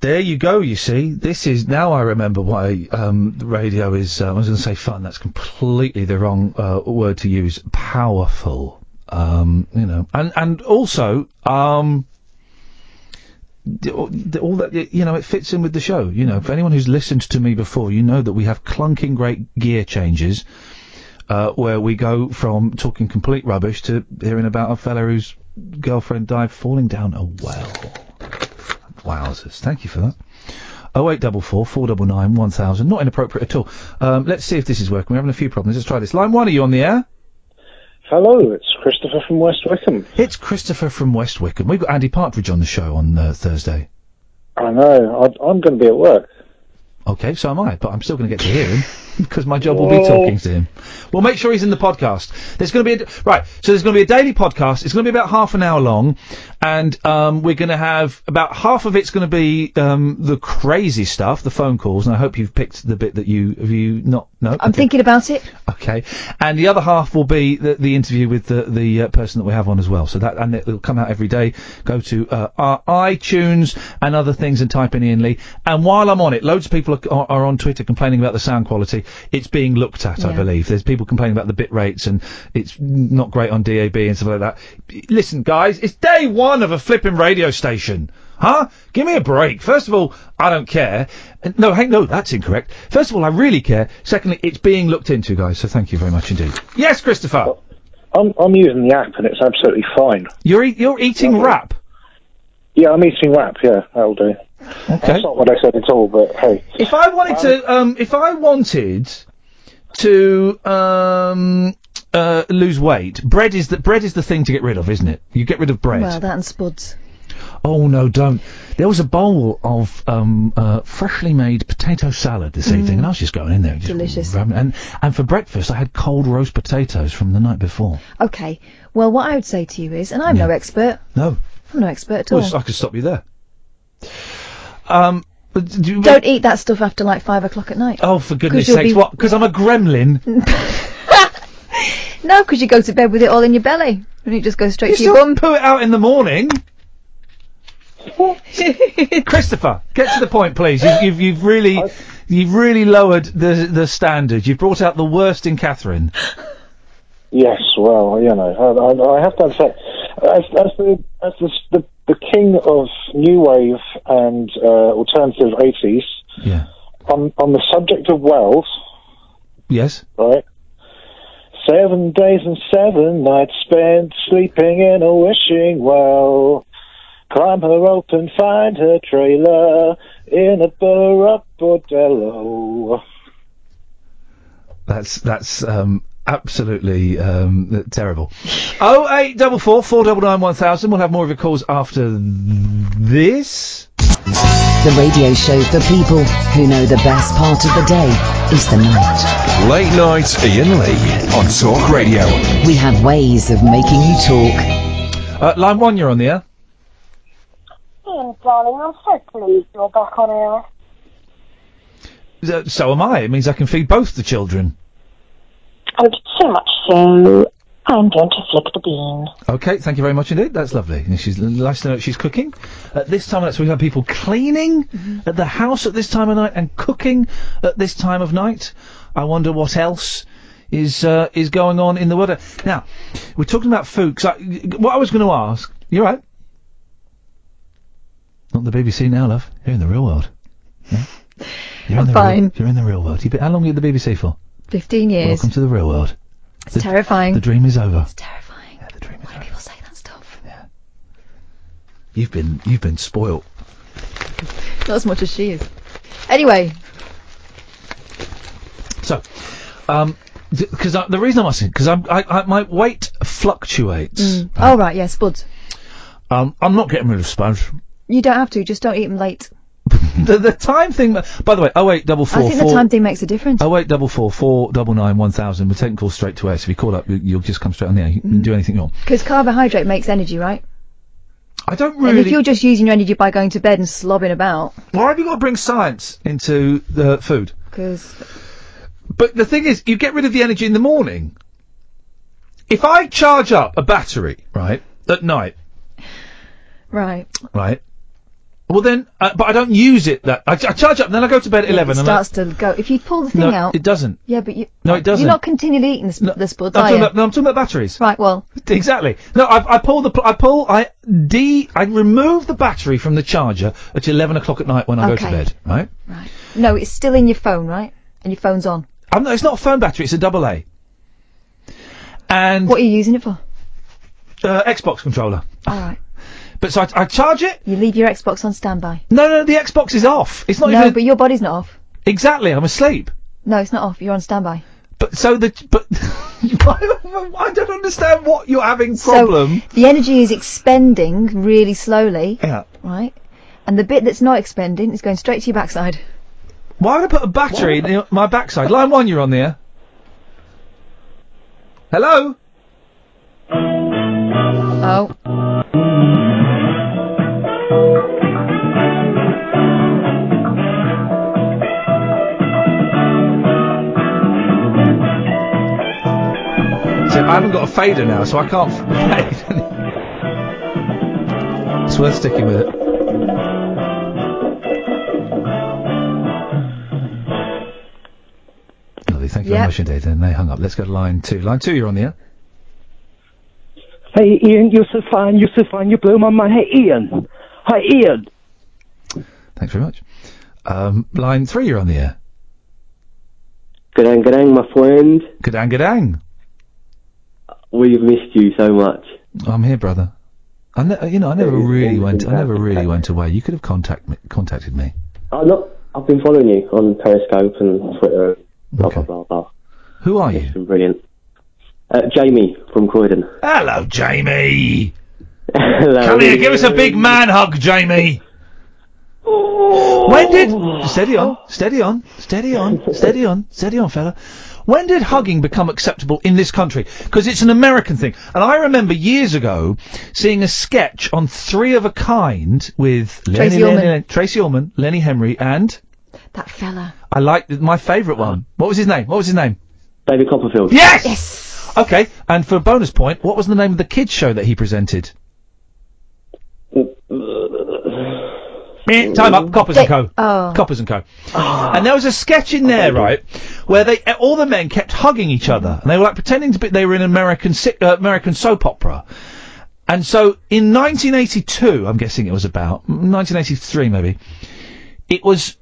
Speaker 3: There you go. You see, this is now I remember why um, the radio is. Uh, I was going to say fun. That's completely the wrong uh, word to use. Powerful. Um, you know, and and also um, d- all d- all that you know, it fits in with the show. You know, for anyone who's listened to me before, you know that we have clunking great gear changes. Uh, where we go from talking complete rubbish to hearing about a fella whose girlfriend died falling down a well. Wowzers. Thank you for that. 0844 499 1000. Not inappropriate at all. Um, let's see if this is working. We're having a few problems. Let's try this. Line 1, are you on the air?
Speaker 21: Hello, it's Christopher from West Wickham.
Speaker 3: It's Christopher from West Wickham. We've got Andy Partridge on the show on uh, Thursday.
Speaker 21: I know, I, I'm going to be at work.
Speaker 3: Okay, so am I, but I'm still going to get to hear him because my job will be
Speaker 21: Whoa.
Speaker 3: talking to him. We'll make sure he's in the podcast. There's going to be a, right, so there's going to be a daily podcast. It's going to be about half an hour long, and um, we're going to have about half of it's going to be um, the crazy stuff, the phone calls, and I hope you've picked the bit that you have you not no.
Speaker 6: I'm thinking about it.
Speaker 3: Okay, and the other half will be the, the interview with the the uh, person that we have on as well. So that and it'll come out every day. Go to uh, our iTunes and other things and type in Ian Lee. And while I'm on it, loads of people are, are on Twitter complaining about the sound quality. It's being looked at, I
Speaker 19: Yeah.
Speaker 3: believe. There's people complaining about the bit rates and it's not great on DAB and stuff like that. Listen, guys, it's day one of a flipping radio station. Huh? Give me a break. First of all, I don't care. And- No, hang, no, that's incorrect. First of all, I really care. Secondly, it's being looked into, guys, so thank you very much indeed. Yes, Christopher.
Speaker 21: I'm, I'm using the app and it's absolutely fine.
Speaker 3: You're e- you're eating wrap.
Speaker 21: Yeah, I'm eating wrap. Yeah, that'll do.
Speaker 3: Okay.
Speaker 21: That's not what I said at all, but hey.
Speaker 3: If I wanted to, um, if I wanted to, um, uh, lose weight, bread is the, bread is the thing to get rid of, isn't it? You get rid of bread.
Speaker 6: Well, that and spuds.
Speaker 3: Oh no, don't! There was a bowl of um, uh, freshly made potato salad this evening, and I was just going in there, just
Speaker 6: Mm. Delicious.
Speaker 3: grabbing it. and and for breakfast I had cold roast potatoes from the night before.
Speaker 6: Okay. Well, what I would say to you is, and I'm no expert.
Speaker 3: No,
Speaker 6: I'm no expert at all.
Speaker 3: well, I could stop you there. Um, but do you-
Speaker 6: Don't eat that stuff after like five o'clock at night.
Speaker 3: Oh, for goodness
Speaker 6: 'Cause you'll
Speaker 3: sakes!
Speaker 6: be-
Speaker 3: What? Because I'm a gremlin.
Speaker 6: No, because you go to bed with it all in your belly, and it just goes straight
Speaker 3: You
Speaker 6: to your
Speaker 3: still
Speaker 6: bum.
Speaker 3: poo it out in the morning. Christopher, get to the point, please. You've, you've, you've really, you've really lowered the the standard. You've brought out the worst in Catherine.
Speaker 21: Yes, well, you know, I, I, I have to say, as, as the as the, the the king of new wave and uh, alternative eighties.
Speaker 3: Yeah.
Speaker 21: On on the subject of Wells,
Speaker 3: Yes.
Speaker 21: right? Seven days and seven nights spent sleeping in a wishing well. Climb her open, find her trailer in a borough bordello.
Speaker 3: That's that's um, absolutely um, terrible. Oh eight double four four double nine one thousand. We'll have more of your calls after this.
Speaker 1: The radio show for people who know the best part of the day is the night.
Speaker 2: Late Night Ian Lee on Talk Radio.
Speaker 1: We have ways of making you talk.
Speaker 3: Uh, line one, you're on the air.
Speaker 22: Ian, darling, I'm so pleased you're back on air.
Speaker 3: Uh, So am I. It means I can feed both the children.
Speaker 22: and Oh, so much so, I'm going to flick the bean.
Speaker 3: Okay, thank you very much indeed. That's lovely. And She's nice to know she's cooking. At this time of night, so we have people cleaning at the house at this time of night and cooking at this time of night. I wonder what else is uh, is going on in the world. Now, we're talking about food. 'cause I, what I was going to ask, you all right? Not the BBC now, love. You're in the real world. Yeah? You're in the
Speaker 6: fine.
Speaker 3: Real, you're in the real world. You've been, how long are you at the BBC for?
Speaker 6: 15 years.
Speaker 3: Welcome to the real world.
Speaker 6: It's terrifying.
Speaker 3: The dream is over.
Speaker 6: People say that stuff.
Speaker 3: You've been you've been spoilt.
Speaker 6: Not as much as she is. Anyway,
Speaker 3: So, um, because the reason I'm asking because I'm I, I, my weight fluctuates.
Speaker 6: mm. oh right, yeah, spuds.
Speaker 3: Um, I'm not getting rid of spuds.
Speaker 6: You don't have to. Just don't eat them late.
Speaker 3: the, the time thing. By the way, oh wait, double four
Speaker 6: I think the
Speaker 3: four-
Speaker 6: time thing makes a difference.
Speaker 3: Oh wait, double four four double nine one thousand. We're taking calls straight to air. So if you call up, you, you'll just come straight on the air. You
Speaker 6: Mm.
Speaker 3: can do anything you want.
Speaker 6: Because carbohydrate makes energy, right?
Speaker 3: I don't
Speaker 6: And if
Speaker 3: really.
Speaker 6: you're just using your energy by going to bed and slobbing about,
Speaker 3: Why have you got to bring science into the food?
Speaker 6: because
Speaker 3: But the thing is, you get rid of the energy in the morning. If I charge up a battery, right, at night,
Speaker 6: right,
Speaker 3: right, well then, uh, but I don't use it that, I, ch- I charge up and then I go to bed at 11
Speaker 6: it
Speaker 3: and I-
Speaker 6: starts to go. If you pull the thing
Speaker 3: no,
Speaker 6: out,
Speaker 3: it doesn't.
Speaker 6: yeah, but you
Speaker 3: No, it doesn't.
Speaker 6: you're not continually eating the, sp- the spuds,
Speaker 3: No,
Speaker 6: are
Speaker 3: I'm talking
Speaker 6: you?
Speaker 3: about, no, I'm talking about batteries.
Speaker 6: Right. Well,
Speaker 3: Exactly. No, I, I pull the, pl- I pull, I de, I remove the battery from the charger at 11 o'clock at night when I go to
Speaker 6: Okay.
Speaker 3: bed, right?
Speaker 6: no, it's still in your phone, right? And your phone's on.
Speaker 3: I'm not, it's not a phone battery, it's a double A. And. What
Speaker 6: are you using it for?
Speaker 3: Uh, Xbox controller.
Speaker 6: All right.
Speaker 3: But so I, I charge it.
Speaker 6: You leave your Xbox on standby.
Speaker 3: No, no, the Xbox is off. It's not
Speaker 6: no,
Speaker 3: even.
Speaker 6: but your body's not off.
Speaker 3: Exactly, I'm asleep.
Speaker 6: No, it's not off. You're on standby.
Speaker 3: But so the but I don't understand what you're having problem.
Speaker 6: The energy is expending really slowly.
Speaker 3: Yeah.
Speaker 6: Right. And the bit that's not expending is going straight to your backside.
Speaker 3: Why would I put a battery in the- my backside? Line one, you're on there. Hello.
Speaker 6: Oh.
Speaker 3: So I haven't got a fader now, so I can't. Fade. it's worth sticking with it. Lovely, thank you
Speaker 4: Yep.
Speaker 3: very much indeed. Then they hung up. Let's go to line two. Line two, you're on the air.
Speaker 4: Hey, Ian, you're so fine, you're so fine, you blow my mind. Hey, Ian. Hi, Ian.
Speaker 3: Thanks very much. Um, line three, you're on the air.
Speaker 10: Gadang, gadang, my friend.
Speaker 3: Gadang, gadang.
Speaker 10: We've missed you so much.
Speaker 3: I'm here, brother. I ne- you know, I never really went. I never really went away. You could have contact me, contacted me.
Speaker 10: I'm not. I've been following you on Periscope and Twitter. Blah blah blah blah.
Speaker 3: Who are you?
Speaker 10: It's been brilliant. Uh, Jamie from Croydon.
Speaker 3: Hello, Jamie.
Speaker 10: Hello.
Speaker 3: Come here, give us a big man hug, Jamie. When
Speaker 6: Oh.
Speaker 3: did steady on, steady on, steady on, steady on, steady on, fella? When did hugging become acceptable in this country? Because it's an American thing, and I remember years ago seeing a sketch on Three of a Kind with
Speaker 6: Tracy
Speaker 3: Lenny,
Speaker 6: Ullman.
Speaker 3: Lenny, Tracy Ullman, Lenny Henry, and
Speaker 6: That fella.
Speaker 3: I liked my favourite one. What was his name? What was his name?
Speaker 10: David Copperfield.
Speaker 3: Yes. Okay, and for a bonus point, what was the name of the kids show that he presented? Eh, Time up, Coppers and Co.
Speaker 6: Oh.
Speaker 3: Coppers and Co. And there was a sketch in there, right, where they all the men kept hugging each other, and they were like pretending to be they were in an American si- uh, American soap opera. And so in 1982, I'm guessing it was about 1983 maybe. It was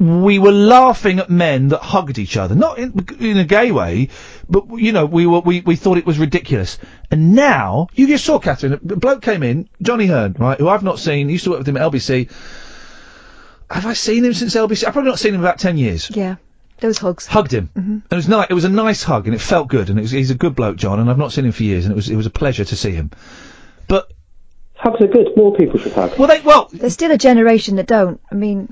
Speaker 3: we were laughing at men that hugged each other, not in, in a gay way, but you know we were we, we thought it was ridiculous. And now you just saw Catherine, a bloke came in, Johnny Hearn, right, who I've not seen, used to work with him at LBC. Have I seen him since LBC? I've probably not seen him in about ten years.
Speaker 6: Yeah. Those hugs. Mm-hmm.
Speaker 3: Hugged him. And it was nice. It was a nice hug, and it felt good. And it was, he's a good bloke, John. And I've not seen him for years, and it was it was a pleasure to see him. But
Speaker 10: hugs are good. More people should hug.
Speaker 3: Well, they well.
Speaker 6: There's still a generation that don't. I mean.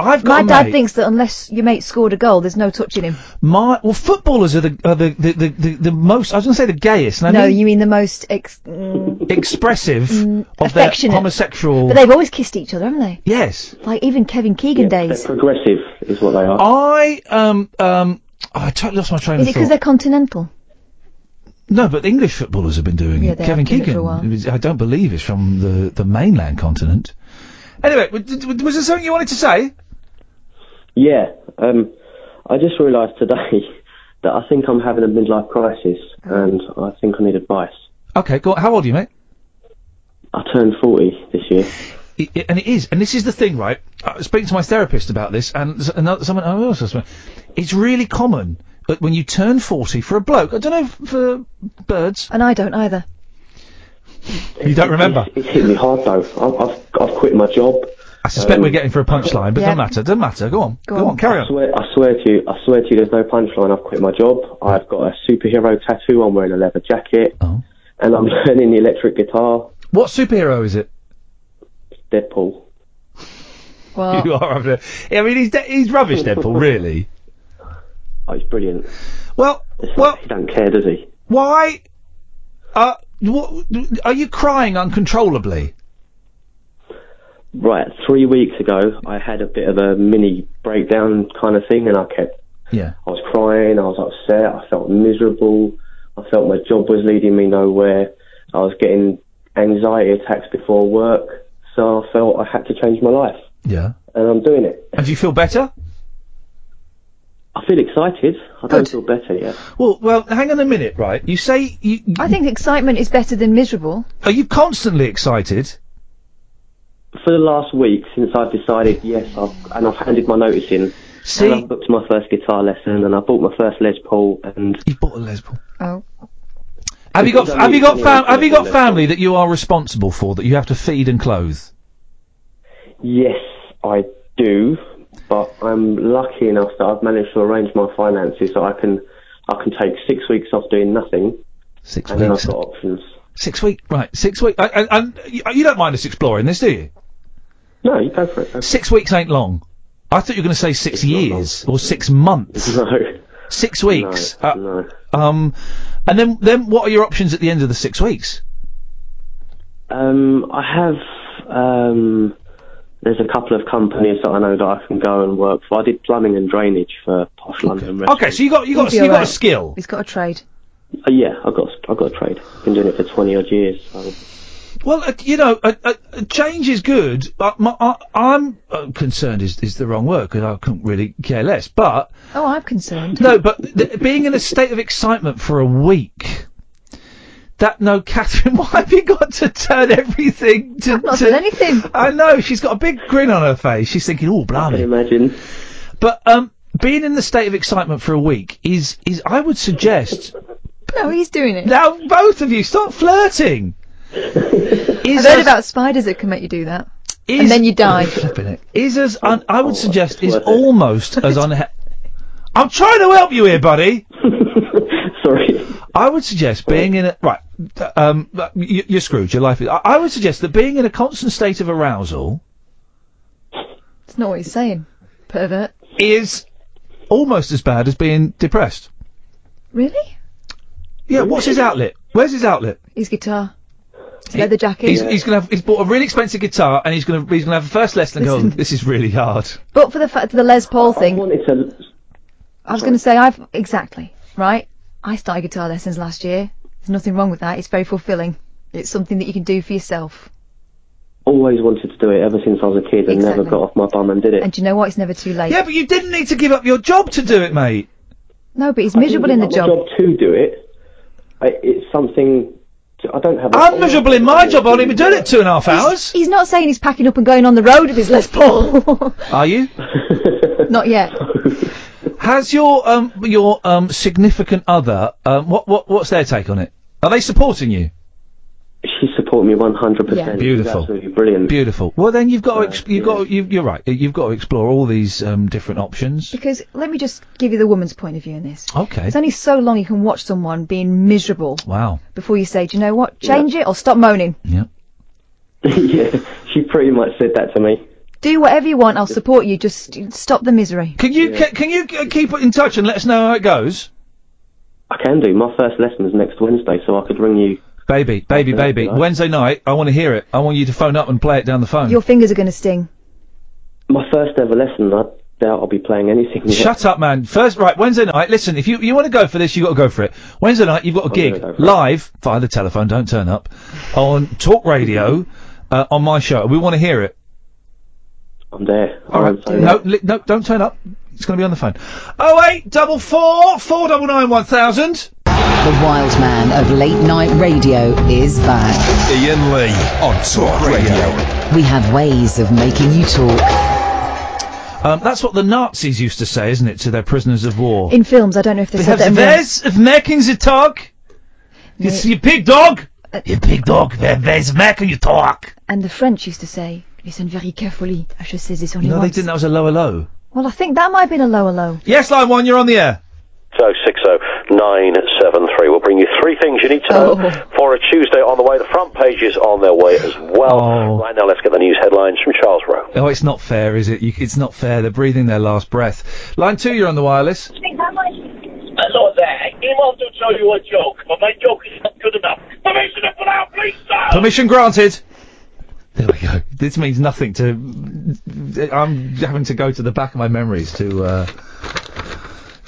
Speaker 3: I've
Speaker 6: My
Speaker 3: got a
Speaker 6: dad
Speaker 3: mate-
Speaker 6: thinks that unless your mate scored a goal, there's no touching him.
Speaker 3: My well, footballers are the are the the, the, the, the most. I was going to say the gayest. And I
Speaker 6: no,
Speaker 3: mean
Speaker 6: you mean the most. Ex- mm,
Speaker 3: expressive
Speaker 6: Mm,
Speaker 3: of their
Speaker 6: affectionate.
Speaker 3: homosexual.
Speaker 6: but they've always kissed each other, haven't they?
Speaker 3: yes.
Speaker 6: Like even Kevin Keegan days.
Speaker 10: Progressive is what they are.
Speaker 3: I um um oh, I totally lost my train
Speaker 6: Is it
Speaker 3: of
Speaker 6: because
Speaker 3: thought.
Speaker 6: they're continental?
Speaker 3: No, but English footballers have been doing
Speaker 6: Yeah,
Speaker 3: it.
Speaker 6: they
Speaker 3: Kevin
Speaker 6: have been for a
Speaker 3: Keegan,
Speaker 6: while.
Speaker 3: who is- I don't believe, is from the, the mainland continent. Anyway, w- d- d- was there something you wanted to say?
Speaker 27: Yeah, um, I just realised today that I think I'm having a midlife crisis and I think I need advice.
Speaker 3: Okay, go on. How old are you, mate?
Speaker 27: I turned 40 this year.
Speaker 3: I- I- and it is, and this is the thing, right? I was speaking to my therapist about this, and s- another, someone oh, else was. It's really common that when you turn forty for a bloke, I don't know f- for birds,
Speaker 6: and I don't either.
Speaker 3: You don't remember?
Speaker 27: It's, it's hit me hard though. I've, I've, I've quit my job.
Speaker 3: I suspect we're getting for a punchline, but
Speaker 27: Yeah.
Speaker 3: don't matter, don't matter. Go on, go, on. carry on.
Speaker 27: swear, I swear to you, I swear to you, there's no punchline. I've quit my job. I've got a superhero tattoo. I'm wearing a leather jacket, and I'm learning the electric guitar.
Speaker 3: Oh. What superhero is it?
Speaker 27: Deadpool.
Speaker 6: Well,
Speaker 3: You are. having a- I mean, he's de- he's rubbish, Deadpool, really.
Speaker 27: Oh, he's brilliant.
Speaker 3: Well,
Speaker 27: well, he don't care, does he?
Speaker 3: Why? Uh, what, are you crying uncontrollably?
Speaker 27: Right. Three weeks ago, I had a bit of a mini breakdown kind of thing, and I kept.
Speaker 3: Yeah.
Speaker 27: I was crying. I was upset. I felt miserable. I felt my job was leading me nowhere. I was getting anxiety attacks before work, so I felt I had to change my life,
Speaker 3: Yeah.
Speaker 27: and I'm doing it.
Speaker 3: And do you feel better?
Speaker 27: I feel excited. I don't feel better yet.
Speaker 3: Well, well, hang on a minute, right? You say you
Speaker 6: I think excitement is better than miserable.
Speaker 3: are you constantly excited?
Speaker 27: For the last week, since I've decided, yes, I've, and I've handed my notice in, and I've booked my first guitar lesson, and I bought my first Les Paul, and
Speaker 3: you bought a Les Paul.
Speaker 6: Oh.
Speaker 3: Have you got have you got fam- have you got family that you are responsible for that you have to feed and clothe?
Speaker 27: Yes, I do, but I'm lucky enough that I've managed to arrange my finances so I can I can take six weeks off doing nothing.
Speaker 3: Six
Speaker 27: and
Speaker 3: weeks.
Speaker 27: then I've got options.
Speaker 3: Six week, right? Six week. And, and, and you- you don't mind us exploring this, do you?
Speaker 27: No, you go for it.
Speaker 3: Six weeks ain't long. I thought you were going to say six years or six months.
Speaker 27: No.
Speaker 3: Six weeks. No, Um, and then then what are your options at the end of the six weeks?
Speaker 27: Um, I have um, there's a couple of companies that I know that I can go and work for. I did plumbing and drainage for Posh London. Restaurant.
Speaker 3: Okay, so you got you got
Speaker 6: He'll be
Speaker 3: you got a
Speaker 6: alright.
Speaker 3: skill.
Speaker 6: He's got a trade.
Speaker 27: Uh, yeah, I got I got a trade. Been doing it for twenty odd years. So.
Speaker 3: Well, uh, you know, a, a, a change is good. But my, I, I'm uh, concerned is is the wrong word because I couldn't really care less. But
Speaker 6: Oh, I'm concerned.
Speaker 3: No, but th- being in a state of excitement for a week. That no, Catherine. Why have you got to turn everything to? I've
Speaker 6: not done anything.
Speaker 3: I know she's got a big grin on her face. She's thinking, "Oh, blimey!"
Speaker 27: imagine.
Speaker 3: But um, being in the state of excitement for a week is is I would suggest.
Speaker 6: No, he's doing it.
Speaker 3: Now both of you stop flirting.
Speaker 6: I've heard about spiders that can make you do that.
Speaker 3: Is-
Speaker 6: and then you die.
Speaker 3: Flipping it. Oh, Is as un- I would suggest is almost as unhe I'm trying to help you here, buddy.
Speaker 27: Sorry.
Speaker 3: I would suggest being in a right. th- Um, you, you're screwed. Your life is. I, I would suggest that being in a constant state of arousal
Speaker 6: It's not what he's saying. Pervert.
Speaker 3: is almost as bad as being depressed.
Speaker 6: Really?
Speaker 3: Yeah. What's his outlet? Where's his outlet?
Speaker 6: His guitar. His leather jacket.
Speaker 3: He's, he's gonna have. He's bought a really expensive guitar, and he's gonna. He's gonna have a first lesson. and Go. This is really hard.
Speaker 6: But for the fact the Les Paul thing, I,
Speaker 27: wanted to.
Speaker 6: was going to say I've exactly right. I started guitar lessons last year. There's nothing wrong with that. It's very fulfilling. It's something that you can do for yourself.
Speaker 27: Always wanted to do it ever since I was a kid and never
Speaker 6: Exactly.
Speaker 27: got off my bum and did it.
Speaker 6: And do you know what? It's never too late.
Speaker 3: Yeah, but you didn't need to give up your job to do it, mate.
Speaker 6: No, but he's miserable in the
Speaker 27: It's not
Speaker 6: job.
Speaker 27: my job to do it. I, it's something to, I don't have. a-
Speaker 3: I'm miserable in my job. I've only been doing it two and a half hours.
Speaker 6: He's not saying he's packing up and going on the road with his Les Paul.
Speaker 3: Are you?
Speaker 6: not yet.
Speaker 3: Has your um your um significant other um what what what's their take on it? Are they supporting you?
Speaker 27: She supported me 100.
Speaker 3: Yeah.
Speaker 27: percent
Speaker 3: Beautiful.
Speaker 27: absolutely brilliant.
Speaker 3: Beautiful. Well, then you've got to exp- you've got you you're right. You've got to explore all these um different options.
Speaker 6: Because let me just give you the woman's point of view in this.
Speaker 3: Okay.
Speaker 6: It's only so long you can watch someone being miserable
Speaker 3: Wow.
Speaker 6: before you say, do you know what? Change it or stop moaning.
Speaker 27: yeah, she pretty much said that to me.
Speaker 6: Do whatever you want. I'll support you. Just stop the misery.
Speaker 3: Can you ca- can you uh, keep in touch and let us know how it goes?
Speaker 27: I can do. My first lesson's next Wednesday, so I could ring you.
Speaker 3: Baby, baby,
Speaker 27: That'd be
Speaker 3: baby.
Speaker 27: nice.
Speaker 3: Wednesday night, I want to hear it. I want you to phone up and play it down the phone.
Speaker 6: Your fingers are going to sting.
Speaker 27: My first ever lesson, I
Speaker 10: doubt I'll be playing anything. yet.
Speaker 3: Shut up, man. First, right, Wednesday night. Listen, if you, you want to go for this, you've got to go for it. Wednesday night, you've got a gig live via the telephone. Don't turn up on Talk Radio uh, on my show. We want to hear it.
Speaker 10: I'm there.
Speaker 3: All right. No, li- no, don't turn up. It's going to be on the phone. Oh eight double four four double nine one thousand.
Speaker 1: The wild man of late night radio is back.
Speaker 2: Ian Lee on Talk Radio.
Speaker 1: We have ways of making you talk.
Speaker 3: Um, that's what the Nazis used to say, isn't it, to their prisoners of war?
Speaker 6: In films, I don't know if they
Speaker 3: We
Speaker 6: said
Speaker 3: have
Speaker 6: that. in real-
Speaker 3: ways of making the talk. You, see, you big dog. You big dog. We have ways of making you talk.
Speaker 6: And the French used to say, listen very carefully. I should say this only
Speaker 3: No, they
Speaker 6: once.
Speaker 3: didn't. That was a lower low.
Speaker 6: Well, I think that might have been a lower low.
Speaker 3: Yes, line one. You're on the air.
Speaker 19: So six oh nine seven three. We'll bring you three things you need to know
Speaker 6: Oh.
Speaker 19: for a Tuesday on the way. The front page is on their way as well. Right now, let's get the news headlines from Charles Rowe.
Speaker 3: Oh, it's not fair, is it? You, it's not fair. They're breathing their last breath. Line two. You're on the wireless.
Speaker 23: Hello there. I came on to tell you a joke, but my joke is not good enough. Permission to put out, please, sir!
Speaker 3: Permission granted. There we go. This means nothing to. I'm having to go to the back of my memories to uh,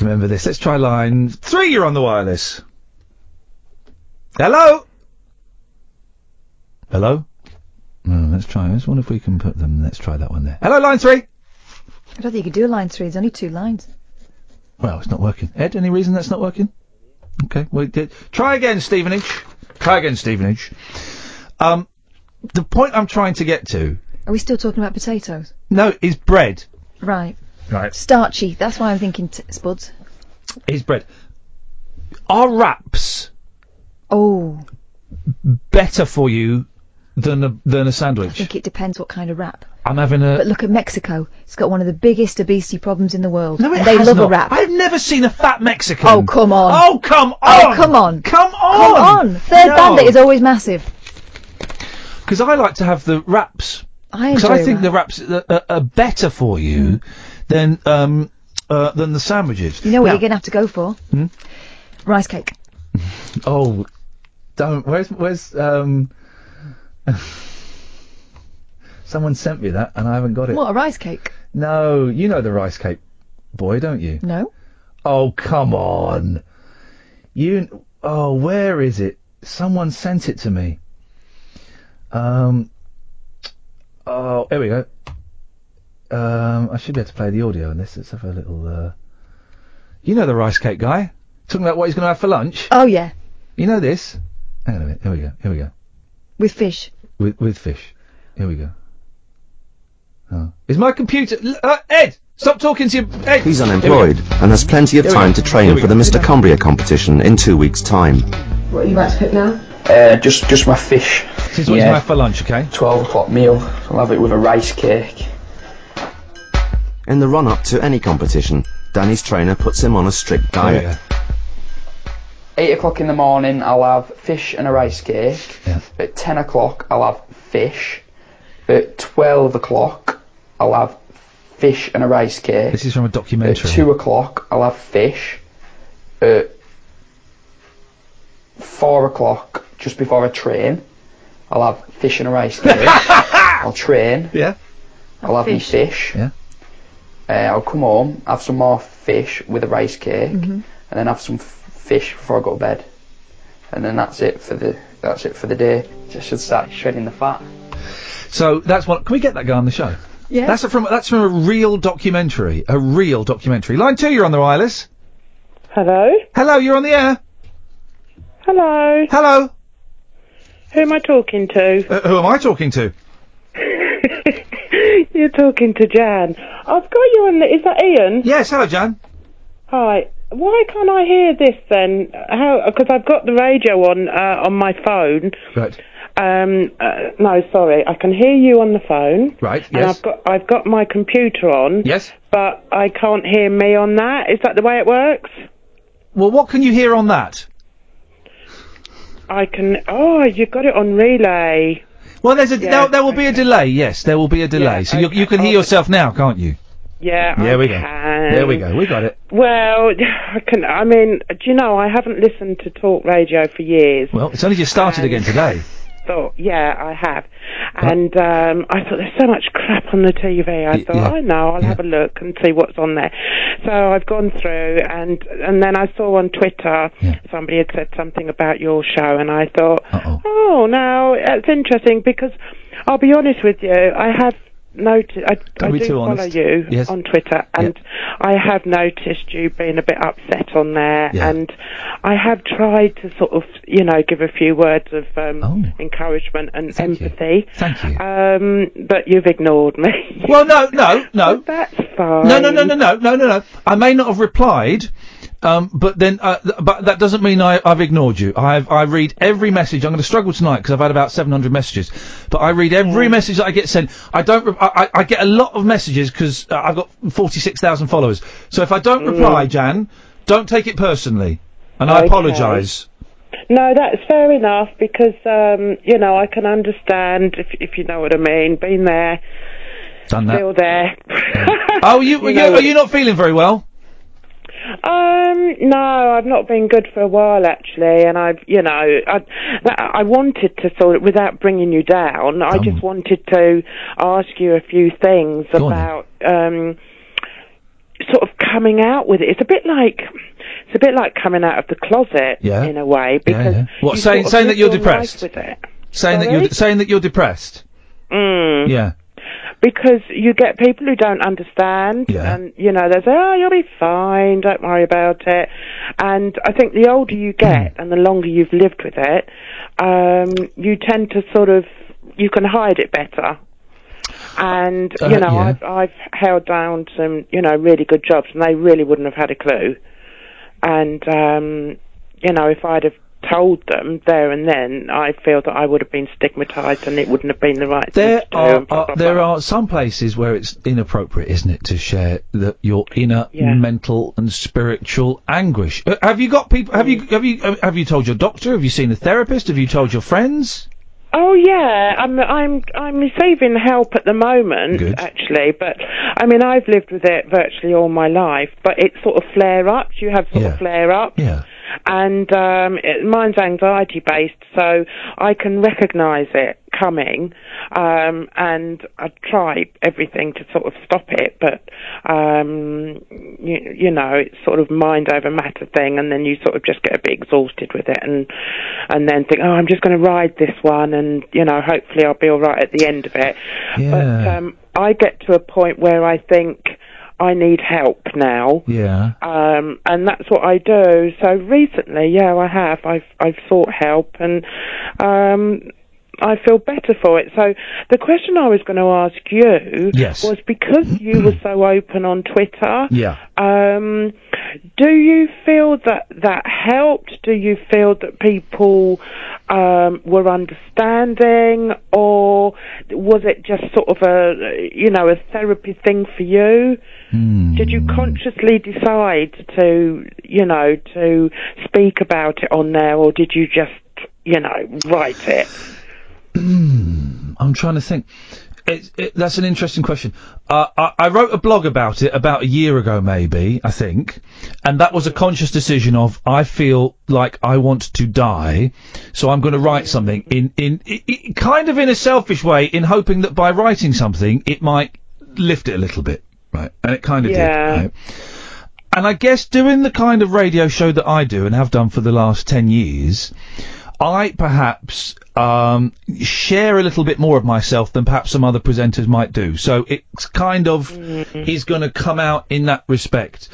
Speaker 3: remember this. Let's try line three. You're on the wireless. Hello. Hello. Oh, let's try. Let's wonder if we can put them. Let's try that one there. Hello, line three.
Speaker 6: I don't think you could do a line three. There's only two lines.
Speaker 3: Well, it's not working. Ed, any reason that's not working? Okay, well, it did. Try again, Stevenage. Try again, Stevenage. Um, the point I'm trying to get to,
Speaker 6: Are we still talking about potatoes?
Speaker 3: no, is bread.
Speaker 6: Right.
Speaker 3: Right.
Speaker 6: Starchy. That's why I'm thinking t- spuds.
Speaker 3: Is bread. Are wraps
Speaker 6: Oh,
Speaker 3: better for you than a, than a
Speaker 6: I
Speaker 3: sandwich?
Speaker 6: think it depends what kind of wrap.
Speaker 3: I'm having a.
Speaker 6: But look at Mexico. It's got one of the biggest obesity problems in the world.
Speaker 3: No, it
Speaker 6: and they
Speaker 3: has
Speaker 6: love a
Speaker 3: not.
Speaker 6: wrap.
Speaker 3: I've never seen a fat Mexican.
Speaker 6: Oh, come on.
Speaker 3: Oh, come on.
Speaker 6: Oh, come on.
Speaker 3: Come
Speaker 6: on.
Speaker 3: on.
Speaker 6: Third
Speaker 3: No.
Speaker 6: bandit is always massive.
Speaker 3: Because I like to have the wraps.
Speaker 6: I
Speaker 3: Because
Speaker 6: enjoy Mm.
Speaker 3: I think the wraps are, are, are better for you than um uh, than the sandwiches.
Speaker 6: You know what
Speaker 3: Now-
Speaker 6: you're going to have to go for?
Speaker 3: Hmm?
Speaker 6: Rice cake.
Speaker 3: Oh, don't. Where's where's um. Someone sent me that and I haven't got it.
Speaker 6: What, a rice cake?
Speaker 3: No, you know the rice cake boy, don't you?
Speaker 6: No.
Speaker 3: Oh come on. You. Oh, where is it? Someone sent it to me. Um. Oh, here we go. Um, I should be able to play the audio on this. Let's have a little. Uh, you know the rice cake guy talking about what he's going to have for lunch.
Speaker 6: Oh, yeah.
Speaker 3: You know this? Hang on a minute. Here we go. Here we go.
Speaker 6: With fish.
Speaker 3: With with fish. Here we go. Oh. Is my computer? L- Uh, Ed, stop talking to your Ed.
Speaker 24: He's unemployed and has plenty of
Speaker 3: Here we
Speaker 24: time
Speaker 3: go.
Speaker 24: to
Speaker 3: Here
Speaker 24: train
Speaker 3: we
Speaker 24: for the
Speaker 3: go.
Speaker 24: Mr. Cumbria competition in two weeks' time.
Speaker 25: What are you about to cook now?
Speaker 28: Uh, just just my fish.
Speaker 3: This is what he's gonna have for lunch, okay?
Speaker 28: Twelve o'clock meal. I'll have it with a rice cake.
Speaker 24: In the run up to any competition, Danny's trainer puts him on a strict diet.
Speaker 28: Eight o'clock in the morning, I'll have fish and a rice cake. At ten o'clock, I'll have fish. At twelve o'clock, I'll have fish and a rice cake.
Speaker 3: This is from a
Speaker 28: At
Speaker 3: documentary.
Speaker 28: two o'clock, I'll have fish. At four o'clock, just before I train, I'll have fish and a rice cake. I'll train.
Speaker 3: Yeah.
Speaker 28: I'll have
Speaker 25: Fish.
Speaker 28: my fish.
Speaker 3: Yeah.
Speaker 28: Uh, I'll come home, have some more fish with a rice cake,
Speaker 21: Mm-hmm.
Speaker 25: Mhm.
Speaker 28: and then have some f- fish before I go to bed. And then that's it for the that's it for the day. Just should start shredding the fat.
Speaker 3: So that's what. Can we get that guy on the show?
Speaker 28: Yeah.
Speaker 3: That's from that's from a real documentary. A real documentary. Line two, you're on the wireless.
Speaker 25: Hello?
Speaker 3: Hello, you're on the air.
Speaker 25: Hello?
Speaker 3: Hello?
Speaker 25: Who am I talking to?
Speaker 3: Uh, who am I talking to?
Speaker 25: You're talking to Jan. I've got you on the... Is that Ian?
Speaker 3: Yes, hello, Jan.
Speaker 25: Hi. Why can't I hear this then? How? Because I've got the radio on uh, on my phone.
Speaker 3: Right.
Speaker 25: Um. Uh, no, sorry. I can hear you on the phone.
Speaker 3: Right.
Speaker 25: And
Speaker 3: Yes.
Speaker 25: I've got I've got my computer on.
Speaker 3: Yes.
Speaker 25: But I can't hear me on that. Is that the way it works?
Speaker 3: Well, what can you hear on that?
Speaker 25: I can. Oh, you've got it on relay.
Speaker 3: Well, there's a
Speaker 25: Yeah.
Speaker 3: Oh, there, there will be a delay. Yes, there will be a delay. so you you can hear yourself now, can't you?
Speaker 25: Yeah.
Speaker 3: there
Speaker 25: I
Speaker 3: we
Speaker 25: can.
Speaker 3: go. There we go. We got it.
Speaker 25: Well, I can. I mean, do you know? I haven't listened to talk radio for years.
Speaker 3: Well, it's only just started again today.
Speaker 25: thought, yeah, I have. And um, I thought, there's so much crap on the TV. I thought, I know, I'll have a look and see what's on there. So I've gone through, and and then I saw on Twitter somebody had said something about your show, and I thought, oh, no, it's interesting because I'll be honest with you, I have noticed, I, I
Speaker 5: Don't
Speaker 25: do
Speaker 5: be too
Speaker 25: follow
Speaker 5: honest.
Speaker 25: you
Speaker 5: Yes.
Speaker 25: on Twitter, and I have noticed you being a bit upset on there, and I have tried to sort of, you know, give a few words of um, encouragement and empathy.
Speaker 3: Thank you.
Speaker 25: Um, but you've ignored me.
Speaker 3: Well, no, no, no.
Speaker 25: That's fine.
Speaker 3: No, no, no, no, no, no, no, no. I may not have replied, um, but then, uh, th- but that doesn't mean I, I've ignored you. I've, I read every message. I'm going to struggle tonight because I've had about 700 messages, but I read every message that I get sent. I don't, re- I, I- I get a lot of messages because uh, I've got 46,000 followers. So if I don't reply, Jan, don't take it personally, and I
Speaker 25: Mm. Okay.
Speaker 3: apologise.
Speaker 25: No, that's fair enough because um, you know I can understand if if you know what I mean. Been there,
Speaker 3: Done that.
Speaker 25: still there.
Speaker 3: oh, you, you,
Speaker 25: You know
Speaker 3: are you not feeling very well?
Speaker 25: Um, no, I've not been good for a while actually, and I've, you know, I, that- I wanted to sort of, without bringing you down, I just wanted to ask you a few things about, um, sort of coming out with it. It's a bit like, it's a bit like coming out of the closet
Speaker 3: Yeah.
Speaker 25: in a way because
Speaker 3: yeah. What,
Speaker 25: you
Speaker 3: saying-
Speaker 25: sort of
Speaker 3: saying that
Speaker 25: live
Speaker 3: you're
Speaker 25: your
Speaker 3: depressed?
Speaker 25: life with it.
Speaker 3: Saying that
Speaker 25: Sorry?
Speaker 3: you're, saying that you're depressed.
Speaker 25: Mm
Speaker 3: Yeah.
Speaker 25: because you get people who don't understand and you know they say oh you'll be fine don't worry about it and i think the older you get
Speaker 3: Mm.
Speaker 25: and the longer you've lived with it um you tend to sort of you can hide it better and
Speaker 8: Uh,
Speaker 25: you know
Speaker 8: yeah.
Speaker 25: i've i've held down some you know really good jobs and they really wouldn't have had a clue and um you know if i'd have told them there and then i feel that i would have been stigmatized and it wouldn't have been the right
Speaker 3: There
Speaker 25: thing to do
Speaker 3: are,
Speaker 25: and blah, blah,
Speaker 3: are- uh, there are some places where it's inappropriate, isn't it, to share the, your inner mental and spiritual anguish. Uh, have you got people? Have you have you uh, have you told your doctor? Have you seen a therapist? Have you told your friends?
Speaker 25: Oh yeah, I'm I'm I'm receiving help at the moment actually, but I mean I've lived with it virtually all my life, but it's sort of flare ups. You have sort of flare ups.
Speaker 3: Yeah.
Speaker 25: And um, it, mine's anxiety based, so I can recognise it coming, um, and I try everything to sort of stop it, but um, you, you know it's sort of mind over matter thing, and then you sort of just get a bit exhausted with it, and and then think, oh, I'm just going to ride this one, and you know, hopefully I'll be all right at the end of it. But um, I get to a point where I think I need help now,
Speaker 3: Yeah.
Speaker 25: um, and that's what I do. So recently, yeah, I have. I've I've sought help, and um, I feel better for it. So the question I was going to ask you
Speaker 8: Yes.
Speaker 25: was because you were so open on Twitter.
Speaker 3: Yeah.
Speaker 25: Um, do you feel that that helped? Do you feel that people um, were understanding, or was it just sort of a you know a therapy thing for you? Did you consciously decide to you know to speak about it on there, or did you just you know write it?
Speaker 3: I'm trying to think. It, it, that's an interesting question. Uh, I, I wrote a blog about it about a year ago, maybe I think, and that was a conscious decision of I feel like I want to die, so I'm going to write something in in i i kind of in a selfish way, in hoping that by writing something it might lift it a little bit, right? And it kind of
Speaker 25: Yeah.
Speaker 3: did. Right? And I guess doing the kind of radio show that I do and have done for the last 10 years, I perhaps um, share a little bit more of myself than perhaps some other presenters might do. So it's kind of
Speaker 25: Mm.
Speaker 3: is going to come out in that respect.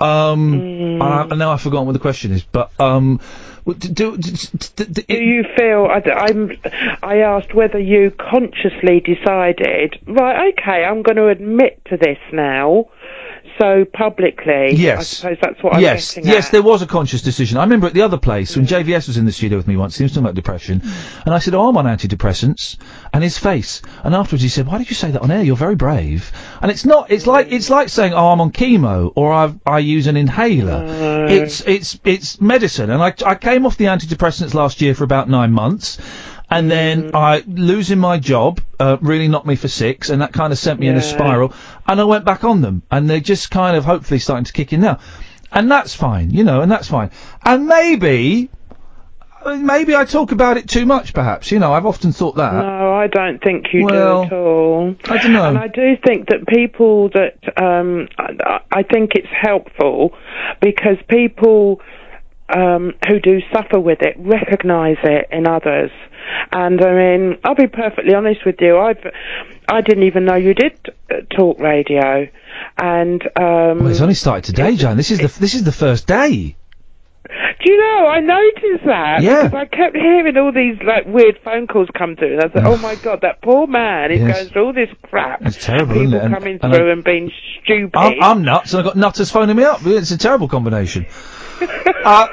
Speaker 3: Um,
Speaker 25: Mm.
Speaker 3: and, I, and now I've forgotten what the question is, but um, w- d- do, d- d- d-
Speaker 25: Do you feel I, am I asked whether you consciously decided, right? Okay, I'm going to admit to this now. So publicly, I
Speaker 3: Yes.
Speaker 25: suppose that's what I'm
Speaker 3: yes.
Speaker 25: getting
Speaker 3: yes, there was a conscious decision. I remember at the other place when JVS was in the studio with me once, he was talking about depression, and I said, Oh, I'm on antidepressants, and his face. And afterwards he said, Why did you say that on air? You're very brave. And it's not, it's like, it's like saying, Oh, I'm on chemo, or I, I use an inhaler. It's, it's, it's medicine. And I, I came off the antidepressants last year for about nine months. And
Speaker 25: Mm-hmm.
Speaker 3: then I losing my job uh, really knocked me for six, and that kind of sent me in a
Speaker 9: Yeah.
Speaker 3: spiral and I went back on them, and they're just kind of hopefully starting to kick in now, and that's fine, you know, and that's fine, and maybe maybe I talk about it too much, perhaps. You know, I've often thought that.
Speaker 25: No, I don't think you
Speaker 3: Uh, Well,
Speaker 25: do at all.
Speaker 3: I dunno.
Speaker 25: And I do think that people that um, I, I think it's helpful because people um, who do suffer with it recognise it in others. And I mean, I'll be perfectly honest with you. I've I didn't even know you did uh, talk radio, and um,
Speaker 3: Well, it's only started today, Jane. This is the this is the first day.
Speaker 25: Do you know? I noticed that.
Speaker 3: Yeah.
Speaker 25: Because I kept hearing all these like weird phone calls come through, and I thought, "Oh my god, that poor man is
Speaker 3: Yes.
Speaker 25: going through all this crap."
Speaker 3: It's terrible,
Speaker 25: People
Speaker 3: isn't it? And-
Speaker 25: coming
Speaker 3: and I-
Speaker 25: through and being stupid.
Speaker 3: I'm, I'm nuts, and I've got nutters phoning me up. It's a terrible combination. uh,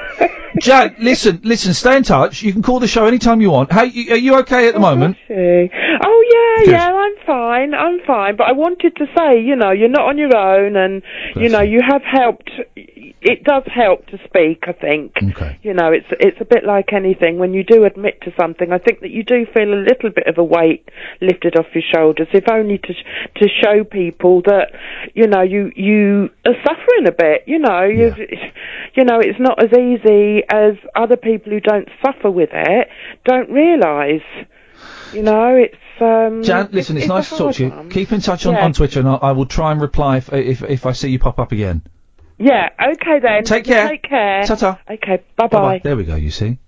Speaker 3: Jane, listen, listen, stay in touch. You can call the show anytime you want. Hey, you, are you okay at the moment?
Speaker 25: oh yeah, yeah, I'm fine. I'm fine. But I wanted to say, you know, you're not on your own, and you know, you have helped. It does help to speak. I think. Okay. You know, it's it's a bit like anything. When you do admit to something, I think that you do feel a little bit of a weight lifted off your shoulders, if only to sh- to show people that you know you you are suffering a bit. You know, you you know, it's not as easy as other people who don't suffer with it don't realise. You know, it's um.
Speaker 3: Jan, listen, it's,
Speaker 25: a
Speaker 3: nice to talk
Speaker 25: hard
Speaker 3: to you.
Speaker 25: one.
Speaker 3: Keep in touch on,
Speaker 25: Yeah.
Speaker 3: on Twitter, and I, I will try and reply if, if if I see you pop up again.
Speaker 25: Yeah. Okay then.
Speaker 3: Take care.
Speaker 25: Take care.
Speaker 3: Ta-ta.
Speaker 25: Okay. Bye
Speaker 6: Oh,
Speaker 25: bye.
Speaker 3: There we go. You see.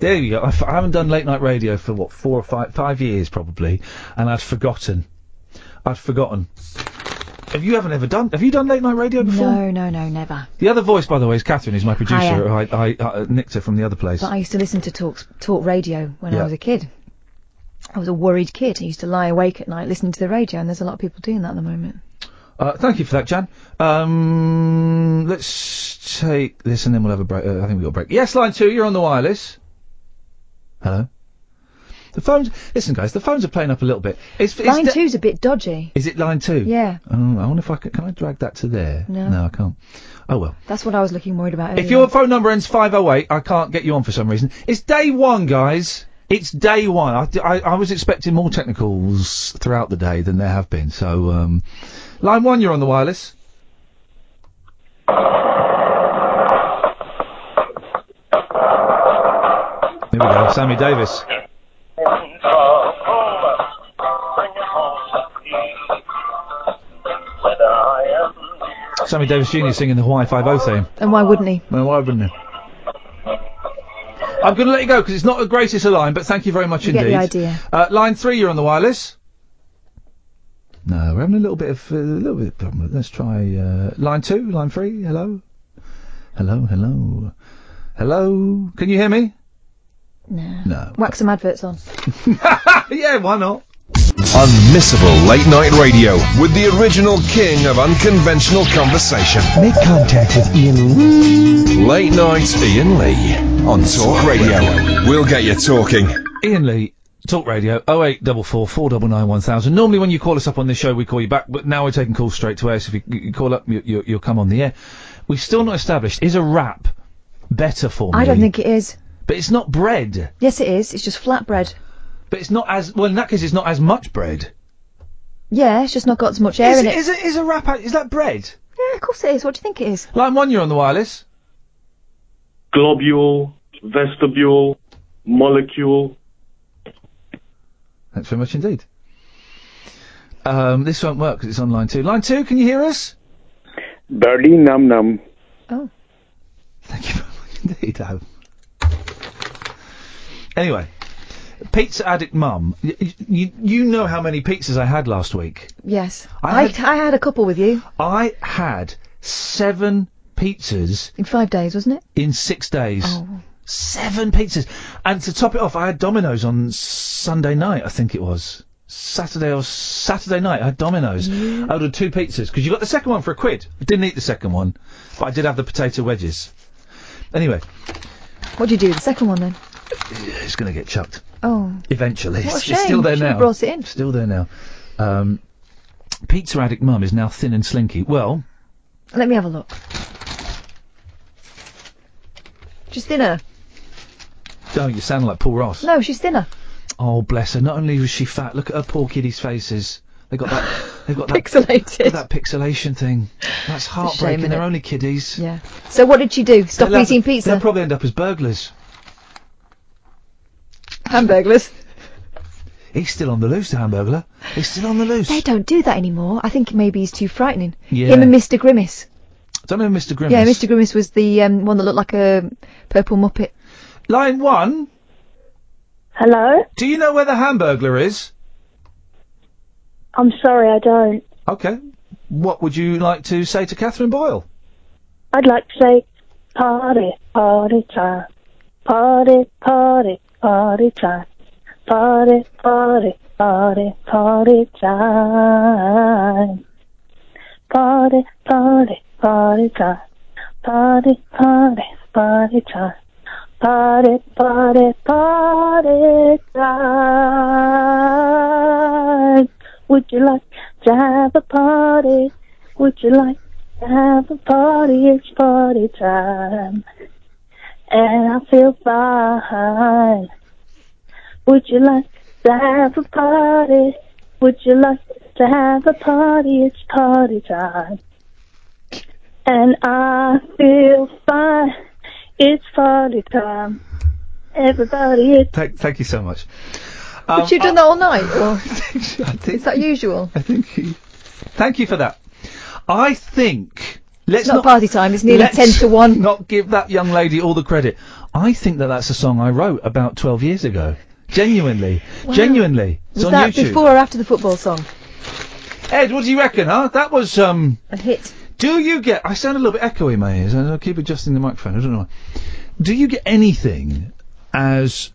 Speaker 3: There you go. I, f- I haven't done late night radio for what four or five five years probably, and I'd forgotten. I'd forgotten. Have you haven't ever done? Have you done late night radio before?
Speaker 6: No, no, no, never.
Speaker 3: The other voice, by the way, is Catherine, who's my
Speaker 6: Hiya.
Speaker 3: producer. who I, I, I nicked her from the other place.
Speaker 6: But I used to listen to talk talk radio when
Speaker 3: Yeah.
Speaker 6: I was a kid. I was a worried kid. I used to lie awake at night listening to the radio, and there's a lot of people doing that at the moment.
Speaker 3: Uh, thank you for that, Jan. Um, let's take this and then we'll have a break. Uh, I think we've got a break. Yes, line two, you're on the wireless. Hello. The phones. Listen, guys, the phones are playing up a little bit. It's, it's
Speaker 6: Line
Speaker 3: de-
Speaker 6: two's a bit dodgy.
Speaker 3: Is it line two?
Speaker 6: Yeah.
Speaker 3: Oh, I wonder if I can. Can I drag that to there?
Speaker 6: No.
Speaker 3: No, I can't. Oh well.
Speaker 6: That's what I was looking worried about.
Speaker 3: If
Speaker 6: earlier.
Speaker 3: your phone number ends 508, I can't get you on for some reason. It's day one, guys. It's day one. I, I, I was expecting more technicals throughout the day than there have been. So, um, line one, you're on the wireless. There we go, Sammy Davis. Sammy Davis Jr. singing the Hawaii Five-O theme.
Speaker 6: and why wouldn't he?
Speaker 3: Well, why wouldn't he? I'm going to let you go because it's not the greatest of line, but thank you very much
Speaker 6: You get
Speaker 3: indeed.
Speaker 6: the idea.
Speaker 3: Uh, line three, you're on the wireless. No, we're having a little bit of uh, a little bit of problem. Let's try uh, line two, line three. Hello, hello, hello, hello. Can you hear me?
Speaker 6: No.
Speaker 3: No.
Speaker 6: Whack some adverts on.
Speaker 3: yeah, why not?
Speaker 2: Unmissable late night radio with the original king of unconventional conversation. Make contact with Ian Lee. Late night Ian Lee on Talk Radio. We'll get you talking.
Speaker 3: Ian Lee, Talk Radio, 0844 499 1000. Normally when you call us up on this show, we call you back, but now we're taking calls straight to air, so if you, you call up, you, you, you'll come on the air. We've still not established, is a wrap better for me?
Speaker 6: I don't think it is.
Speaker 3: But it's not bread.
Speaker 6: Yes, it is. It's just flatbread.
Speaker 3: But it's not as, well, in that case, it's not as much bread.
Speaker 6: Yeah, it's just not got as much air
Speaker 3: Is
Speaker 6: in
Speaker 3: it-
Speaker 6: it.
Speaker 3: is it- is a wrap? Is that bread?
Speaker 6: Yeah, of course it is. What do you think it is?
Speaker 3: Line one, you're on the wireless.
Speaker 8: globule, vestibule, molecule.
Speaker 3: Thanks very much indeed. Um, this won't work because it's on line two. Line two, can you hear us? Oh.
Speaker 8: Berlin num num.
Speaker 3: Indeed, I- Anyway, pizza addict mum, y- y- you, you know how many pizzas I had last week.
Speaker 6: Yes. I,
Speaker 3: I
Speaker 6: I, had a couple with you
Speaker 3: I had seven pizzas
Speaker 6: in five days, wasn't it?
Speaker 3: in six days.
Speaker 6: Oh.
Speaker 3: Seven pizzas. And to top it off, I had Domino's on Sunday night, I think it was. Saturday or Saturday night, I had Domino's. I ordered two pizzas because you got the second one for a quid. I didn't eat the second one, but I did have the potato wedges. Anyway,
Speaker 6: What did you do? The second one then?
Speaker 3: it's going to get chucked.
Speaker 6: Oh.
Speaker 3: Eventually,
Speaker 6: What a
Speaker 3: it's,
Speaker 6: shame.
Speaker 3: it's still there
Speaker 6: Should've
Speaker 3: now.
Speaker 6: brought it in.
Speaker 3: Still there now. Um, Pizza addict mum is now thin and slinky. Well,
Speaker 6: Let me have a look. She's thinner.
Speaker 3: don't you sound like Paul Ross?
Speaker 6: No, she's thinner.
Speaker 3: Oh, bless her. Not only was she fat, look at her poor kiddies' faces. They got that. They've got that
Speaker 6: Pixelated.
Speaker 3: That pixelation thing. That's heartbreaking.
Speaker 6: innit?
Speaker 3: They're only kiddies.
Speaker 6: Yeah. So what did she do? Stop
Speaker 3: They'll have-
Speaker 6: eating
Speaker 3: They'll
Speaker 6: pizza.
Speaker 3: probably end up as burglars.
Speaker 6: Hamburglers.
Speaker 3: He's still on the loose, the hamburglar. He's still on the loose.
Speaker 6: They don't do that anymore. I think maybe he's too frightening.
Speaker 3: Yeah.
Speaker 6: Him and Mr. Grimace.
Speaker 3: Don't know Mr. Grimace.
Speaker 6: Yeah, Mr. Grimace was the um, one that looked like a purple muppet.
Speaker 3: Line one.
Speaker 29: Hello?
Speaker 3: Do you know where the hamburglar is?
Speaker 29: I'm sorry, I don't.
Speaker 3: Okay. What would you like to say to Catherine Boyle?
Speaker 29: I'd like to say party, party time. Party, party, party time. Party, party, party, party time. Party, party, party time. Party, party, party time. Party, party, party time. Would you like to have a party? Would you like to have a party? It's party time. And I feel fine. Would you like to have a party? Would you like to have a party? It's party time. And I feel fine. It's party time. Everybody, it's
Speaker 3: Thank, thank you so much.
Speaker 6: But
Speaker 3: Um,
Speaker 6: Would you have done that all night? Or
Speaker 3: is
Speaker 6: that usual?
Speaker 3: I think he. Thank you for that. I think let's
Speaker 6: It's not
Speaker 3: not
Speaker 6: party time, it's nearly
Speaker 3: let's
Speaker 6: 10 to one.
Speaker 3: Not give that young lady all the credit. I think that that's a song I wrote about 12 years ago. Genuinely,
Speaker 6: Wow.
Speaker 3: genuinely. It's
Speaker 6: Was
Speaker 3: on
Speaker 6: that
Speaker 3: YouTube.
Speaker 6: before or after the football song?
Speaker 3: Ed, what do you reckon? Huh? That was um.
Speaker 6: A hit.
Speaker 3: Do you get? I sound a little bit echoey in my ears. and I'll keep adjusting the microphone. I don't know. Why. Do you get anything as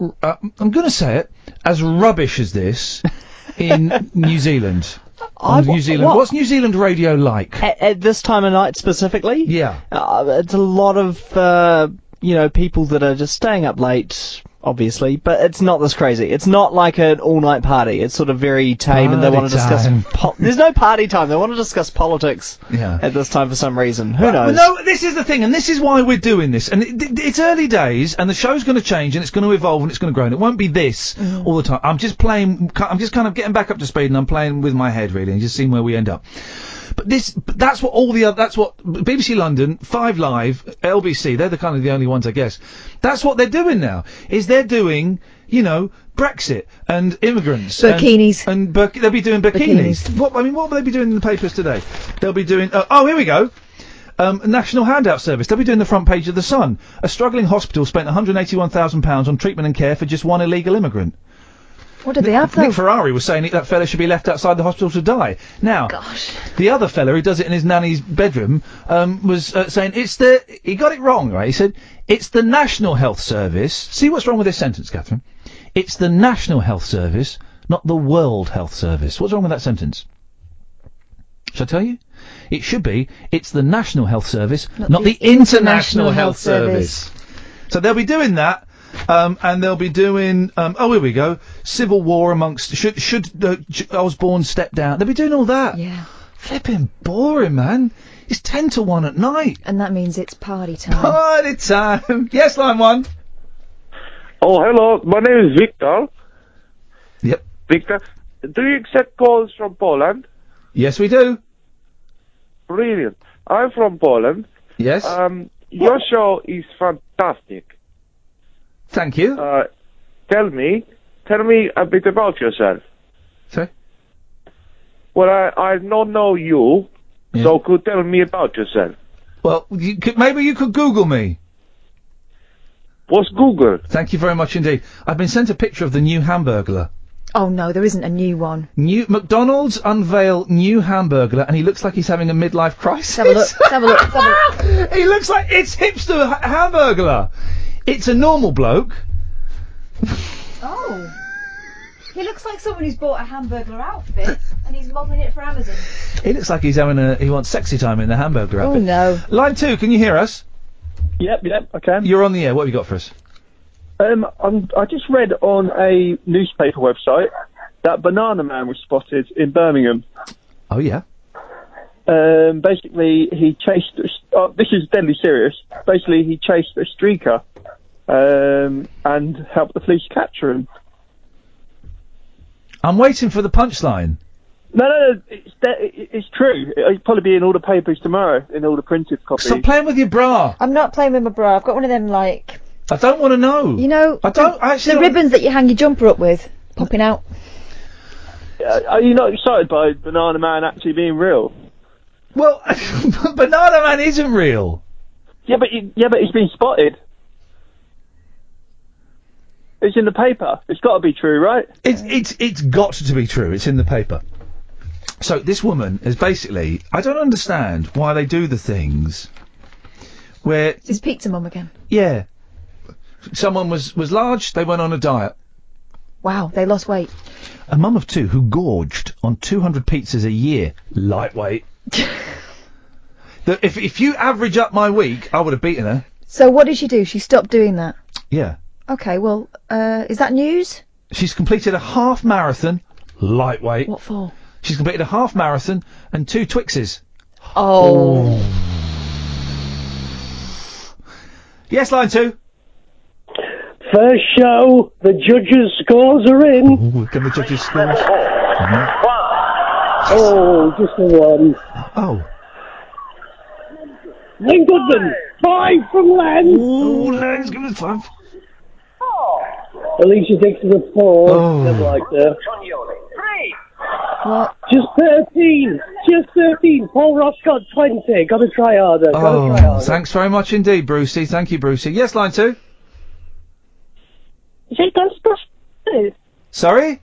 Speaker 3: uh, I'm going to say it as rubbish as this in New Zealand? On New Zealand,
Speaker 5: what-
Speaker 3: what's New Zealand radio like?
Speaker 5: At, at this time of night specifically?
Speaker 3: Yeah.
Speaker 5: Uh, it's a lot of, uh, you know, people that are just staying up late, obviously, but it's not this crazy. It's not like an all-night party. It's sort of very tame and they
Speaker 3: Party
Speaker 5: want to discuss...
Speaker 3: time.
Speaker 5: Po- There's no party time. They want to discuss politics
Speaker 3: Yeah.
Speaker 5: at this time for some reason. Who
Speaker 3: Well,
Speaker 5: knows?
Speaker 3: No, this is the thing, and this is why we're doing this. And it, it, it's early days, and the show's going to change, and it's going to evolve, and it's going to grow, and it won't be this all the time. I'm just playing. I'm just kind of getting back up to speed, and I'm playing with my head really, and just seeing where we end up. But this, but that's what all the other. That's what BBC London, Five Live, LBC. They're the kind of the only ones, I guess. That's what they're doing now. Is they're doing. You know, Brexit and immigrants. and-
Speaker 6: Bikinis.
Speaker 3: And, bir- they'll be doing bikinis. What, I mean, what will they be doing in the papers today? They'll be doing. Uh, oh, here we go. Um, National Handout Service. They'll be doing the front page of The Sun. A struggling hospital spent £181,000 on treatment and care for just one illegal immigrant.
Speaker 6: What did they have though?
Speaker 3: Nick Ferrari was saying that fella should be left outside the hospital to die. Now, the other fella who does it in his nanny's bedroom um, was uh, saying it's the he got it wrong, right? He said it's the National Health Service. See what's wrong with this sentence, Catherine? It's the National Health Service, not the World Health Service. What's wrong with that sentence? Shall I tell you? It should be it's the National Health Service, not, the, International Health Service. So they'll be doing that, um, and they'll be doing. Um, oh, here we go. Civil war amongst should should uh, J- Osborne step down. They'll be doing all that.
Speaker 6: Yeah.
Speaker 3: Flipping boring, man. It's ten to one at night.
Speaker 6: And that means it's party time.
Speaker 3: Party time. Yes, line one.
Speaker 30: Oh, hello. My name is Victor.
Speaker 3: Yep.
Speaker 30: Victor, do you accept calls from Poland?
Speaker 3: Yes, we do.
Speaker 30: Brilliant. I'm from Poland.
Speaker 3: Yes.
Speaker 30: Um, your show is fantastic.
Speaker 3: Thank you.
Speaker 30: Uh, tell me, tell me a bit about yourself.
Speaker 3: Sorry?
Speaker 30: Well, I, I don't know you, so could tell me about yourself.
Speaker 3: Well, you could, maybe you could Google me.
Speaker 30: What's Google?
Speaker 3: Thank you very much indeed. I've been sent a picture of the new Hamburglar.
Speaker 6: Oh no, there isn't a new one.
Speaker 3: New McDonald's unveil new Hamburglar, and he looks like he's having a midlife crisis.
Speaker 6: Let's have a look. Let's have a look. Let's have a look.
Speaker 3: he looks like it's hipster ha- hamburglar. It's a normal bloke.
Speaker 6: Oh. He looks like someone who's bought a hamburger outfit and he's modelling it for Amazon.
Speaker 3: He looks like he's having a he wants sexy time in the hamburger
Speaker 6: Oh
Speaker 3: outfit.
Speaker 6: no.
Speaker 3: Line two, can you hear us?
Speaker 14: Yep, yep, I can.
Speaker 3: You're on the air. What have you got for us?
Speaker 14: Um, I'm, I just read on a newspaper website that Banana Man was spotted in Birmingham.
Speaker 3: Oh yeah.
Speaker 14: Um, basically, he chased. a s- Oh, this is deadly serious. Basically, he chased a streaker um, and helped the police capture him.
Speaker 3: I'm waiting for the punchline.
Speaker 14: No, no, no it's, de- it's true. It'll probably be in all the papers tomorrow, in all the printed copies.
Speaker 3: Stop playing with your bra.
Speaker 6: I'm not playing with my bra. I've got one of them like
Speaker 3: I don't want to know.
Speaker 6: You know,
Speaker 3: I don't actually.
Speaker 6: the ribbons that you hang your jumper up with popping out.
Speaker 11: Uh, are you not excited by Banana Man actually being real?
Speaker 3: Well, Banana Man isn't real.
Speaker 11: Yeah, but he, yeah, but he's been spotted. It's in the paper. It's got to be true, right?
Speaker 3: It's it's it's got to be true. It's in the paper. So this woman is basically. I don't understand why they do the things where
Speaker 6: Just peek to mum again.
Speaker 3: yeah, someone was was large. They went on a diet.
Speaker 6: Wow, they lost weight.
Speaker 3: A mum of two who gorged on 200 pizzas a year. Lightweight. The- if if you average up my week, I would have beaten her.
Speaker 6: So what did she do? She stopped doing that.
Speaker 3: Yeah.
Speaker 6: Okay, well, uh, is that news?
Speaker 3: She's completed a half marathon, lightweight.
Speaker 6: What for?
Speaker 3: She's completed a half marathon and two Twixes.
Speaker 6: Oh.
Speaker 3: Yes, line two.
Speaker 7: First show, the judges' scores are in. Mm-hmm.
Speaker 3: Can the judges score?
Speaker 7: Oh, just the one.
Speaker 3: Oh.
Speaker 7: Lynn Goodman, five from Len.
Speaker 3: Ooh, Len's given us five.
Speaker 7: Alicia Dixon a four.
Speaker 3: Oh.
Speaker 7: Never liked her.
Speaker 6: What?
Speaker 7: Just 13. Just 13. Paul Roscott, 20. Gotta try harder. Gotta try
Speaker 3: Oh,
Speaker 7: harder.
Speaker 3: thanks very much indeed, Brucey. Thank you, Brucey. Yes, line two.
Speaker 12: Is it Ghostbusters 2?
Speaker 3: Sorry?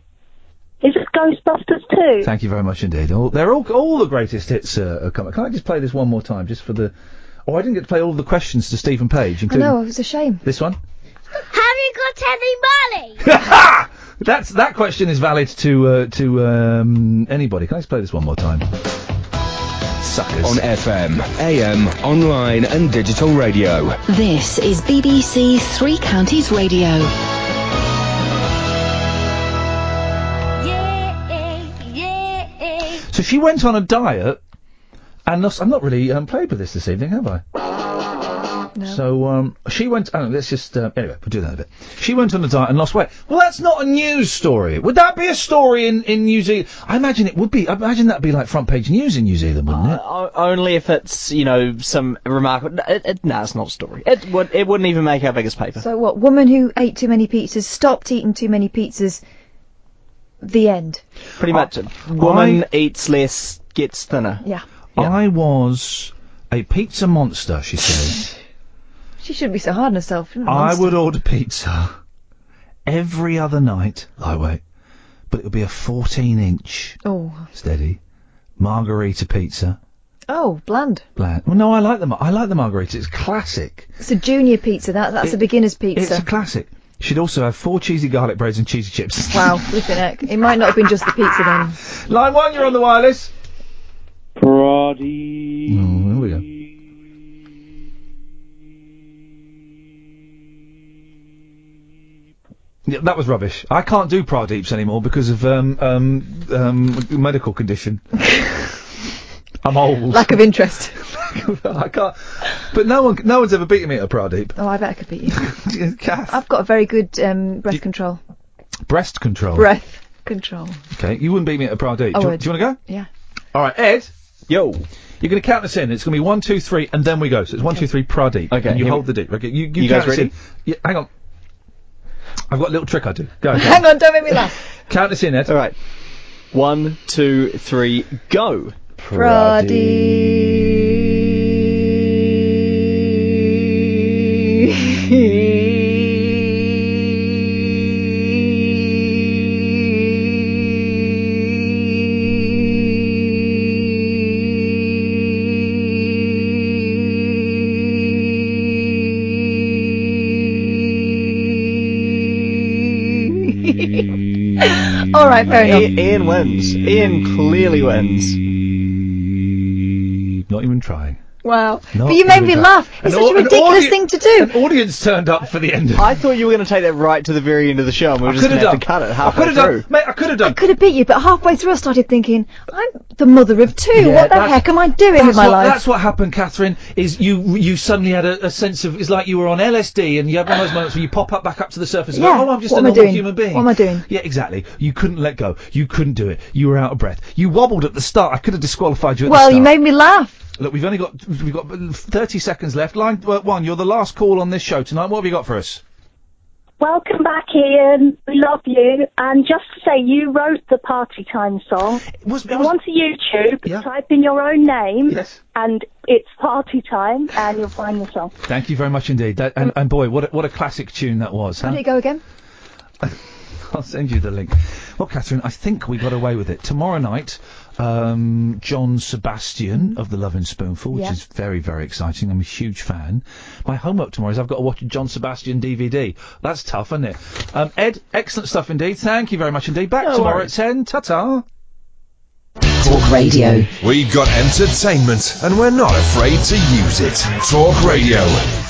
Speaker 12: Is it Ghostbusters 2?
Speaker 3: Thank you very much indeed. All, they're all all the greatest hits uh, are coming. Can I just play this one more time, just for the? Oh, I didn't get to play all the questions to Stephen Page,
Speaker 6: I
Speaker 3: including
Speaker 6: know, it was a shame.
Speaker 3: this one.
Speaker 13: Have you got any money?
Speaker 3: That's that question is valid to uh, to um, anybody. Can I just play this one more time? Suckers.
Speaker 14: On FM, AM, online, and digital radio.
Speaker 26: This is BBC Three Counties Radio.
Speaker 3: So she went on a diet, and lost, I'm not really um, played with this this evening, have I? So um, she went. Oh, let's just uh, anyway. We'll do that in a bit. She went on a diet and lost weight. Well, that's not a news story. Would that be a story in, in New Zealand? I imagine it would be. I imagine that'd be like front page news in New Zealand, wouldn't it?
Speaker 5: O- Only if it's you know some remarkable. It, it, nah, it's not a story. It would it wouldn't even make our biggest paper.
Speaker 6: So what? Woman who ate too many pizzas stopped eating too many pizzas. The end.
Speaker 5: Pretty much, woman eats less, gets thinner.
Speaker 6: Yeah.
Speaker 3: I was a pizza monster. She said.
Speaker 6: She shouldn't be so hard on herself. shouldn't
Speaker 3: I
Speaker 6: monster.
Speaker 3: would order pizza every other night, lightweight, but it would be a 14 inch
Speaker 6: Oh.
Speaker 3: steady margarita pizza.
Speaker 6: Oh, bland.
Speaker 3: Bland. Well, no, I like the mar- I like the margarita. It's classic.
Speaker 6: It's a junior pizza. That that's a
Speaker 3: It-
Speaker 6: beginner's pizza.
Speaker 3: It's a classic. Should also have four cheesy garlic breads and cheesy chips.
Speaker 6: wow, flipping heck. It might not have been just the pizza then.
Speaker 3: Line one, you're on the wireless.
Speaker 4: Proddy.
Speaker 3: Oh, here we go. Yeah, that was rubbish. I can't do Pradeeps anymore because of um, um, um, medical condition. I'm old.
Speaker 6: Lack of interest.
Speaker 3: I can't. But no one, no one's ever beaten me at a Pradeep.
Speaker 6: Oh, I bet I could beat you.
Speaker 3: Kath.
Speaker 6: I've got a very good um, breath control.
Speaker 3: Breast control.
Speaker 6: Breath control.
Speaker 3: Okay, you wouldn't beat me at a Pradeep.
Speaker 6: I
Speaker 3: do, you-
Speaker 6: would.
Speaker 3: do you want to
Speaker 6: Yeah.
Speaker 3: go? All right, Ed. Yo. You're going to count us in. It's going to be one, two, three, and then we go. So it's one, two, three, Pradeep.
Speaker 5: Okay,
Speaker 3: And you
Speaker 5: here
Speaker 3: hold
Speaker 5: we-
Speaker 3: the deep. Okay. You, count
Speaker 5: You guys
Speaker 3: us
Speaker 5: ready?
Speaker 3: in. Yeah, hang on. I've got a little trick I do. Go. go.
Speaker 6: Hang on, don't make me laugh.
Speaker 3: Count us in, Ed.
Speaker 5: All right. One, two, three, go.
Speaker 6: All right, fair enough.
Speaker 5: I- Ian wins. Ian clearly wins.
Speaker 3: Not even trying.
Speaker 6: Wow.
Speaker 3: Not
Speaker 6: but you made
Speaker 3: even
Speaker 6: me
Speaker 3: trying.
Speaker 6: laugh.
Speaker 3: An
Speaker 6: It's
Speaker 3: au-
Speaker 6: such a
Speaker 3: an
Speaker 6: ridiculous
Speaker 3: audi-
Speaker 6: thing to do.
Speaker 3: An audience turned up for the end of it.
Speaker 5: I thought you were going to take that right to the very end of the show, and we were just
Speaker 3: could
Speaker 5: going
Speaker 3: have
Speaker 5: to
Speaker 3: done.
Speaker 5: have to cut it
Speaker 3: I
Speaker 5: halfway
Speaker 3: could have
Speaker 5: through.
Speaker 3: done. Mate, I could have done.
Speaker 6: Could have beat you, but halfway through I started thinking, I'm the mother of two.
Speaker 3: Yeah,
Speaker 6: what the
Speaker 3: that's-
Speaker 6: heck am I doing with
Speaker 3: That's
Speaker 6: my
Speaker 3: what,
Speaker 6: life?
Speaker 3: that's what happened, Catherine. Is you you suddenly had a, a sense of it's like you were on LSD and you had one of those moments where you pop up back up to the surface. and
Speaker 6: Yeah,
Speaker 3: go, oh, I'm just
Speaker 6: what am
Speaker 3: a
Speaker 6: I
Speaker 3: normal
Speaker 6: doing?
Speaker 3: human being.
Speaker 6: What am I doing?
Speaker 3: Yeah, exactly. You couldn't let go. You couldn't do it. You were out of breath. You wobbled at the start. I could have disqualified you. At
Speaker 6: well,
Speaker 3: the
Speaker 6: you
Speaker 3: start.
Speaker 6: made me laugh.
Speaker 3: Look, we've only got we've got 30 seconds left. Line uh, one, you're the last call on this show tonight. What have you got for us?
Speaker 29: Welcome back, Ian. We love you. And just to say, you wrote the party time song.
Speaker 3: Go
Speaker 29: onto YouTube, type in your own name, and it's party time, and you'll find the song.
Speaker 3: Thank you very much indeed. That, and, and boy, what a, what a classic tune that was.
Speaker 6: How
Speaker 3: huh?
Speaker 6: did it go again?
Speaker 3: I'll send you the link. Well, Catherine, I think we got away with it. Tomorrow night, um, John Sebastian of the Loving Spoonful, which
Speaker 2: Yeah.
Speaker 3: is very, very exciting. I'm a huge fan. My homework tomorrow is I've got to watch a John Sebastian DVD. That's tough, isn't it? Um, Ed, excellent stuff indeed. Thank you very much indeed. Back tomorrow at 10. Ta-ta.
Speaker 31: Talk radio.
Speaker 2: We've got entertainment and we're not afraid to use it. Talk radio.